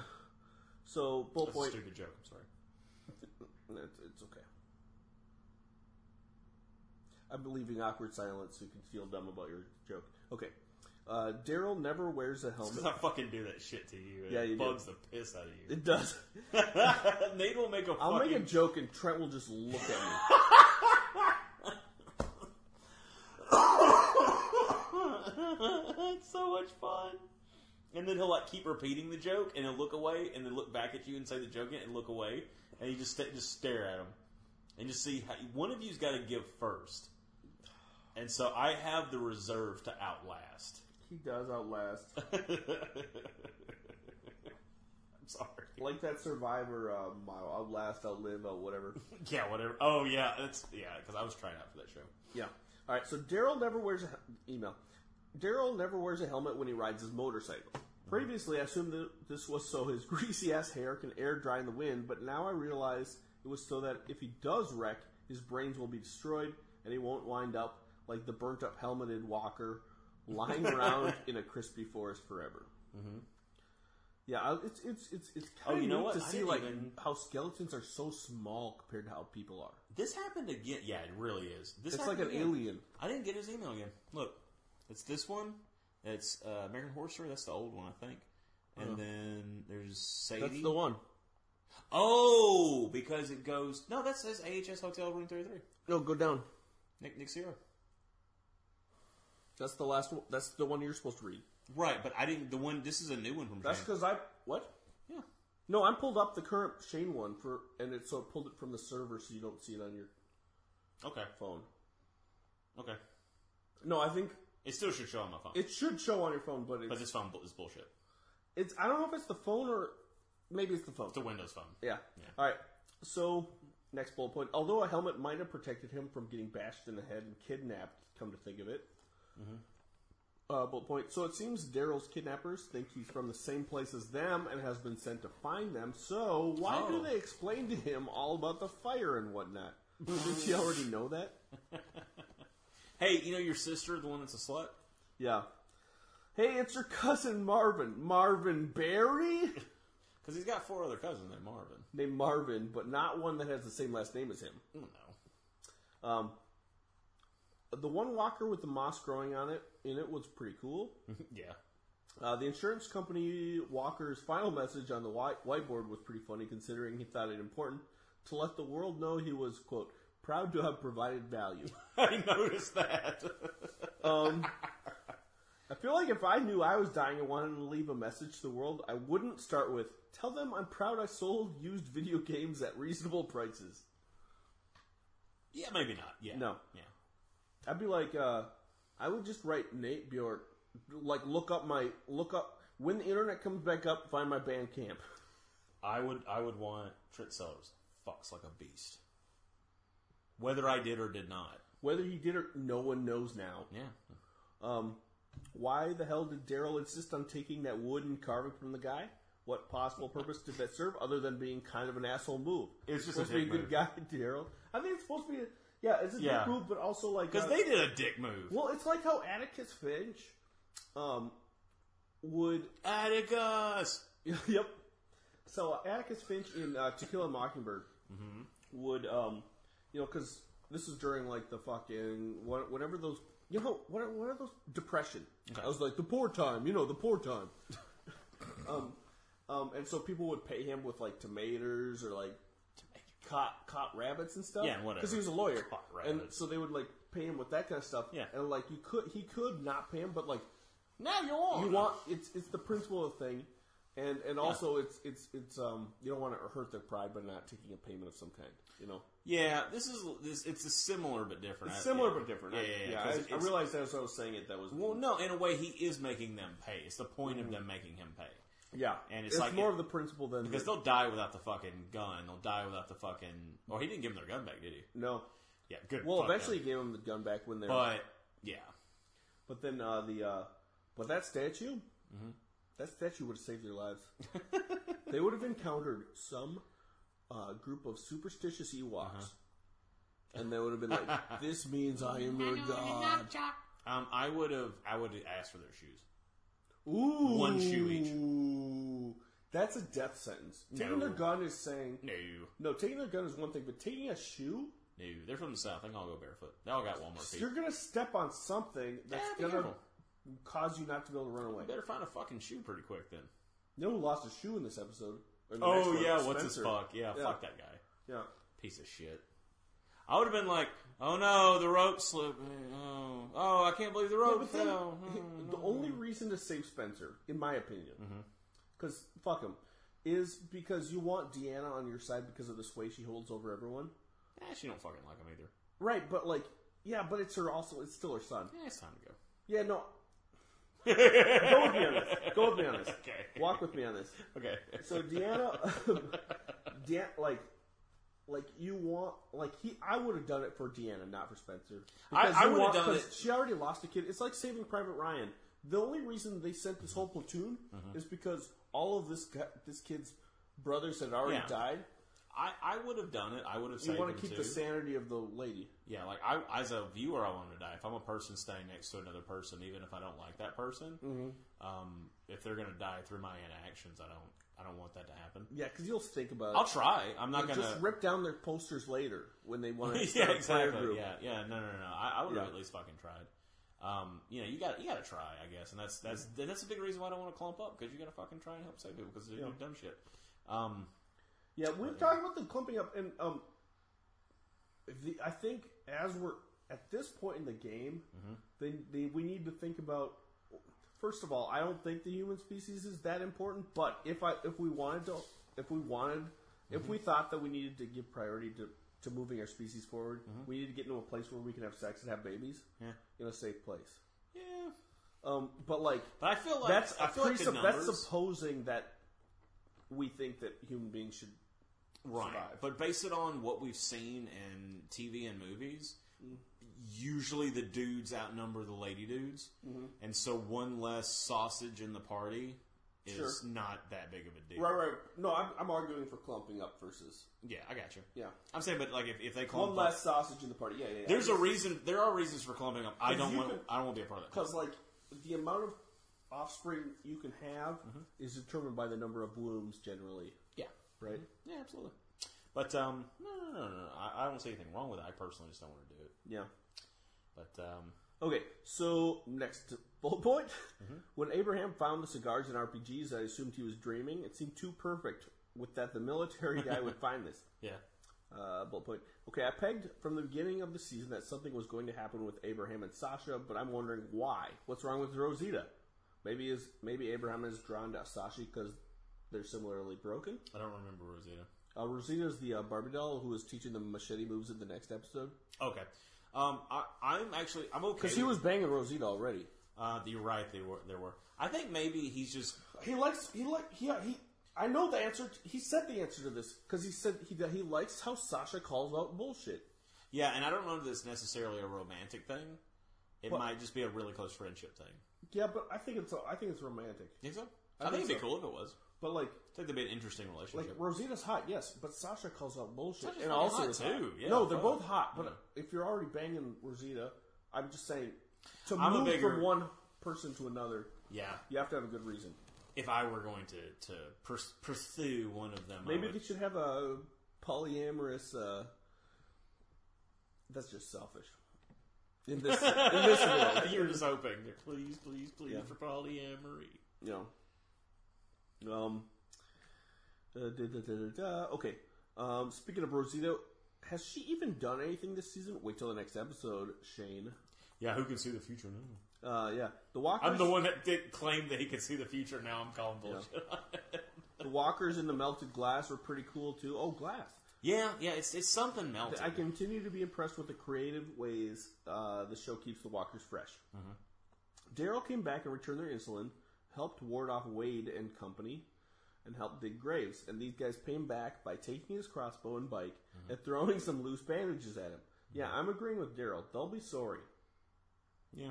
Speaker 3: so bullet
Speaker 2: That's a
Speaker 3: point.
Speaker 2: stupid joke. I'm sorry.
Speaker 3: It's, it's okay. I'm leaving awkward silence so you can feel dumb about your joke. Okay. Uh, Daryl never wears a
Speaker 2: Because
Speaker 3: helmet.
Speaker 2: I fucking do that shit to you. It
Speaker 3: Yeah, you do.
Speaker 2: bugs the piss out of you.
Speaker 3: It does.
Speaker 2: Nate will make a
Speaker 3: I'll
Speaker 2: fucking.
Speaker 3: make a joke and Trent will just look at me.
Speaker 2: it's so much fun. And then he'll like keep repeating the joke, and he'll look away, and then look back at you and say the joke again, and look away, and you just st- just stare at him, and just see how one of you's got to give first. And so I have the reserve to outlast.
Speaker 3: He does outlast.
Speaker 2: I'm sorry.
Speaker 3: Like that Survivor uh, motto, outlast, outlive, out whatever.
Speaker 2: Yeah, whatever. Oh yeah, that's yeah. Because I was trying out for that show.
Speaker 3: Yeah. All right. So Daryl never wears a he- email. Daryl never wears a helmet when he rides his motorcycle. Previously, I assumed that this was so his greasy ass hair can air dry in the wind, but now I realize it was so that if he does wreck, his brains will be destroyed and he won't wind up like the burnt up helmeted walker lying around in a crispy forest forever. Mm-hmm. Yeah, I- it's it's it's it's kind
Speaker 2: Oh,
Speaker 3: of
Speaker 2: you know what?
Speaker 3: to
Speaker 2: I
Speaker 3: see
Speaker 2: didn't
Speaker 3: like
Speaker 2: even-
Speaker 3: how skeletons are so small compared to how people are.
Speaker 2: This happened again. Yeah, it really is. This
Speaker 3: It's like
Speaker 2: happened
Speaker 3: an
Speaker 2: again.
Speaker 3: alien.
Speaker 2: I didn't get his email again. Look, it's this one. It's uh, American Horror Story. That's the old one, I think. And then there's Sadie.
Speaker 3: Oh. That's the one.
Speaker 2: Oh, because it goes. No, that says AHS Hotel Room 33.
Speaker 3: No, go down.
Speaker 2: Nick Nick Zero.
Speaker 3: That's the last one. That's the one you're supposed to read.
Speaker 2: Right, but I didn't. The one. This is a new one from.
Speaker 3: That's
Speaker 2: Shane.
Speaker 3: because I what?
Speaker 2: Yeah.
Speaker 3: No, I'm pulled up the current Shane one for, and it so it pulled it from the server, so you don't see it on your
Speaker 2: Okay.
Speaker 3: phone.
Speaker 2: Okay.
Speaker 3: No, I think
Speaker 2: It still should show on my phone.
Speaker 3: it should show on your phone, but
Speaker 2: but
Speaker 3: it's,
Speaker 2: this phone bu- is bullshit.
Speaker 3: it's I don't know if it's the phone or maybe it's the phone.
Speaker 2: It's a Windows phone.
Speaker 3: Yeah. All right. So next bullet point. Although a helmet might have protected him from getting bashed in the head and kidnapped, come to think of it. Uh, bullet point. So it seems Daryl's kidnappers think he's from the same place as them and has been sent to find them. So why
Speaker 2: Oh.
Speaker 3: do they explain to him all about the fire and whatnot? Didn't he already know that?
Speaker 2: Hey, you know your sister, the one that's a slut.
Speaker 3: Yeah. Hey, it's your cousin Marvin. Marvin Barry?
Speaker 2: Because he's got four other cousins named Marvin.
Speaker 3: Named Marvin, but not one that has the same last name as him.
Speaker 2: No.
Speaker 3: Um, the one walker with the moss growing on it in it was pretty cool.
Speaker 2: Yeah.
Speaker 3: Uh, the insurance company walker's final message on the white- whiteboard was pretty funny, considering he thought it important to let the world know he was quote proud to have provided value.
Speaker 2: I noticed that.
Speaker 3: Um, I feel like if I knew I was dying and wanted to leave a message to the world, I wouldn't start with tell them I'm proud I sold used video games at reasonable prices.
Speaker 2: yeah, maybe not. Yeah.
Speaker 3: No.
Speaker 2: Yeah.
Speaker 3: I'd be like, uh, I would just write Nate Bjork, like look up my look up when the internet comes back up, find my band camp.
Speaker 2: I would I would want Trent Sellers fucks like a beast. whether I did or did not.
Speaker 3: Whether he did or no one knows now.
Speaker 2: Yeah.
Speaker 3: Um, why the hell did Daryl insist on taking that wooden carving from the guy? What possible purpose did that serve other than being kind of an asshole move?
Speaker 2: It's just a
Speaker 3: supposed to be a
Speaker 2: dick
Speaker 3: good
Speaker 2: move.
Speaker 3: guy, Daryl. I think it's supposed to be, a, yeah, it's a dick
Speaker 2: Yeah.
Speaker 3: move, but also like
Speaker 2: Because
Speaker 3: uh,
Speaker 2: they did a dick move.
Speaker 3: Well, it's like how Atticus Finch, um, would
Speaker 2: Atticus!
Speaker 3: yep. So uh, Atticus Finch in uh, To Kill a Mockingbird
Speaker 2: Mm-hmm.
Speaker 3: would, um, you know, because this is during like the fucking what- whatever those, you know, what are, what are those depression? I was like the poor time, you know, the poor time. um, um, and so people would pay him with like tomatoes or like caught caught rabbits and stuff.
Speaker 2: Yeah, whatever.
Speaker 3: Because he was a lawyer,
Speaker 2: Caught
Speaker 3: and
Speaker 2: rabbits.
Speaker 3: so they would like pay him with that kind of stuff.
Speaker 2: Yeah.
Speaker 3: and like you could he could not pay him, but like
Speaker 2: Now you want.
Speaker 3: you want it's it's the principle of thing, and and also it's it's it's um you don't want to hurt their pride by not taking a payment of some kind. You know,
Speaker 2: Yeah, this is this. It's a similar but different.
Speaker 3: it's
Speaker 2: I-
Speaker 3: similar
Speaker 2: yeah.
Speaker 3: but different.
Speaker 2: Yeah,
Speaker 3: I-
Speaker 2: yeah, yeah.
Speaker 3: I,
Speaker 2: 'cause
Speaker 3: I
Speaker 2: it's-
Speaker 3: realized that as I was saying it, that was
Speaker 2: Well, no, in a way, he is making them pay. It's the point
Speaker 3: Mm-hmm.
Speaker 2: of them making him pay
Speaker 3: yeah,
Speaker 2: and it's like
Speaker 3: more
Speaker 2: it-
Speaker 3: of the principle than
Speaker 2: because they'll die without the fucking gun. They'll die without the fucking. Or he didn't give them their gun back, did he?
Speaker 3: no.
Speaker 2: Yeah, good.
Speaker 3: Well,
Speaker 2: fuck
Speaker 3: eventually
Speaker 2: him.
Speaker 3: he gave him the gun back when they were
Speaker 2: but yeah,
Speaker 3: But then uh, the uh, but that statue,
Speaker 2: Mm-hmm.
Speaker 3: that statue would have saved their lives. they would have encountered some uh, group of superstitious Ewoks,
Speaker 2: Uh-huh.
Speaker 3: and they would have been like, "This means I am your god."
Speaker 2: um, I would have. I would have asked for their shoes.
Speaker 3: Ooh,
Speaker 2: One shoe each.
Speaker 3: That's a death sentence. Taking their
Speaker 2: No.
Speaker 3: gun is saying
Speaker 2: No,
Speaker 3: no. Taking their gun is one thing, but taking a shoe,
Speaker 2: no, they're from the south. They can all go barefoot. They all got Walmart feet.
Speaker 3: you're gonna step on something that's
Speaker 2: Yeah, be
Speaker 3: gonna
Speaker 2: careful.
Speaker 3: cause you not to be able to run away.
Speaker 2: Better find a fucking shoe pretty quick then.
Speaker 3: You know who lost his shoe in this episode? Or in the next
Speaker 2: Oh
Speaker 3: one?
Speaker 2: yeah, what's his
Speaker 3: Spencer.
Speaker 2: fuck? Yeah,
Speaker 3: Yeah.
Speaker 2: fuck that guy.
Speaker 3: Yeah.
Speaker 2: Piece of shit. I would have been like, oh no, the rope slipped. Oh, oh, I can't believe the rope
Speaker 3: but then,
Speaker 2: fell.
Speaker 3: the only reason to save Spencer, in my opinion,
Speaker 2: Mm-hmm.
Speaker 3: because fuck him, is because you want Deanna on your side because of the sway she holds over everyone.
Speaker 2: Eh, she don't fucking like him either.
Speaker 3: Right, but like, yeah, but it's her also, it's still her son.
Speaker 2: Eh, it's time to go.
Speaker 3: Yeah, no. Go with me on this. Go with me on this.
Speaker 2: Okay.
Speaker 3: Walk with me on this.
Speaker 2: Okay.
Speaker 3: So Deanna, Dan, like, like you want, like he, I would have done it for Deanna, not for Spencer.
Speaker 2: I-
Speaker 3: Because
Speaker 2: I
Speaker 3: you
Speaker 2: would've
Speaker 3: want-
Speaker 2: done
Speaker 3: 'cause
Speaker 2: it-
Speaker 3: She already lost a kid. It's like Saving Private Ryan. The only reason they sent this whole platoon
Speaker 2: Mm-hmm.
Speaker 3: is because all of this gu- this kid's brothers had already
Speaker 2: Yeah.
Speaker 3: died.
Speaker 2: I, I would have done it. I would have
Speaker 3: You
Speaker 2: saved
Speaker 3: want
Speaker 2: him
Speaker 3: to keep
Speaker 2: too.
Speaker 3: the sanity of the lady.
Speaker 2: Yeah, like I, as a viewer, I want to die. If I'm a person staying next to another person, even if I don't like that person,
Speaker 3: Mm-hmm.
Speaker 2: um, if they're gonna die through my inactions, I don't, I don't want that to happen.
Speaker 3: Yeah, because you'll think about.
Speaker 2: I'll
Speaker 3: it.
Speaker 2: try. I'm not
Speaker 3: Like,
Speaker 2: gonna.
Speaker 3: just rip down their posters later when they want to.
Speaker 2: yeah,
Speaker 3: start a prayer
Speaker 2: exactly.
Speaker 3: group.
Speaker 2: Yeah, yeah. No, no, no. no. I, I would have
Speaker 3: Yeah.
Speaker 2: at least fucking tried. Um, you know, you got you got to try, I guess, and that's that's
Speaker 3: Mm-hmm.
Speaker 2: and that's a big reason why I don't want to clump up because you got to fucking try and help save people because they do dumb shit. Um,
Speaker 3: Yeah, we've talked about the clumping up, and um, the, I think as we're at this point in the game,
Speaker 2: Mm-hmm.
Speaker 3: they, they, we need to think about. First of all, I don't think the human species is that important, but if I if we wanted to, if we wanted,
Speaker 2: Mm-hmm.
Speaker 3: if we thought that we needed to give priority to, to moving our species forward, we need to get into a place where we can have sex and have babies
Speaker 2: Mm-hmm. Yeah.
Speaker 3: in a safe place.
Speaker 2: yeah,
Speaker 3: Um, but like
Speaker 2: but I feel like
Speaker 3: that's
Speaker 2: I feel like the
Speaker 3: presupp-
Speaker 2: numbers
Speaker 3: that's supposing that we think that human beings should
Speaker 2: right,
Speaker 3: survive.
Speaker 2: but based it on what we've seen in TV and movies, usually the dudes outnumber the lady dudes,
Speaker 3: Mm-hmm.
Speaker 2: and so one less sausage in the party is
Speaker 3: Sure.
Speaker 2: not that big of a deal.
Speaker 3: Right, right. No, I'm, I'm arguing for clumping up versus
Speaker 2: Yeah, I got you.
Speaker 3: yeah.
Speaker 2: I'm saying, but like if, if they clump
Speaker 3: One
Speaker 2: up,
Speaker 3: less sausage in the party. Yeah, yeah. yeah.
Speaker 2: There's a reason. There are reasons for clumping up. I don't
Speaker 3: you
Speaker 2: want.
Speaker 3: could-
Speaker 2: I don't want to be a part of that.
Speaker 3: because like the amount of offspring you can have
Speaker 2: Mm-hmm.
Speaker 3: is determined by the number of blooms generally,
Speaker 2: Yeah.
Speaker 3: right?
Speaker 2: Yeah. Absolutely. But um, no, no, no, no. no. I, I don't see anything wrong with it. I personally just don't want to do it.
Speaker 3: Yeah.
Speaker 2: But um,
Speaker 3: Okay, so next bullet point.
Speaker 2: Mm-hmm.
Speaker 3: When Abraham found the cigars and RPGs, I assumed he was dreaming. It seemed too perfect with that the military guy would find this.
Speaker 2: yeah.
Speaker 3: Uh, bullet point. Okay, I pegged from the beginning of the season that something was going to happen with Abraham and Sasha, but I'm wondering why. What's wrong with Rosita? Maybe is maybe Abraham is drawn to Sasha because they're similarly broken.
Speaker 2: I don't remember Rosita.
Speaker 3: Uh, Rosita's the uh, Barbie doll who was teaching them machete moves in the next episode
Speaker 2: Okay. Um, I, I'm actually I'm okay.
Speaker 3: because he was
Speaker 2: with-
Speaker 3: banging Rosita already.
Speaker 2: Uh, you're right. They were. There were. I think maybe he's just.
Speaker 3: He likes he like he uh, he. I know the answer. He said the answer to this because he said he he likes how Sasha calls out bullshit.
Speaker 2: Yeah, and I don't know that it's necessarily a romantic thing. It
Speaker 3: Well-
Speaker 2: might just be a really close friendship thing.
Speaker 3: Yeah, but I think it's I think it's romantic.
Speaker 2: You think so?
Speaker 3: I
Speaker 2: I, think,
Speaker 3: think
Speaker 2: it'd be
Speaker 3: so.
Speaker 2: cool if it was.
Speaker 3: But like
Speaker 2: I think that'd be an interesting
Speaker 3: like
Speaker 2: relationship.
Speaker 3: Rosita's hot, yes, but Sasha calls out bullshit.
Speaker 2: Sasha's
Speaker 3: and
Speaker 2: fucking
Speaker 3: also
Speaker 2: hot,
Speaker 3: is
Speaker 2: too.
Speaker 3: hot.
Speaker 2: Yeah,
Speaker 3: no, they're
Speaker 2: fuck.
Speaker 3: both hot. But
Speaker 2: Yeah.
Speaker 3: if you're already banging Rosita, I'm just saying to
Speaker 2: I'm a
Speaker 3: move
Speaker 2: bigger-
Speaker 3: from one person to another,
Speaker 2: yeah.
Speaker 3: you have to have a good reason.
Speaker 2: If I were going to to pers- pursue one of them,
Speaker 3: Maybe
Speaker 2: I would,
Speaker 3: they should have a polyamorous. Uh, that's just selfish. In this, in this world,
Speaker 2: you were just hoping. Please, please, please
Speaker 3: Yeah.
Speaker 2: for polyamory.
Speaker 3: you know. Um. uh, da, da, da, da, da. Okay. Um. Speaking of Rosita, has she even done anything this season? Wait till the next episode, Shane.
Speaker 2: Yeah, who can see the future now?
Speaker 3: Uh. Yeah. The Walkers.
Speaker 2: I'm the one that did claim that he could see the future. Now I'm calling bullshit.
Speaker 3: The Walkers and the melted glass were pretty cool too. Oh, glass.
Speaker 2: Yeah, yeah, it's it's something melted.
Speaker 3: I continue to be impressed with the creative ways uh, the show keeps the walkers fresh. Daryl came back and returned their insulin, helped ward off Wade and company, and helped dig graves. And these guys paid him back by taking his crossbow and bike and throwing some loose bandages at him. Yeah, I'm agreeing with Daryl. They'll be sorry.
Speaker 2: yeah,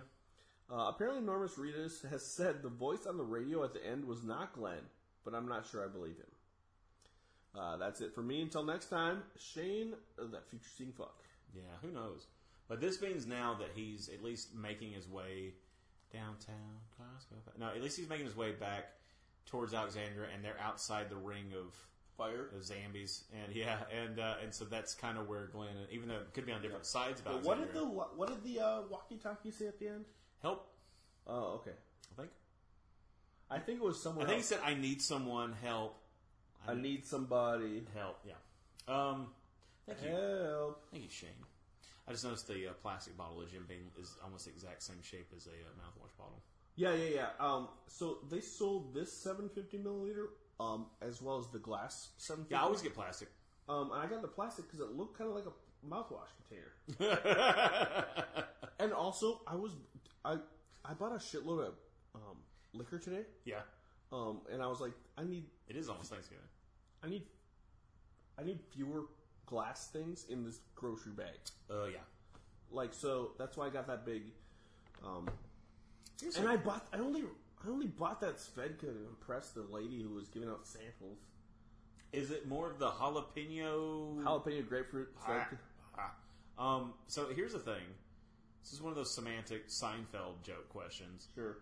Speaker 3: Uh, apparently, Normus Reedus has said the voice on the radio at the end was not Glenn, but I'm not sure I believe him. Uh, that's it for me. Until next time, Shane, uh, that future seeing fuck.
Speaker 2: yeah. Who knows? But this means now that he's at least making his way downtown Glasgow. No, at least he's making his way back towards Alexandria, and they're outside the ring of
Speaker 3: Fire.
Speaker 2: of zombies, and yeah, and uh, and so that's kind of where Glenn, even though it could be on different sides of
Speaker 3: But
Speaker 2: Alexandria,
Speaker 3: what did the what did the uh, walkie-talkie say at the end?
Speaker 2: help?
Speaker 3: Oh, okay.
Speaker 2: I think
Speaker 3: I think it was
Speaker 2: I
Speaker 3: someone.
Speaker 2: think he
Speaker 3: else.
Speaker 2: said, "I need someone help,
Speaker 3: I need somebody
Speaker 2: help." Yeah. Um, thank you,
Speaker 3: help.
Speaker 2: thank you, Shane. I just noticed the uh, plastic bottle of Jim Beam is almost the exact same shape as a uh, mouthwash bottle.
Speaker 3: Yeah, yeah, yeah. Um, so they sold this 750 milliliter, um, as well as the glass 750.
Speaker 2: Yeah, I always get plastic.
Speaker 3: Um, and I got the plastic because it looked kind of like a mouthwash container. and also, I was I I bought a shitload of um, liquor today,
Speaker 2: Yeah,
Speaker 3: um, and I was like, I need
Speaker 2: it is almost Thanksgiving.
Speaker 3: I need I need fewer glass things in this grocery bag.
Speaker 2: Oh yeah,
Speaker 3: Like so, that's why I got that big. Um, and I bought I only I only bought that Svedka to impress the lady who was giving out samples.
Speaker 2: is it more of the jalapeno?
Speaker 3: Jalapeno grapefruit Svedka.
Speaker 2: Ah. Um, so here's the thing. This is one of those semantic Seinfeld joke questions.
Speaker 3: Sure.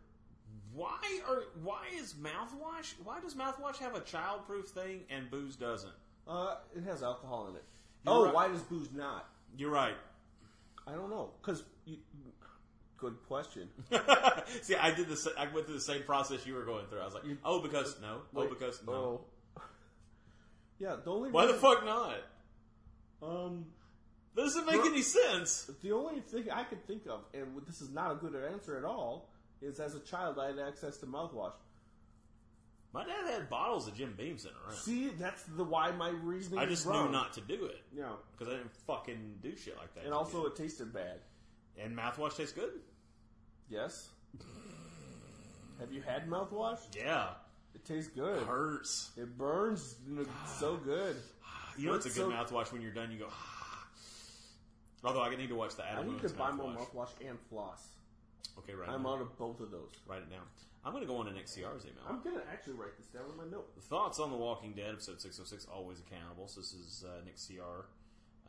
Speaker 2: Why are why is mouthwash? Why does mouthwash have a childproof thing and booze doesn't?
Speaker 3: Uh, it has alcohol in it.
Speaker 2: You're
Speaker 3: oh,
Speaker 2: right.
Speaker 3: why does booze not?
Speaker 2: You're right.
Speaker 3: I don't know. Because you. Good question.
Speaker 2: See, I did the sa- I went through the same process you were going through. I was like, oh, because no, oh,
Speaker 3: Wait,
Speaker 2: because no.
Speaker 3: oh. Yeah, the only
Speaker 2: Why the
Speaker 3: reason-
Speaker 2: fuck not?
Speaker 3: Um,
Speaker 2: That doesn't make any sense.
Speaker 3: the only thing I could think of, and this is not a good answer at all, is as a child I had access to mouthwash.
Speaker 2: My dad had bottles of Jim Beam sitting around.
Speaker 3: See, that's the why my reasoning.
Speaker 2: I
Speaker 3: is
Speaker 2: just
Speaker 3: wrong.
Speaker 2: knew not to do it
Speaker 3: No,
Speaker 2: because I didn't fucking do shit like that.
Speaker 3: and also it tasted bad.
Speaker 2: and mouthwash tastes good.
Speaker 3: Yes. Have you had mouthwash?
Speaker 2: Yeah,
Speaker 3: It tastes good.
Speaker 2: it hurts.
Speaker 3: It burns so good.
Speaker 2: You know, it's a
Speaker 3: Hurts
Speaker 2: good
Speaker 3: so-
Speaker 2: mouthwash when you're done. You go. Although I need to watch the
Speaker 3: I
Speaker 2: Adam
Speaker 3: need to
Speaker 2: Moon's
Speaker 3: buy more
Speaker 2: mouthwash.
Speaker 3: mouthwash and floss.
Speaker 2: Okay, right.
Speaker 3: I'm out of both of those.
Speaker 2: Write it down. I'm going to go on to next CR's email.
Speaker 3: I'm gonna actually write this down in my note.
Speaker 2: Thoughts on The Walking Dead, episode 606, always accountable. So this is uh, Nick CR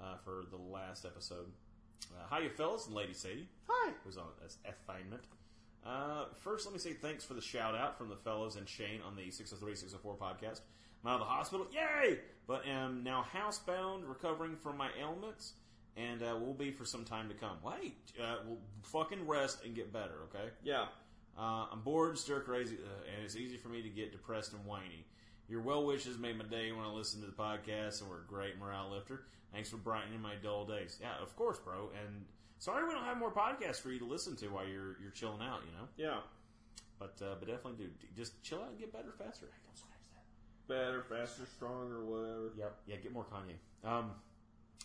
Speaker 2: uh, for the last episode. Uh, hiya, fellas and Lady Sadie,
Speaker 3: Hi.
Speaker 2: who's on as Effinement. Uh, first, let me say thanks for the shout out from the fellows and Shane on the 603 604 podcast. I'm out of the hospital, yay! But am now housebound, recovering from my ailments, and uh, will be for some time to come. Wait, uh, we'll fucking rest and get better, okay?
Speaker 3: Yeah.
Speaker 2: Uh, I'm bored, stir crazy, uh, and it's easy for me to get depressed and whiny. Your well wishes made my day when I listened to the podcast, and were a great morale lifter. Thanks for brightening my dull days. Yeah, of course, bro. And sorry we don't have more podcasts for you to listen to while you're you're chilling out, you know.
Speaker 3: Yeah.
Speaker 2: But uh, but definitely do just chill out and get better faster. Hey, don't scratch that.
Speaker 3: Better, faster, stronger, whatever.
Speaker 2: Yep. Yeah, get more Kanye. Um,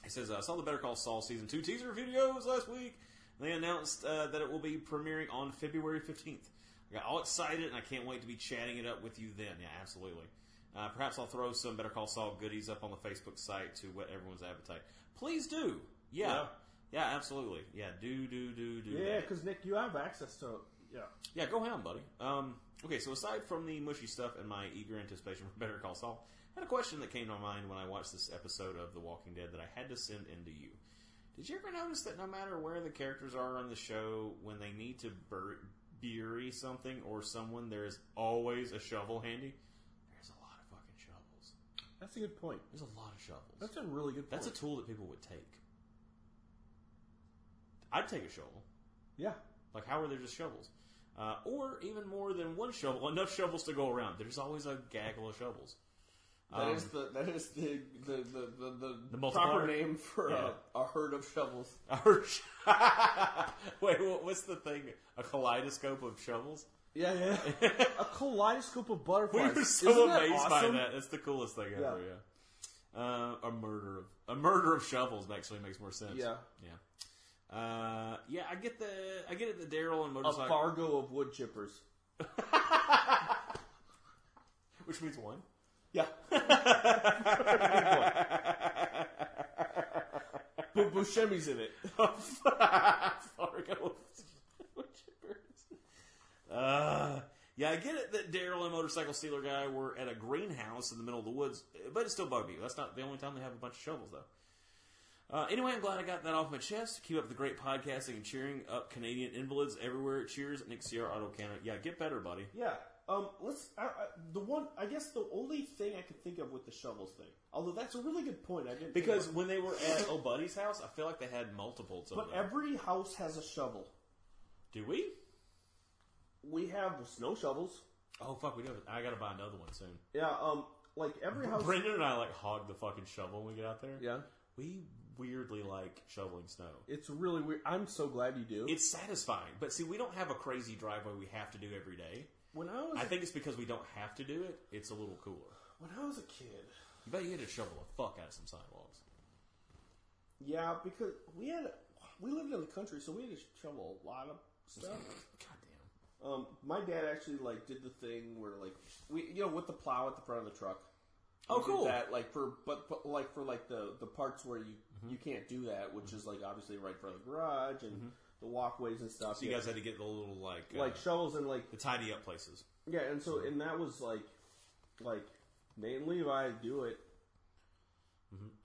Speaker 2: he says, uh, I saw the Better Call Saul season two teaser videos last week. They announced uh, that it will be premiering on February 15th. I got all excited and I can't wait to be chatting it up with you then. Yeah, absolutely. Uh, perhaps I'll throw some Better Call Saul goodies up on the Facebook site to whet everyone's appetite. Please do. Yeah. yeah.
Speaker 3: Yeah.
Speaker 2: absolutely. Yeah, do do do do.
Speaker 3: Yeah,
Speaker 2: that.
Speaker 3: because Nick, you have access to. Yeah.
Speaker 2: Yeah, go ham, buddy. Um, okay, so aside from the mushy stuff and my eager anticipation for Better Call Saul, I had a question that came to mind when I watched this episode of The Walking Dead that I had to send in to you. Did you ever notice that no matter where the characters are on the show, when they need to bur- bury something or someone, there is always a shovel handy? There's a lot of fucking shovels.
Speaker 3: That's a good point.
Speaker 2: There's a lot of shovels.
Speaker 3: That's a really good. point.
Speaker 2: That's a tool that people would take. I'd take a shovel.
Speaker 3: yeah.
Speaker 2: Like, how are there just shovels? Uh, or even more than one shovel, enough shovels to go around. There's always a gaggle of shovels.
Speaker 3: That
Speaker 2: Um,
Speaker 3: is the that is the the the the, the,
Speaker 2: multiplier?
Speaker 3: proper name for
Speaker 2: Yeah.
Speaker 3: a, a herd of shovels.
Speaker 2: a herd sh- Wait, what, what's the thing? A kaleidoscope of shovels?
Speaker 3: Yeah, yeah. a kaleidoscope of
Speaker 2: We
Speaker 3: butterflies.
Speaker 2: were so
Speaker 3: Isn't that
Speaker 2: amazed
Speaker 3: awesome?
Speaker 2: by that. That's the coolest thing
Speaker 3: Yeah.
Speaker 2: ever. Yeah. Uh, a murder of a murder of shovels actually makes more sense.
Speaker 3: Yeah.
Speaker 2: Yeah. Uh, yeah, I get the I get it. The Daryl and
Speaker 3: A
Speaker 2: motorcycle,
Speaker 3: Fargo of wood chippers.
Speaker 2: which means one.
Speaker 3: Yeah. but Buscemi's in it.
Speaker 2: Fargo uh, yeah, I get it that Daryl and Motorcycle Stealer guy were at a greenhouse in the middle of the woods, but it still bugged me. That's not the only time they have a bunch of shovels, though. Uh, anyway, I'm glad I got that off my chest. Keep up the great podcasting and cheering up Canadian invalids everywhere. Cheers, Nick Sierra Auto Canada. Yeah, get better, buddy.
Speaker 3: Yeah. Um. Let's. I, I, the one. I guess the only thing I could think of with the shovels thing. Although that's a really good point. I didn't think
Speaker 2: Because
Speaker 3: about-
Speaker 2: when they were at old buddy's house, I feel like they had multiples of
Speaker 3: but
Speaker 2: them.
Speaker 3: every house has a shovel.
Speaker 2: Do we?
Speaker 3: We have snow shovels.
Speaker 2: Oh fuck, we do. I gotta buy another one soon.
Speaker 3: Yeah. Um. Like every house.
Speaker 2: Brendan and I like hog the fucking shovel when we get out there.
Speaker 3: Yeah.
Speaker 2: We weirdly like shoveling snow.
Speaker 3: It's really weird. I'm so glad you do.
Speaker 2: It's satisfying, but see, we don't have a crazy driveway we have to do every day.
Speaker 3: when I was
Speaker 2: I think it's because we don't have to do it. It's a little cooler.
Speaker 3: when I was a kid.
Speaker 2: You bet you had to shovel the fuck out of some sidewalks.
Speaker 3: Yeah, because we had we lived in the country, so we had to shovel a lot of stuff.
Speaker 2: God damn.
Speaker 3: um, my dad actually like did the thing where like we you know with the plow at the front of the truck.
Speaker 2: Oh,
Speaker 3: We did
Speaker 2: cool.
Speaker 3: That like for but, but like for like the the parts where you
Speaker 2: Mm-hmm.
Speaker 3: you can't do that, which is like obviously right in front of the garage and the walkways and stuff.
Speaker 2: So you
Speaker 3: yeah.
Speaker 2: guys had to get the little like uh,
Speaker 3: like shovels and like
Speaker 2: the tidy up places.
Speaker 3: yeah, and so and that was like like Nate and Levi do it.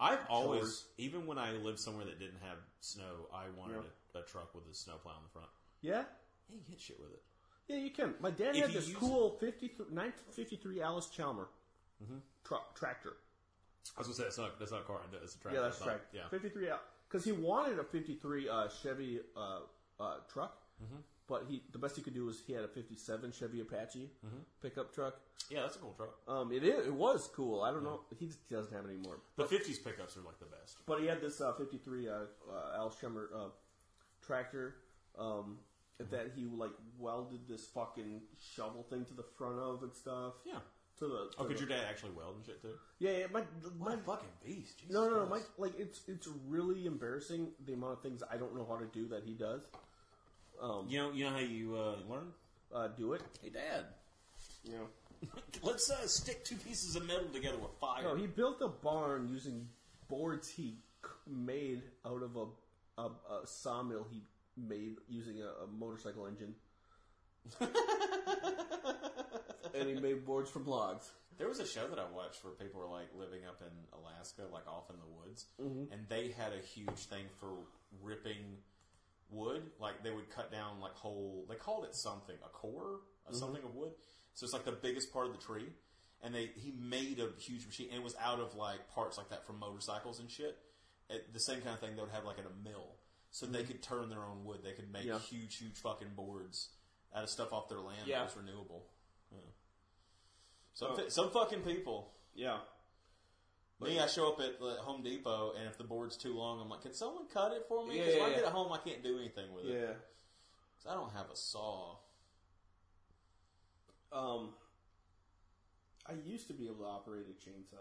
Speaker 2: I've always, even when I lived somewhere that didn't have snow, I wanted a, a truck with a snowplow in the front.
Speaker 3: Yeah.
Speaker 2: Yeah, you get shit with it.
Speaker 3: Yeah, you can. My dad
Speaker 2: If
Speaker 3: had
Speaker 2: you
Speaker 3: this
Speaker 2: use
Speaker 3: cool 53, 1953 Alice Chalmer Mm-hmm. truck tractor.
Speaker 2: I was gonna say that's not that's not a car. That's a tractor.
Speaker 3: Yeah, that's
Speaker 2: I thought.
Speaker 3: right.
Speaker 2: Yeah.
Speaker 3: 53 because he wanted a 53 uh, Chevy uh, uh, truck, but he the best he could do was he had a 57 Chevy Apache pickup truck.
Speaker 2: Yeah, that's a cool truck.
Speaker 3: Um, it is, it was cool. I don't know. He just doesn't have any more.
Speaker 2: The fifties pickups are like the best.
Speaker 3: But he had this uh, 53 uh, uh, Alice Chalmer uh, tractor um, that he like welded this fucking shovel thing to the front of and stuff.
Speaker 2: Yeah.
Speaker 3: To the to
Speaker 2: Oh, could
Speaker 3: the-
Speaker 2: your dad actually weld and shit too?
Speaker 3: Yeah, yeah, my, my
Speaker 2: fucking beast! Jesus
Speaker 3: no, no, no, my
Speaker 2: Christ.
Speaker 3: like it's it's really embarrassing the amount of things I don't know how to do that he does.
Speaker 2: You know, you know how you uh, learn?
Speaker 3: Uh, do it,
Speaker 2: Hey, Dad,
Speaker 3: you know.
Speaker 2: let's uh, stick two pieces of metal together with fire.
Speaker 3: No, he built a barn using boards he c- made out of a a, a sawmill he made using a, a motorcycle engine. and he made boards from logs.
Speaker 2: There was a show that I watched where people were like living up in Alaska, like off in the woods, and they had a huge thing for ripping wood. Like they would cut down like whole. They called it something, a core, a something of wood. So it's like the biggest part of the tree, and they he made a huge machine, and it was out of like parts like that from motorcycles and shit. It, the same kind of thing they would have like at a mill, so they could turn their own wood. They could make
Speaker 3: Yeah.
Speaker 2: huge, huge fucking boards out of stuff off their land
Speaker 3: Yeah. Oh.
Speaker 2: that was renewable. Yeah. Some, fi- some fucking people.
Speaker 3: Yeah.
Speaker 2: Me, I show up at uh, Home Depot, and if the board's too long, I'm like, can someone cut it for me? Because
Speaker 3: Yeah,
Speaker 2: when I
Speaker 3: yeah,
Speaker 2: get
Speaker 3: yeah.
Speaker 2: at home, I can't do anything with it.
Speaker 3: Yeah.
Speaker 2: 'Cause I don't have a saw.
Speaker 3: Um I used to be able to operate a chainsaw.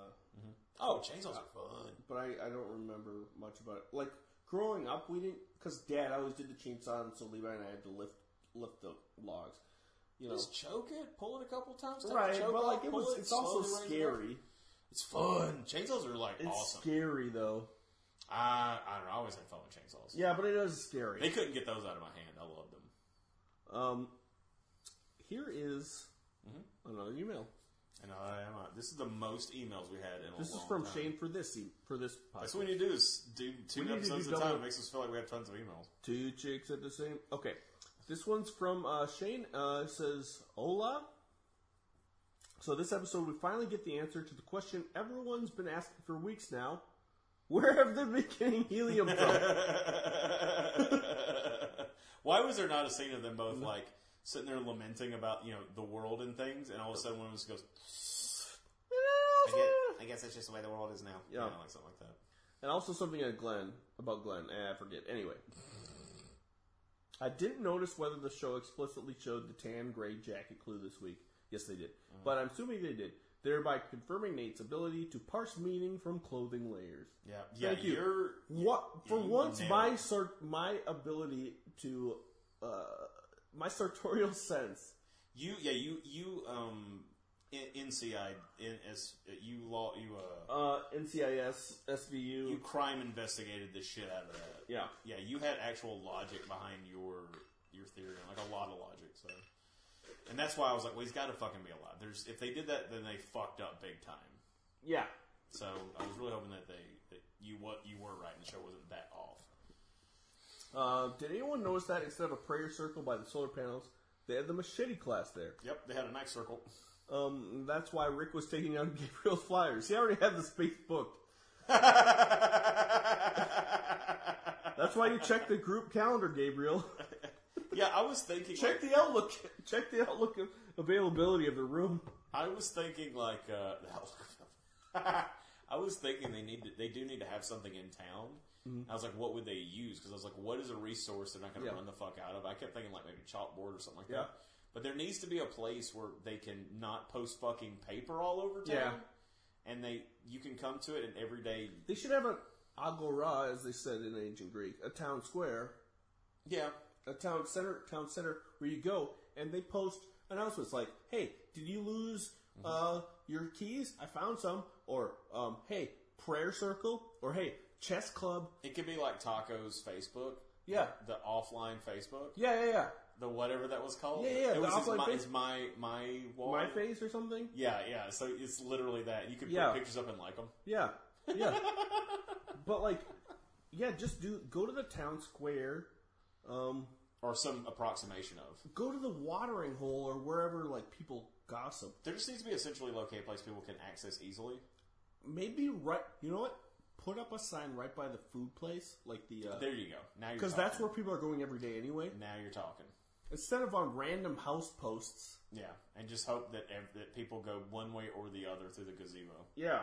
Speaker 2: Oh, chainsaws are fun.
Speaker 3: but I, I don't remember much about it. Like growing up, we didn't because Dad always did the chainsaw, and so Levi and I had to lift lift the logs. You know,
Speaker 2: Just choke it, pull it a couple times. Take
Speaker 3: right?
Speaker 2: the choke
Speaker 3: But
Speaker 2: off,
Speaker 3: like it
Speaker 2: pull
Speaker 3: was, it's also
Speaker 2: slowly raise it up.
Speaker 3: scary.
Speaker 2: It's fun. Chainsaws are like
Speaker 3: It's
Speaker 2: awesome.
Speaker 3: scary though.
Speaker 2: I, I don't know. I always had fun with chainsaws.
Speaker 3: Yeah, but it is
Speaker 2: They
Speaker 3: scary.
Speaker 2: couldn't get those out of my hand. I loved them.
Speaker 3: Um, here is
Speaker 2: Mm-hmm.
Speaker 3: another email.
Speaker 2: And I am. uh, This is the most emails we had in a
Speaker 3: This is
Speaker 2: long
Speaker 3: from
Speaker 2: time.
Speaker 3: Shane for this e- for this
Speaker 2: That's
Speaker 3: podcast.
Speaker 2: what we need to do is do two
Speaker 3: We need to
Speaker 2: episodes
Speaker 3: do
Speaker 2: at a time.
Speaker 3: double-
Speaker 2: It makes us feel like we have tons of emails.
Speaker 3: Two chicks at the same. Okay, this one's from uh, Shane. Uh, it says hola. So this episode, we finally get the answer to the question everyone's been asking for weeks now. Where have they been getting helium from?
Speaker 2: Why was there not a scene of them
Speaker 3: Mm-hmm.
Speaker 2: both like sitting there lamenting about you know the world and things, and all of a sudden one of us goes, I guess, "I guess that's just the way the world is now."
Speaker 3: Yeah.
Speaker 2: You know, like something like that.
Speaker 3: And also something at Glenn about Glenn. Eh, I forget. Anyway, I didn't notice whether the show explicitly showed the tan gray jacket clue this week. Yes, they did,
Speaker 2: Mm-hmm.
Speaker 3: but I'm assuming they did, thereby confirming Nate's ability to parse meaning from clothing layers.
Speaker 2: Yeah, yeah.
Speaker 3: Thank you.
Speaker 2: You're
Speaker 3: What for
Speaker 2: you
Speaker 3: once
Speaker 2: nailed
Speaker 3: my
Speaker 2: it.
Speaker 3: sar- my ability to uh, my sartorial sense.
Speaker 2: you yeah you you um in, NCI in, as you law you uh
Speaker 3: Uh, NCIS SVU.
Speaker 2: you crime investigated the shit out of that.
Speaker 3: yeah,
Speaker 2: Yeah, you had actual logic behind your your theory, like a lot of logic. So, and that's why I was like, well, he's got to fucking be alive. There's if they did that, then they fucked up big time.
Speaker 3: yeah.
Speaker 2: So I was really hoping that they that you what you were right and the show wasn't that off.
Speaker 3: Uh, did anyone notice that instead of a prayer circle by the solar panels, they had the machete class there?
Speaker 2: Yep, they had a nice circle.
Speaker 3: Um, that's why Rick was taking on Gabriel's flyers. He already had the space booked. That's why you check the group calendar, Gabriel.
Speaker 2: Yeah, I was thinking. like,
Speaker 3: check the outlook. Check the outlook of availability of the room.
Speaker 2: I was thinking like uh, I was thinking they need to, they do need to have something in town. I was like, what would they use? Because I was like, what is a resource they're not going to
Speaker 3: Mm-hmm. Yeah.
Speaker 2: run the fuck out of? I kept thinking like maybe chalkboard or something like
Speaker 3: Yeah.
Speaker 2: that. But there needs to be a place where they can not post fucking paper all over town,
Speaker 3: Yeah.
Speaker 2: and they you can come to it and every day.
Speaker 3: They should have an agora, as they said in ancient Greek, a town square,
Speaker 2: Yeah,
Speaker 3: a town center, town center where you go and they post announcements like, "Hey, did you lose uh, your keys? I found some." Or, um, "Hey, prayer circle," or "Hey, chess club."
Speaker 2: it could be like tacos Facebook.
Speaker 3: Yeah.
Speaker 2: the offline Facebook,
Speaker 3: Yeah, yeah, yeah.
Speaker 2: the whatever that was called.
Speaker 3: Yeah, yeah,
Speaker 2: It
Speaker 3: the
Speaker 2: was his,
Speaker 3: offline
Speaker 2: my,
Speaker 3: Face-
Speaker 2: his my my wall.
Speaker 3: My face or something.
Speaker 2: Yeah, yeah. So it's literally that. You could
Speaker 3: Yeah.
Speaker 2: put pictures up and like them.
Speaker 3: Yeah, yeah. but like, yeah, just do go to the town square. Um,
Speaker 2: Or some approximation of.
Speaker 3: go to the watering hole or wherever like people gossip.
Speaker 2: There just needs to be a centrally located place people can access easily.
Speaker 3: Maybe right. You know what? Put up a sign right by the food place, like the uh,
Speaker 2: There you go. Now you're
Speaker 3: Because that's
Speaker 2: talking.
Speaker 3: where people are going every day anyway.
Speaker 2: Now you're talking.
Speaker 3: Instead of on random house posts.
Speaker 2: Yeah, and just hope that ev- that people go one way or the other through the gazebo.
Speaker 3: Yeah.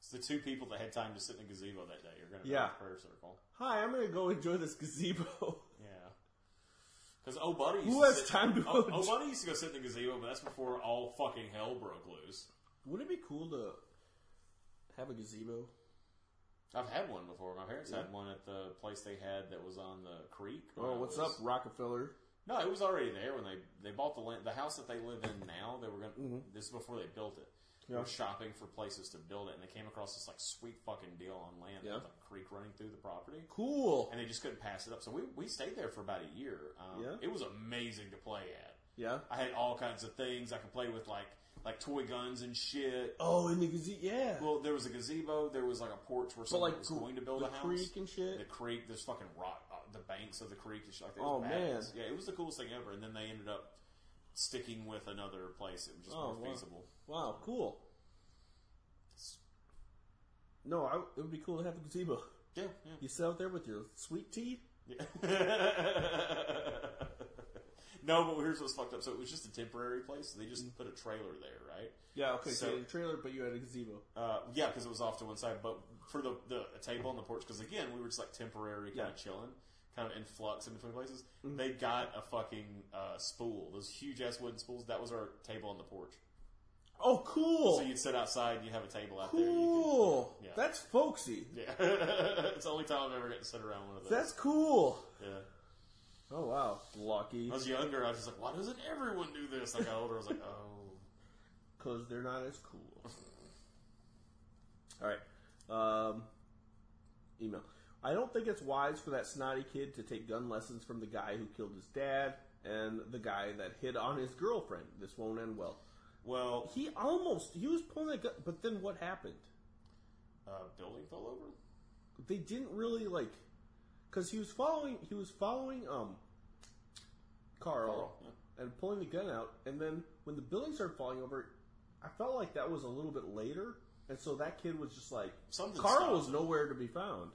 Speaker 2: It's the two people that had time to sit in the gazebo that day. You're going to
Speaker 3: Yeah.
Speaker 2: a prayer circle.
Speaker 3: Hi, I'm gonna go enjoy this gazebo.
Speaker 2: Yeah. Because old buddy used
Speaker 3: Who
Speaker 2: to
Speaker 3: has
Speaker 2: sit-
Speaker 3: time to-
Speaker 2: Oh, old buddy used to go sit in the gazebo, but that's before all fucking hell broke loose.
Speaker 3: Would it be cool to have a gazebo?
Speaker 2: I've had one before. My parents had one at the place they had that was on the creek. when
Speaker 3: Oh,
Speaker 2: I
Speaker 3: what's
Speaker 2: was-
Speaker 3: up, Rockefeller?
Speaker 2: No, it was already there when they they bought the land, the house that they live in now. They were going to this is before they built it. They
Speaker 3: Mm-hmm. Yeah.
Speaker 2: were shopping for places to build it, and they came across this like sweet fucking deal on land that
Speaker 3: Yeah.
Speaker 2: had like a creek running through the property,
Speaker 3: Cool.
Speaker 2: and they just couldn't pass it up. So we we stayed there for about a year. Um,
Speaker 3: Yeah.
Speaker 2: it was amazing to play at.
Speaker 3: Yeah.
Speaker 2: I had all kinds of things I could play with, like like toy guns and shit.
Speaker 3: Oh, in the gazebo. Yeah.
Speaker 2: Well, there was a gazebo. There was like a porch where someone
Speaker 3: like,
Speaker 2: was
Speaker 3: gr-
Speaker 2: going to build
Speaker 3: the
Speaker 2: a house.
Speaker 3: creek and shit?
Speaker 2: The creek. There's fucking rock. Uh, the banks of the creek and shit. Like, that. It
Speaker 3: Oh,
Speaker 2: was badass.
Speaker 3: man.
Speaker 2: Yeah, it was the coolest thing ever. And then they ended up sticking with another place. It was just
Speaker 3: Oh,
Speaker 2: more
Speaker 3: wow.
Speaker 2: feasible.
Speaker 3: Wow. Cool. No, I, it would be cool to have a gazebo.
Speaker 2: Yeah,
Speaker 3: You sit out there with your sweet tea.
Speaker 2: yeah. yeah. no, but here's what's fucked up. So it was just a temporary place. They
Speaker 3: Mm.
Speaker 2: just put a trailer there, right?
Speaker 3: Yeah. Okay.
Speaker 2: So-
Speaker 3: So, you had a trailer, but you had a gazebo.
Speaker 2: Uh, yeah, because it was off to one side. But for the, the a table on the porch, because again, we were just like temporary, kind
Speaker 3: Yeah. Mm-hmm.
Speaker 2: of chilling, kind of in flux in between places. They got a fucking uh, spool, those huge ass wooden spools. That was our table on the porch.
Speaker 3: Oh, cool.
Speaker 2: So you'd sit outside, you have a table out
Speaker 3: cool.
Speaker 2: there. and
Speaker 3: That's folksy.
Speaker 2: You could, yeah. yeah. it's the only time I've ever gotten to sit around one of those.
Speaker 3: That's cool.
Speaker 2: yeah.
Speaker 3: Oh wow, lucky
Speaker 2: When I was younger, I was just like, why doesn't everyone do this? I got older, I was like, oh.
Speaker 3: because they're not as cool. All right, Um, email. I don't think it's wise for that snotty kid to take gun lessons from the guy who killed his dad and the guy that hit on his girlfriend. This won't end well.
Speaker 2: Well,
Speaker 3: He almost he was pulling that gun, but then what happened?
Speaker 2: uh, building fell over.
Speaker 3: They didn't really like because he was following he was following um Carl,
Speaker 2: Carl,
Speaker 3: and pulling the gun out, and then when the building started falling over, I felt like that was a little bit later, and so that kid was just like
Speaker 2: Something
Speaker 3: Carl
Speaker 2: stopped
Speaker 3: was
Speaker 2: him.
Speaker 3: nowhere to be found.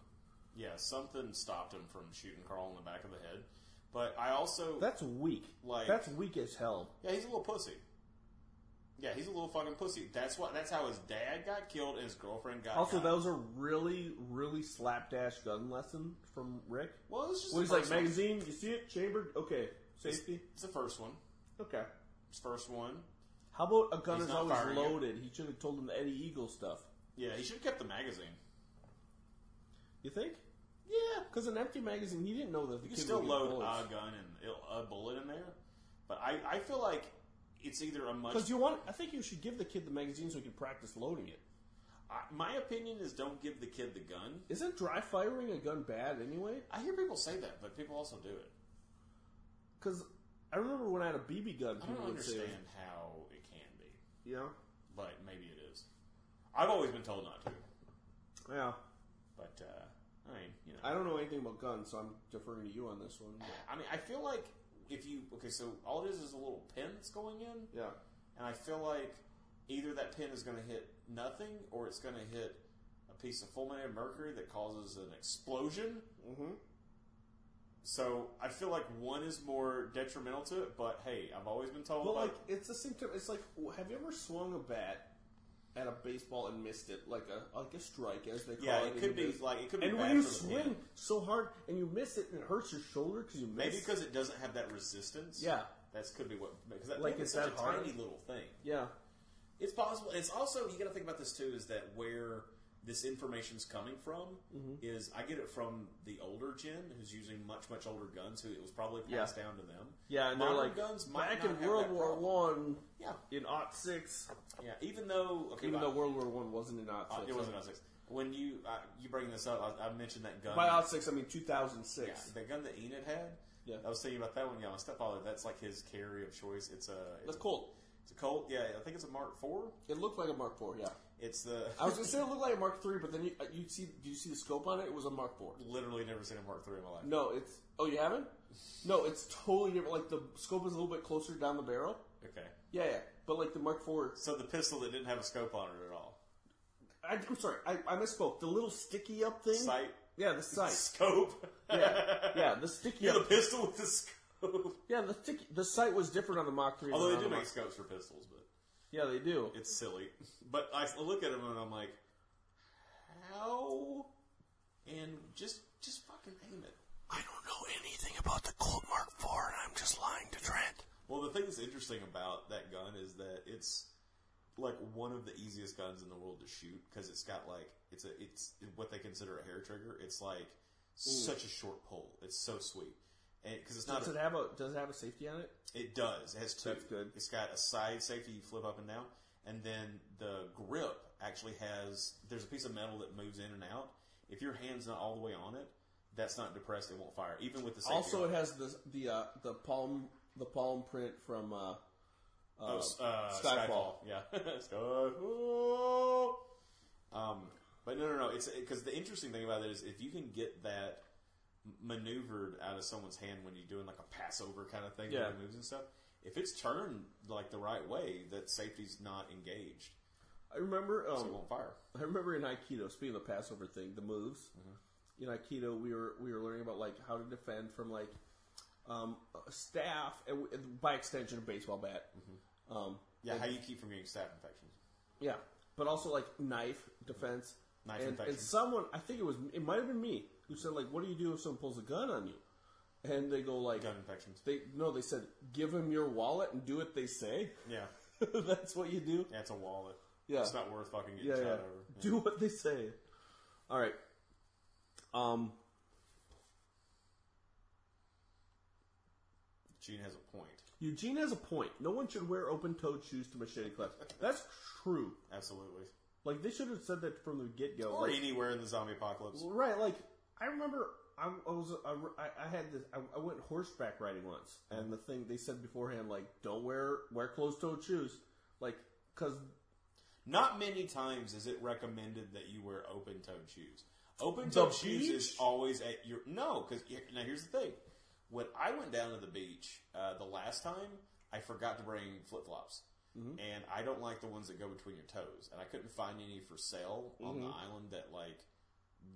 Speaker 2: Yeah, something stopped him from shooting Carl in the back of the head. But I also
Speaker 3: That's weak.
Speaker 2: Like-
Speaker 3: that's weak as hell.
Speaker 2: Yeah, he's a little pussy. Yeah, he's a little fucking pussy. That's what. That's how his dad got killed and his girlfriend got.
Speaker 3: Also,
Speaker 2: got.
Speaker 3: that was a really, really slapdash gun lesson from Rick.
Speaker 2: well, it's just
Speaker 3: Well,
Speaker 2: the
Speaker 3: he's like,
Speaker 2: first one.
Speaker 3: magazine, you see it? Chambered? Okay. Safety?
Speaker 2: It's the first one.
Speaker 3: Okay.
Speaker 2: It's the first one.
Speaker 3: How about a gun
Speaker 2: He's
Speaker 3: is
Speaker 2: not
Speaker 3: always
Speaker 2: firing it.
Speaker 3: loaded? He should have told him the Eddie Eagle stuff.
Speaker 2: Yeah, he should have kept the magazine.
Speaker 3: You think?
Speaker 2: Yeah,
Speaker 3: Because an empty magazine, he didn't know that the
Speaker 2: you
Speaker 3: kid
Speaker 2: can still
Speaker 3: would get
Speaker 2: load
Speaker 3: bullets.
Speaker 2: a gun and il- a bullet in there, but I, I feel like it's either a much.
Speaker 3: Because you want, I think you should give the kid the magazine so he can practice loading it.
Speaker 2: I, my opinion is don't give the kid the gun.
Speaker 3: Isn't dry firing a gun bad anyway?
Speaker 2: I hear people say that, but people also do it.
Speaker 3: Because I remember when I had a BB gun,
Speaker 2: I
Speaker 3: people
Speaker 2: don't
Speaker 3: would say,
Speaker 2: understand how it can be,
Speaker 3: you know,
Speaker 2: but maybe it is. I've always been told not to,
Speaker 3: yeah.
Speaker 2: but uh, I mean, you know.
Speaker 3: I don't know anything about guns, so I'm deferring to you on this one. but-
Speaker 2: I mean, I feel like if you okay, so all it is is a little pin that's going in,
Speaker 3: yeah.
Speaker 2: and I feel like either that pin is going to hit nothing, or it's going to hit a piece of fulminated mercury that causes an explosion. Mm-hmm. So I feel like one is more detrimental to it, but hey, I've always been told
Speaker 3: But
Speaker 2: like,
Speaker 3: like, it's the same time. It's like, w- have you ever swung a bat at a baseball and missed it, like a like a strike, as they call
Speaker 2: Yeah,
Speaker 3: it?
Speaker 2: it
Speaker 3: in
Speaker 2: could be,
Speaker 3: base-
Speaker 2: like, it could be
Speaker 3: And
Speaker 2: bad
Speaker 3: when you
Speaker 2: for the
Speaker 3: swing
Speaker 2: hand.
Speaker 3: so hard and you miss it, and it hurts your shoulder because you missed.
Speaker 2: maybe because it doesn't have that resistance.
Speaker 3: Yeah.
Speaker 2: that's could be what because that
Speaker 3: Like,
Speaker 2: like it's
Speaker 3: is
Speaker 2: such
Speaker 3: that
Speaker 2: a
Speaker 3: hard?
Speaker 2: tiny little thing.
Speaker 3: yeah,
Speaker 2: It's possible. It's also you got to think about this too. Is that where this information's coming from?
Speaker 3: Mm-hmm.
Speaker 2: Is I get it from the older gen who's using much much older guns. Who it was probably passed
Speaker 3: Yeah.
Speaker 2: down to them.
Speaker 3: yeah. And
Speaker 2: Modern
Speaker 3: they're like
Speaker 2: guns might
Speaker 3: back
Speaker 2: not
Speaker 3: in
Speaker 2: have
Speaker 3: World
Speaker 2: that
Speaker 3: War
Speaker 2: problem.
Speaker 3: One.
Speaker 2: Yeah.
Speaker 3: in Ot Six,
Speaker 2: Yeah, even though okay,
Speaker 3: even
Speaker 2: but-
Speaker 3: though World War One wasn't in Ot
Speaker 2: uh,
Speaker 3: Six,
Speaker 2: it wasn't us. When you uh, you bring this up, I, I mentioned that gun.
Speaker 3: By Ot Six, I mean two thousand
Speaker 2: yeah,
Speaker 3: six.
Speaker 2: the gun that Enid had.
Speaker 3: Yeah.
Speaker 2: I was thinking about that one. Yeah, my stepfather. That's like his carry of choice. It's a it's
Speaker 3: That's
Speaker 2: a,
Speaker 3: cool.
Speaker 2: It's a Colt. Yeah, I think it's a Mark Four.
Speaker 3: It looked like a Mark Four. Yeah,
Speaker 2: It's the
Speaker 3: I was gonna say it looked like a Mark Three, but then you uh, you see did you see the scope on it? It was a Mark Four.
Speaker 2: literally never seen a Mark Three in my life.
Speaker 3: No, it's oh you haven't? No, it's totally different. Like the scope is a little bit closer down the barrel.
Speaker 2: Okay.
Speaker 3: Yeah, yeah. But like the Mark IV,
Speaker 2: So the pistol that didn't have a scope on it at all.
Speaker 3: I, I'm sorry, I, I misspoke. The little sticky up thing.
Speaker 2: Sight.
Speaker 3: Yeah, the sight.
Speaker 2: Scope.
Speaker 3: yeah, yeah. The sticky.
Speaker 2: You're the
Speaker 3: Up,
Speaker 2: pistol with the scope.
Speaker 3: yeah, the sticky. The sight was different on the Mach Three.
Speaker 2: Although
Speaker 3: than
Speaker 2: they do
Speaker 3: on the
Speaker 2: make
Speaker 3: Mach-
Speaker 2: scopes for pistols, but
Speaker 3: Yeah, they do.
Speaker 2: it's silly. But I look at them and I'm like, how? And just just fucking aim it.
Speaker 3: I don't know anything about the Colt Mark IV, and I'm just lying to Trent.
Speaker 2: Well, the thing that's interesting about that gun is that it's like one of the easiest guns in the world to shoot because it's got like it's a it's what they consider a hair trigger. It's like such a short pull. It's so sweet, and because it's not
Speaker 3: Does
Speaker 2: a-
Speaker 3: it have a Does it have a safety on it?
Speaker 2: It does. It has two.
Speaker 3: That's good.
Speaker 2: It's got a side safety you flip up and down, and then the grip actually has. There's a piece of metal that moves in and out. If your hand's not all the way on it, that's not depressed. It won't fire, even with the safety.
Speaker 3: Also,
Speaker 2: on
Speaker 3: it has the the uh, the palm the palm print from. Uh,
Speaker 2: Oh, s- uh,
Speaker 3: Skyfall.
Speaker 2: Yeah, Skyfall. Um, but no, no, no. It's because the interesting thing about it is if you can get that m- maneuvered out of someone's hand when you're doing like a passover kind of thing,
Speaker 3: Yeah.
Speaker 2: yeah. moves and stuff. If it's turned like the right way, that safety's not engaged,
Speaker 3: I remember. Um,
Speaker 2: so it won't fire.
Speaker 3: I remember in Aikido, speaking of the Passover thing, the moves
Speaker 2: Mm-hmm.
Speaker 3: in Aikido, we were we were learning about like how to defend from like um, a staff and, w- and by extension a baseball bat.
Speaker 2: Mm-hmm.
Speaker 3: Um,
Speaker 2: Yeah, how you keep from getting staph infections?
Speaker 3: yeah, but also like knife defense.
Speaker 2: Knife
Speaker 3: and,
Speaker 2: infection.
Speaker 3: and someone, I think it was it might have been me who said like, "What do you do if someone pulls a gun on you?" And they go like,
Speaker 2: Gun infections.
Speaker 3: "They no," they said, "Give him your wallet and do what they say."
Speaker 2: Yeah,
Speaker 3: That's what you do.
Speaker 2: yeah, it's a wallet.
Speaker 3: Yeah.
Speaker 2: it's not worth fucking getting
Speaker 3: yeah,
Speaker 2: shot
Speaker 3: yeah.
Speaker 2: over. Yeah.
Speaker 3: Do what they say. All right. Um.
Speaker 2: Gene has a point.
Speaker 3: Eugene has a point. No one should wear open-toed shoes to machete class. That's true.
Speaker 2: Absolutely.
Speaker 3: Like they should have said that from the get go.
Speaker 2: Or anywhere in the zombie apocalypse.
Speaker 3: Right, like I remember I, I was I, I had this I, I went horseback riding once, and the thing they said beforehand like don't wear wear closed-toed shoes, like because
Speaker 2: Not many times is it recommended that you wear open-toed shoes. Open-toed
Speaker 3: The
Speaker 2: shoes is
Speaker 3: beach?
Speaker 2: always at your no. Because now here's the thing: when I went down to the beach uh, the last time, I forgot to bring flip-flops,
Speaker 3: Mm-hmm.
Speaker 2: and I don't like the ones that go between your toes. And I couldn't find any for sale on
Speaker 3: Mm-hmm.
Speaker 2: the island that like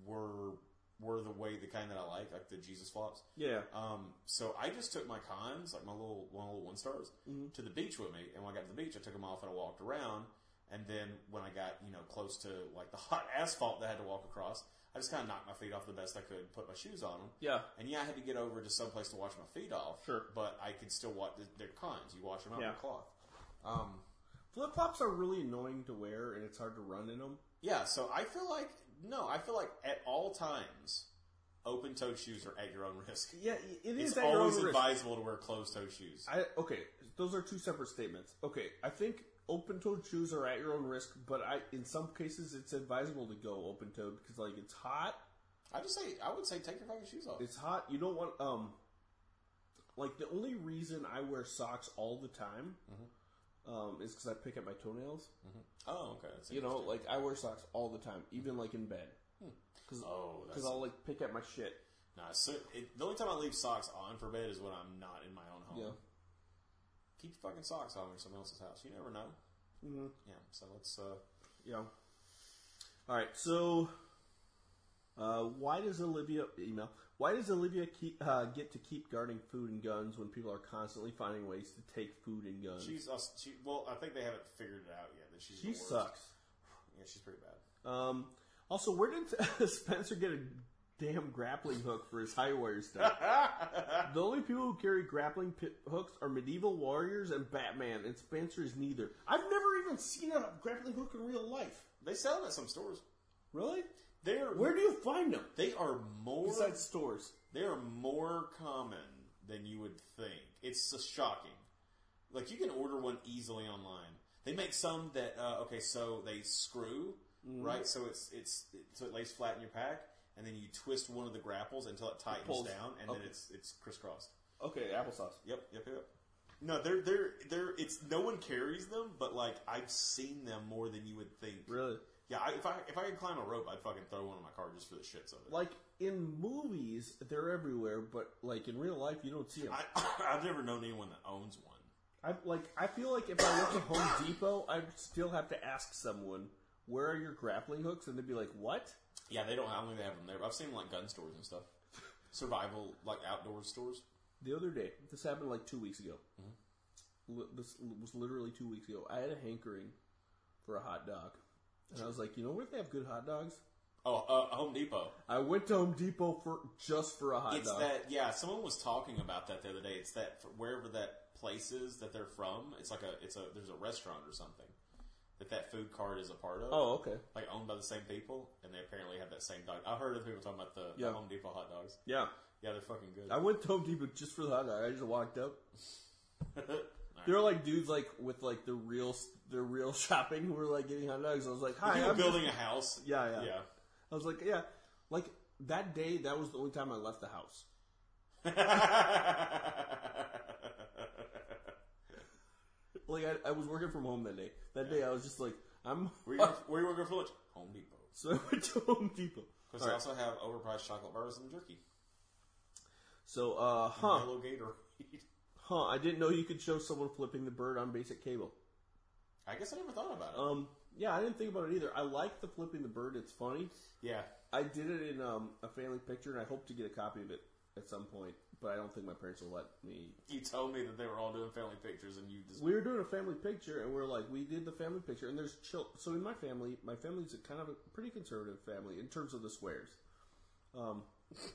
Speaker 2: were were the way the kind that I like, like the Jesus flops.
Speaker 3: yeah
Speaker 2: Um, so I just took my cons, like my little one little one stars,
Speaker 3: Mm-hmm.
Speaker 2: to the beach with me. And when I got to the beach, I took them off and I walked around. And then when I got you know close to like the hot asphalt that I had to walk across, I just kind of knocked my feet off the best I could, put my shoes on them.
Speaker 3: yeah
Speaker 2: And yeah, I had to get over to someplace to wash my feet off.
Speaker 3: Sure.
Speaker 2: but I could still wash. They're cons. You wash them out
Speaker 3: Yeah.
Speaker 2: with cloth. Um,
Speaker 3: flip flops are really annoying to wear, and it's hard to run in them.
Speaker 2: Yeah, so I feel like no, I feel like at all times, open-toed shoes are at your own risk.
Speaker 3: Yeah, i- it is
Speaker 2: It's
Speaker 3: at your
Speaker 2: always
Speaker 3: own risk.
Speaker 2: advisable to wear closed-toed shoes.
Speaker 3: I okay, those are two separate statements. Okay, I think open-toed shoes are at your own risk, but I in some cases it's advisable to go open-toed because like it's hot.
Speaker 2: I just say I would say take your fucking shoes off.
Speaker 3: It's hot. You don't want um like the only reason I wear socks all the time
Speaker 2: Mm-hmm.
Speaker 3: um is cuz I pick at my toenails.
Speaker 2: oh, okay. That's
Speaker 3: You know, like I wear socks all the time, even like in bed. Cuz
Speaker 2: Oh, that's-
Speaker 3: I'll like pick at my shit.
Speaker 2: nah, so it, the only time I leave socks on for bed is when I'm not in my own home.
Speaker 3: Yeah.
Speaker 2: Keep your fucking socks on when you're someone else's house. You never know. Mm-hmm. Yeah. So let's. Uh,
Speaker 3: Yeah. All right. So, uh, why does Olivia email? Why does Olivia keep, uh, get to keep guarding food and guns when people are constantly finding ways to take food and guns?
Speaker 2: she's us. She, well, I think they haven't figured it out yet that she's.
Speaker 3: she
Speaker 2: the worst.
Speaker 3: sucks.
Speaker 2: Yeah, she's pretty bad.
Speaker 3: Um, also, where did Spencer get a damn grappling hook for his high wire stuff? the only people who carry grappling pi hooks are medieval warriors and Batman, and Spencer is neither. I've never even seen a grappling hook in real life.
Speaker 2: They sell them at some stores.
Speaker 3: Really?
Speaker 2: They're
Speaker 3: Where do you find them?
Speaker 2: they are more
Speaker 3: Besides stores.
Speaker 2: they are more common than you would think. It's so shocking. Like you can order one easily online. They make some that uh, okay, so they screw
Speaker 3: Mm-hmm.
Speaker 2: right, so it's it's it, so it lays flat in your pack, and then you twist one of the grapples until it tightens
Speaker 3: pulls.
Speaker 2: down, and
Speaker 3: Okay.
Speaker 2: then it's it's crisscrossed.
Speaker 3: Okay, applesauce.
Speaker 2: Yep, yep, yep. No, they're they're they're. It's no one carries them, but like I've seen them more than you would think.
Speaker 3: Really?
Speaker 2: Yeah, I, if I if I could climb a rope, I'd fucking throw one in my car just for the shits of it.
Speaker 3: Like in movies, they're everywhere, but like in real life, you don't see them.
Speaker 2: I, I've never known anyone that owns one.
Speaker 3: I, like I feel like if I went to Home Depot, I'd still have to ask someone where are your grappling hooks, and they'd be like, "What?"
Speaker 2: Yeah, they don't. I don't think they have them there. But I've seen them like gun stores and stuff, survival like outdoor stores.
Speaker 3: The other day, this happened like two weeks ago.
Speaker 2: Mm-hmm.
Speaker 3: Li- this l- was literally two weeks ago. I had a hankering for a hot dog, and I was like, "You know where they have good hot dogs?"
Speaker 2: Oh, uh, Home Depot.
Speaker 3: I went to Home Depot for just for a hot
Speaker 2: It's
Speaker 3: dog.
Speaker 2: that. Yeah, someone was talking about that the other day. It's that wherever that place is that they're from. It's like a. It's a. There's a restaurant or something that that food cart is a part of.
Speaker 3: oh, okay,
Speaker 2: Like owned by the same people, and they apparently have that same dog. I've heard of people talking about the,
Speaker 3: Yeah. Oh,
Speaker 2: the Home Depot hot dogs.
Speaker 3: yeah.
Speaker 2: Yeah, they're fucking good.
Speaker 3: I went to Home Depot just for the hot dog. I just walked up.
Speaker 2: Alright.
Speaker 3: There were like dudes like with like the real the real shopping who were like getting hot dogs. I was like, hi,
Speaker 2: People
Speaker 3: I'm
Speaker 2: building a house.
Speaker 3: Yeah, yeah.
Speaker 2: yeah.
Speaker 3: I was like, yeah, like that day. That was the only time I left the house. Like I, I was working from home that day. That day I was just like, I'm.
Speaker 2: Where you, going- where you want to go for lunch? Home Depot.
Speaker 3: So I went to Home Depot.
Speaker 2: Because
Speaker 3: All
Speaker 2: they
Speaker 3: right.
Speaker 2: also have overpriced chocolate bars and jerky.
Speaker 3: So, uh, huh,
Speaker 2: Hello Gatorade.
Speaker 3: huh. I didn't know you could show someone flipping the bird on basic cable.
Speaker 2: I guess I never thought about it.
Speaker 3: Um, yeah, I didn't think about it either. I like the flipping the bird. It's funny.
Speaker 2: yeah.
Speaker 3: I did it in um, a family picture, and I hope to get a copy of it at some point. But I don't think my parents will let me.
Speaker 2: You told me that they were all doing family pictures and you just.
Speaker 3: We were doing a family picture, and we are like, we did the family picture, and there's chill. So in my family, my family's a kind of a pretty conservative family in terms of the swears. Um,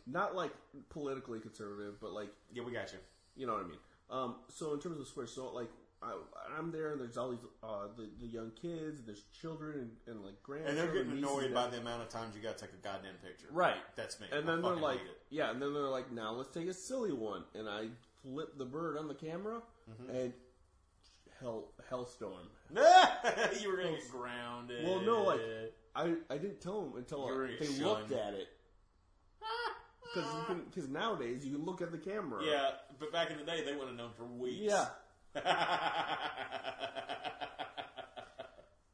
Speaker 3: not like politically conservative, but like
Speaker 2: yeah, we got you.
Speaker 3: you know what I mean. Um, so in terms of swears, so like I, I'm there, and there's all these uh, the, the young kids, and there's children, and, and like grandchildren,
Speaker 2: And they're getting
Speaker 3: nieces
Speaker 2: annoyed
Speaker 3: and
Speaker 2: by
Speaker 3: nephews.
Speaker 2: the amount of times you got to take a goddamn picture.
Speaker 3: Right.
Speaker 2: That's me.
Speaker 3: And
Speaker 2: I
Speaker 3: then they're
Speaker 2: fucking
Speaker 3: like,
Speaker 2: hate it.
Speaker 3: yeah, and then they're like, now let's take
Speaker 2: Mm-hmm.
Speaker 3: a silly one. And I flip the bird on the camera, and hell, hellstorm.
Speaker 2: you were gonna get grounded.
Speaker 3: Well, no, like I, I didn't tell them until
Speaker 2: You were
Speaker 3: they
Speaker 2: shunned.
Speaker 3: looked at it. Because you can, because nowadays you can look at the camera.
Speaker 2: yeah, but back in the day, they would have known for weeks.
Speaker 3: yeah.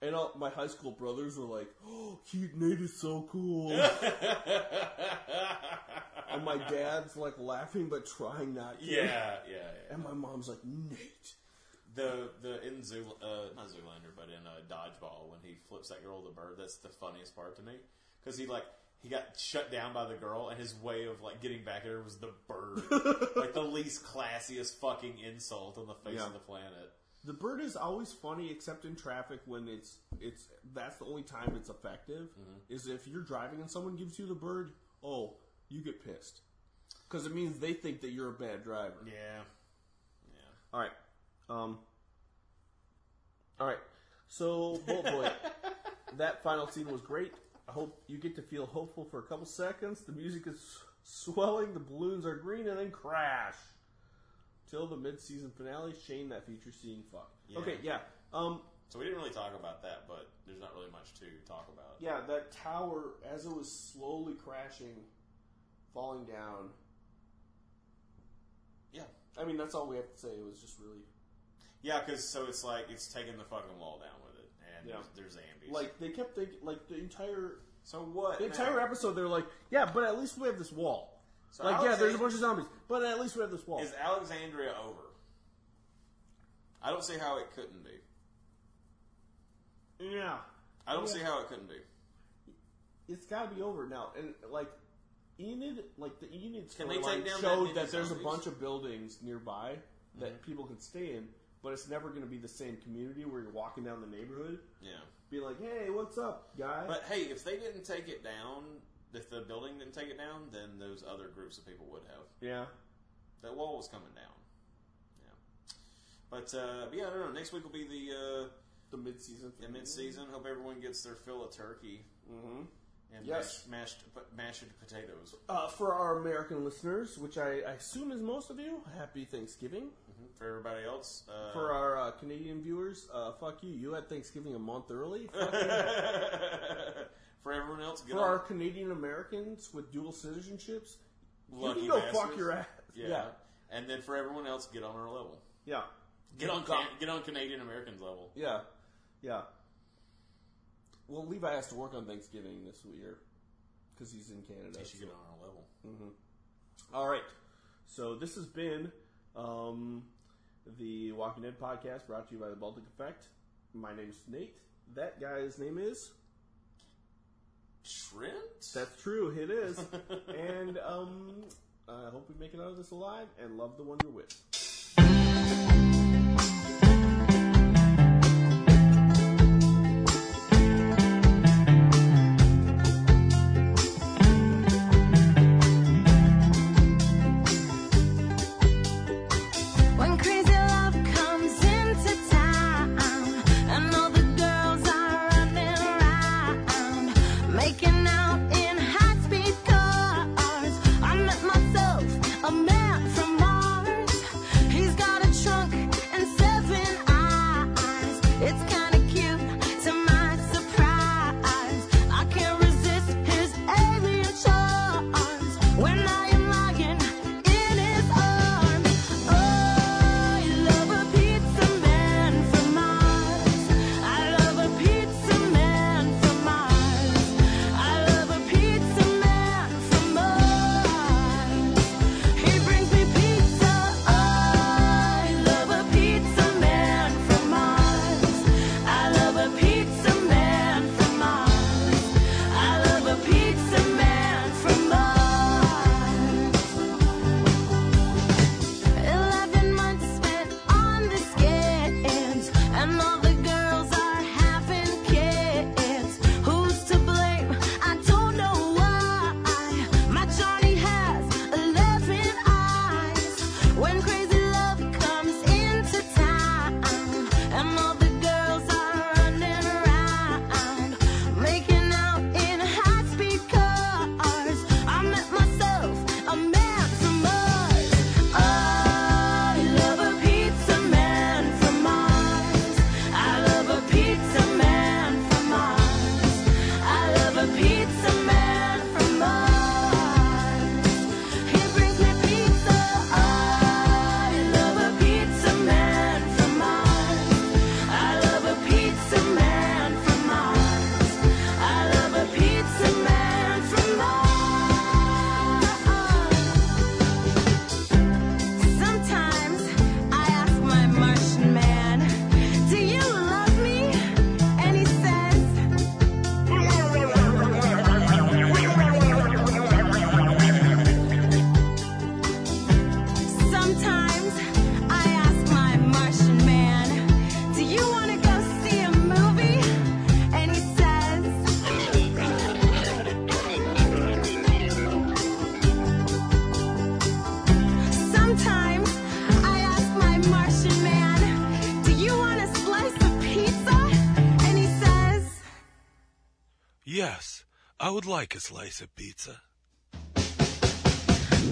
Speaker 3: And all my high school brothers were like, "Oh, Keith Nate is so cool," and my dad's like laughing but trying not to.
Speaker 2: yeah, yeah, yeah.
Speaker 3: And my mom's like, "Nate,
Speaker 2: The the in Zoo uh, not Zoolander, but in uh, Dodgeball when he flips that girl the bird, that's the funniest part to me because he like he got shut down by the girl and his way of like getting back at her was the bird, like the least classiest fucking insult on the face
Speaker 3: Yeah.
Speaker 2: of the planet.
Speaker 3: The bird is always funny, except in traffic when it's it's that's the only time it's effective. Is if you're driving and someone gives you the bird, oh, you get pissed because it means they think that you're a bad driver.
Speaker 2: Yeah,
Speaker 3: All right, um, all right. So Bolt Boy, that final scene was great. I hope you get to feel hopeful for a couple seconds. The music is swelling, the balloons are green, and then crash. Till the mid-season finale, shame that feature seeing fuck. Okay, yeah. Um,
Speaker 2: so we didn't really talk about that, but there's not really much to talk about.
Speaker 3: Yeah, that tower, as it was slowly crashing, falling down.
Speaker 2: Yeah,
Speaker 3: I mean, that's all we have to say. It was just really
Speaker 2: yeah, because so it's like it's taking the fucking wall down with it, and
Speaker 3: Yeah.
Speaker 2: there's, there's zombies.
Speaker 3: like they kept thinking, like the entire
Speaker 2: so what?
Speaker 3: the entire
Speaker 2: now?
Speaker 3: episode. They're like, yeah, but at least we have this wall.
Speaker 2: So
Speaker 3: like, yeah,
Speaker 2: Alex-
Speaker 3: there's a bunch of zombies, but at least we have this wall.
Speaker 2: Is Alexandria over? I don't see how it couldn't be.
Speaker 3: yeah,
Speaker 2: I don't
Speaker 3: Yeah.
Speaker 2: see how it couldn't be.
Speaker 3: it's got to be over now. And like Enid, like the Enid
Speaker 2: Can they take down
Speaker 3: storyline
Speaker 2: that
Speaker 3: showed
Speaker 2: many
Speaker 3: that, Mm-hmm. there's
Speaker 2: zombies?
Speaker 3: a bunch of buildings nearby that people can stay in, but it's never going to be the same community where you're walking down the neighborhood.
Speaker 2: Yeah.
Speaker 3: Be like, hey, what's up, guy?
Speaker 2: But hey, if they didn't take it down, if the building didn't take it down, then those other groups of people would have.
Speaker 3: Yeah.
Speaker 2: That wall was coming down. Yeah. But, uh, but yeah, I don't know. Next week will be the,
Speaker 3: The mid-season.
Speaker 2: uh, the mid-season. Hope everyone gets their fill of turkey. Mm-hmm. And
Speaker 3: Yes.
Speaker 2: mashed, mashed, mashed potatoes.
Speaker 3: Uh, for our American listeners, which I, I assume is most of you, happy Thanksgiving.
Speaker 2: For everybody else, uh,
Speaker 3: For our uh, Canadian viewers, uh, fuck you. You had Thanksgiving a month early. Fuck you.
Speaker 2: for everyone else, get
Speaker 3: for
Speaker 2: on-
Speaker 3: our Canadian Americans with dual citizenships,
Speaker 2: Lucky
Speaker 3: you can go
Speaker 2: bastards.
Speaker 3: fuck your ass.
Speaker 2: Yeah.
Speaker 3: Yeah.
Speaker 2: And then for everyone else, get on our level.
Speaker 3: Yeah.
Speaker 2: Get on
Speaker 3: Go-
Speaker 2: Can- get on Canadian Americans level.
Speaker 3: Yeah. Yeah. Well, Levi has to work on Thanksgiving this year because he's in Canada.
Speaker 2: They should get on our level.
Speaker 3: All right. So this has been um, the Walking Dead podcast brought to you by the Baltic Effect. My name's Nate. That guy's name is.
Speaker 2: Trent?
Speaker 3: That's true. It is. and um, I hope we make it out of this alive and love the one you're with.
Speaker 5: When crazy love comes into town and all the girls are running around, making out in high-speed cars. I met myself a man from Mars. He's got a trunk and seven eyes. It's kinda cute to my surprise. I can't resist his alien charms. When I am lying in his arms, I love a pizza man from Mars. I love a pizza man from Mars. I love a pizza man from Mars. He brings me Oh, pizza. I love a pizza man from Mars.
Speaker 6: Yes, I would like a slice of pizza.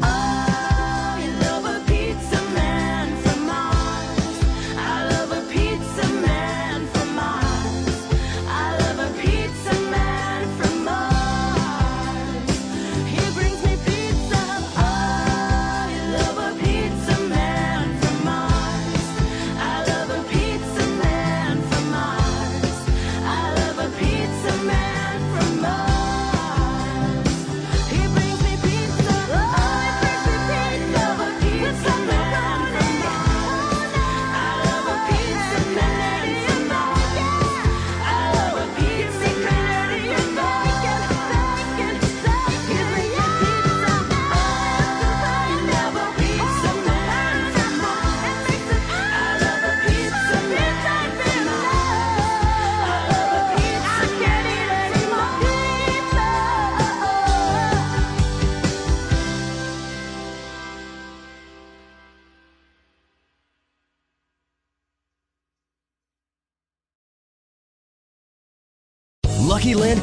Speaker 5: I Oh, love a pizza man from Mars. I love a pizza man from Mars. I love a pizza man from Mars. He brings me pizza. I love a pizza man from Mars. I love a pizza man from Mars. I love a pizza man from Mars. He brings me pizza. Oh, he brings me pizza. I love a pizza man from Mars. I love a pizza man from Mars. I love a pizza man from Mars. He brings me pizza. I love a pizza man from Mars. I love a pizza man from Mars. I love a pizza. I can't eat any more pizza.
Speaker 7: Lucky Land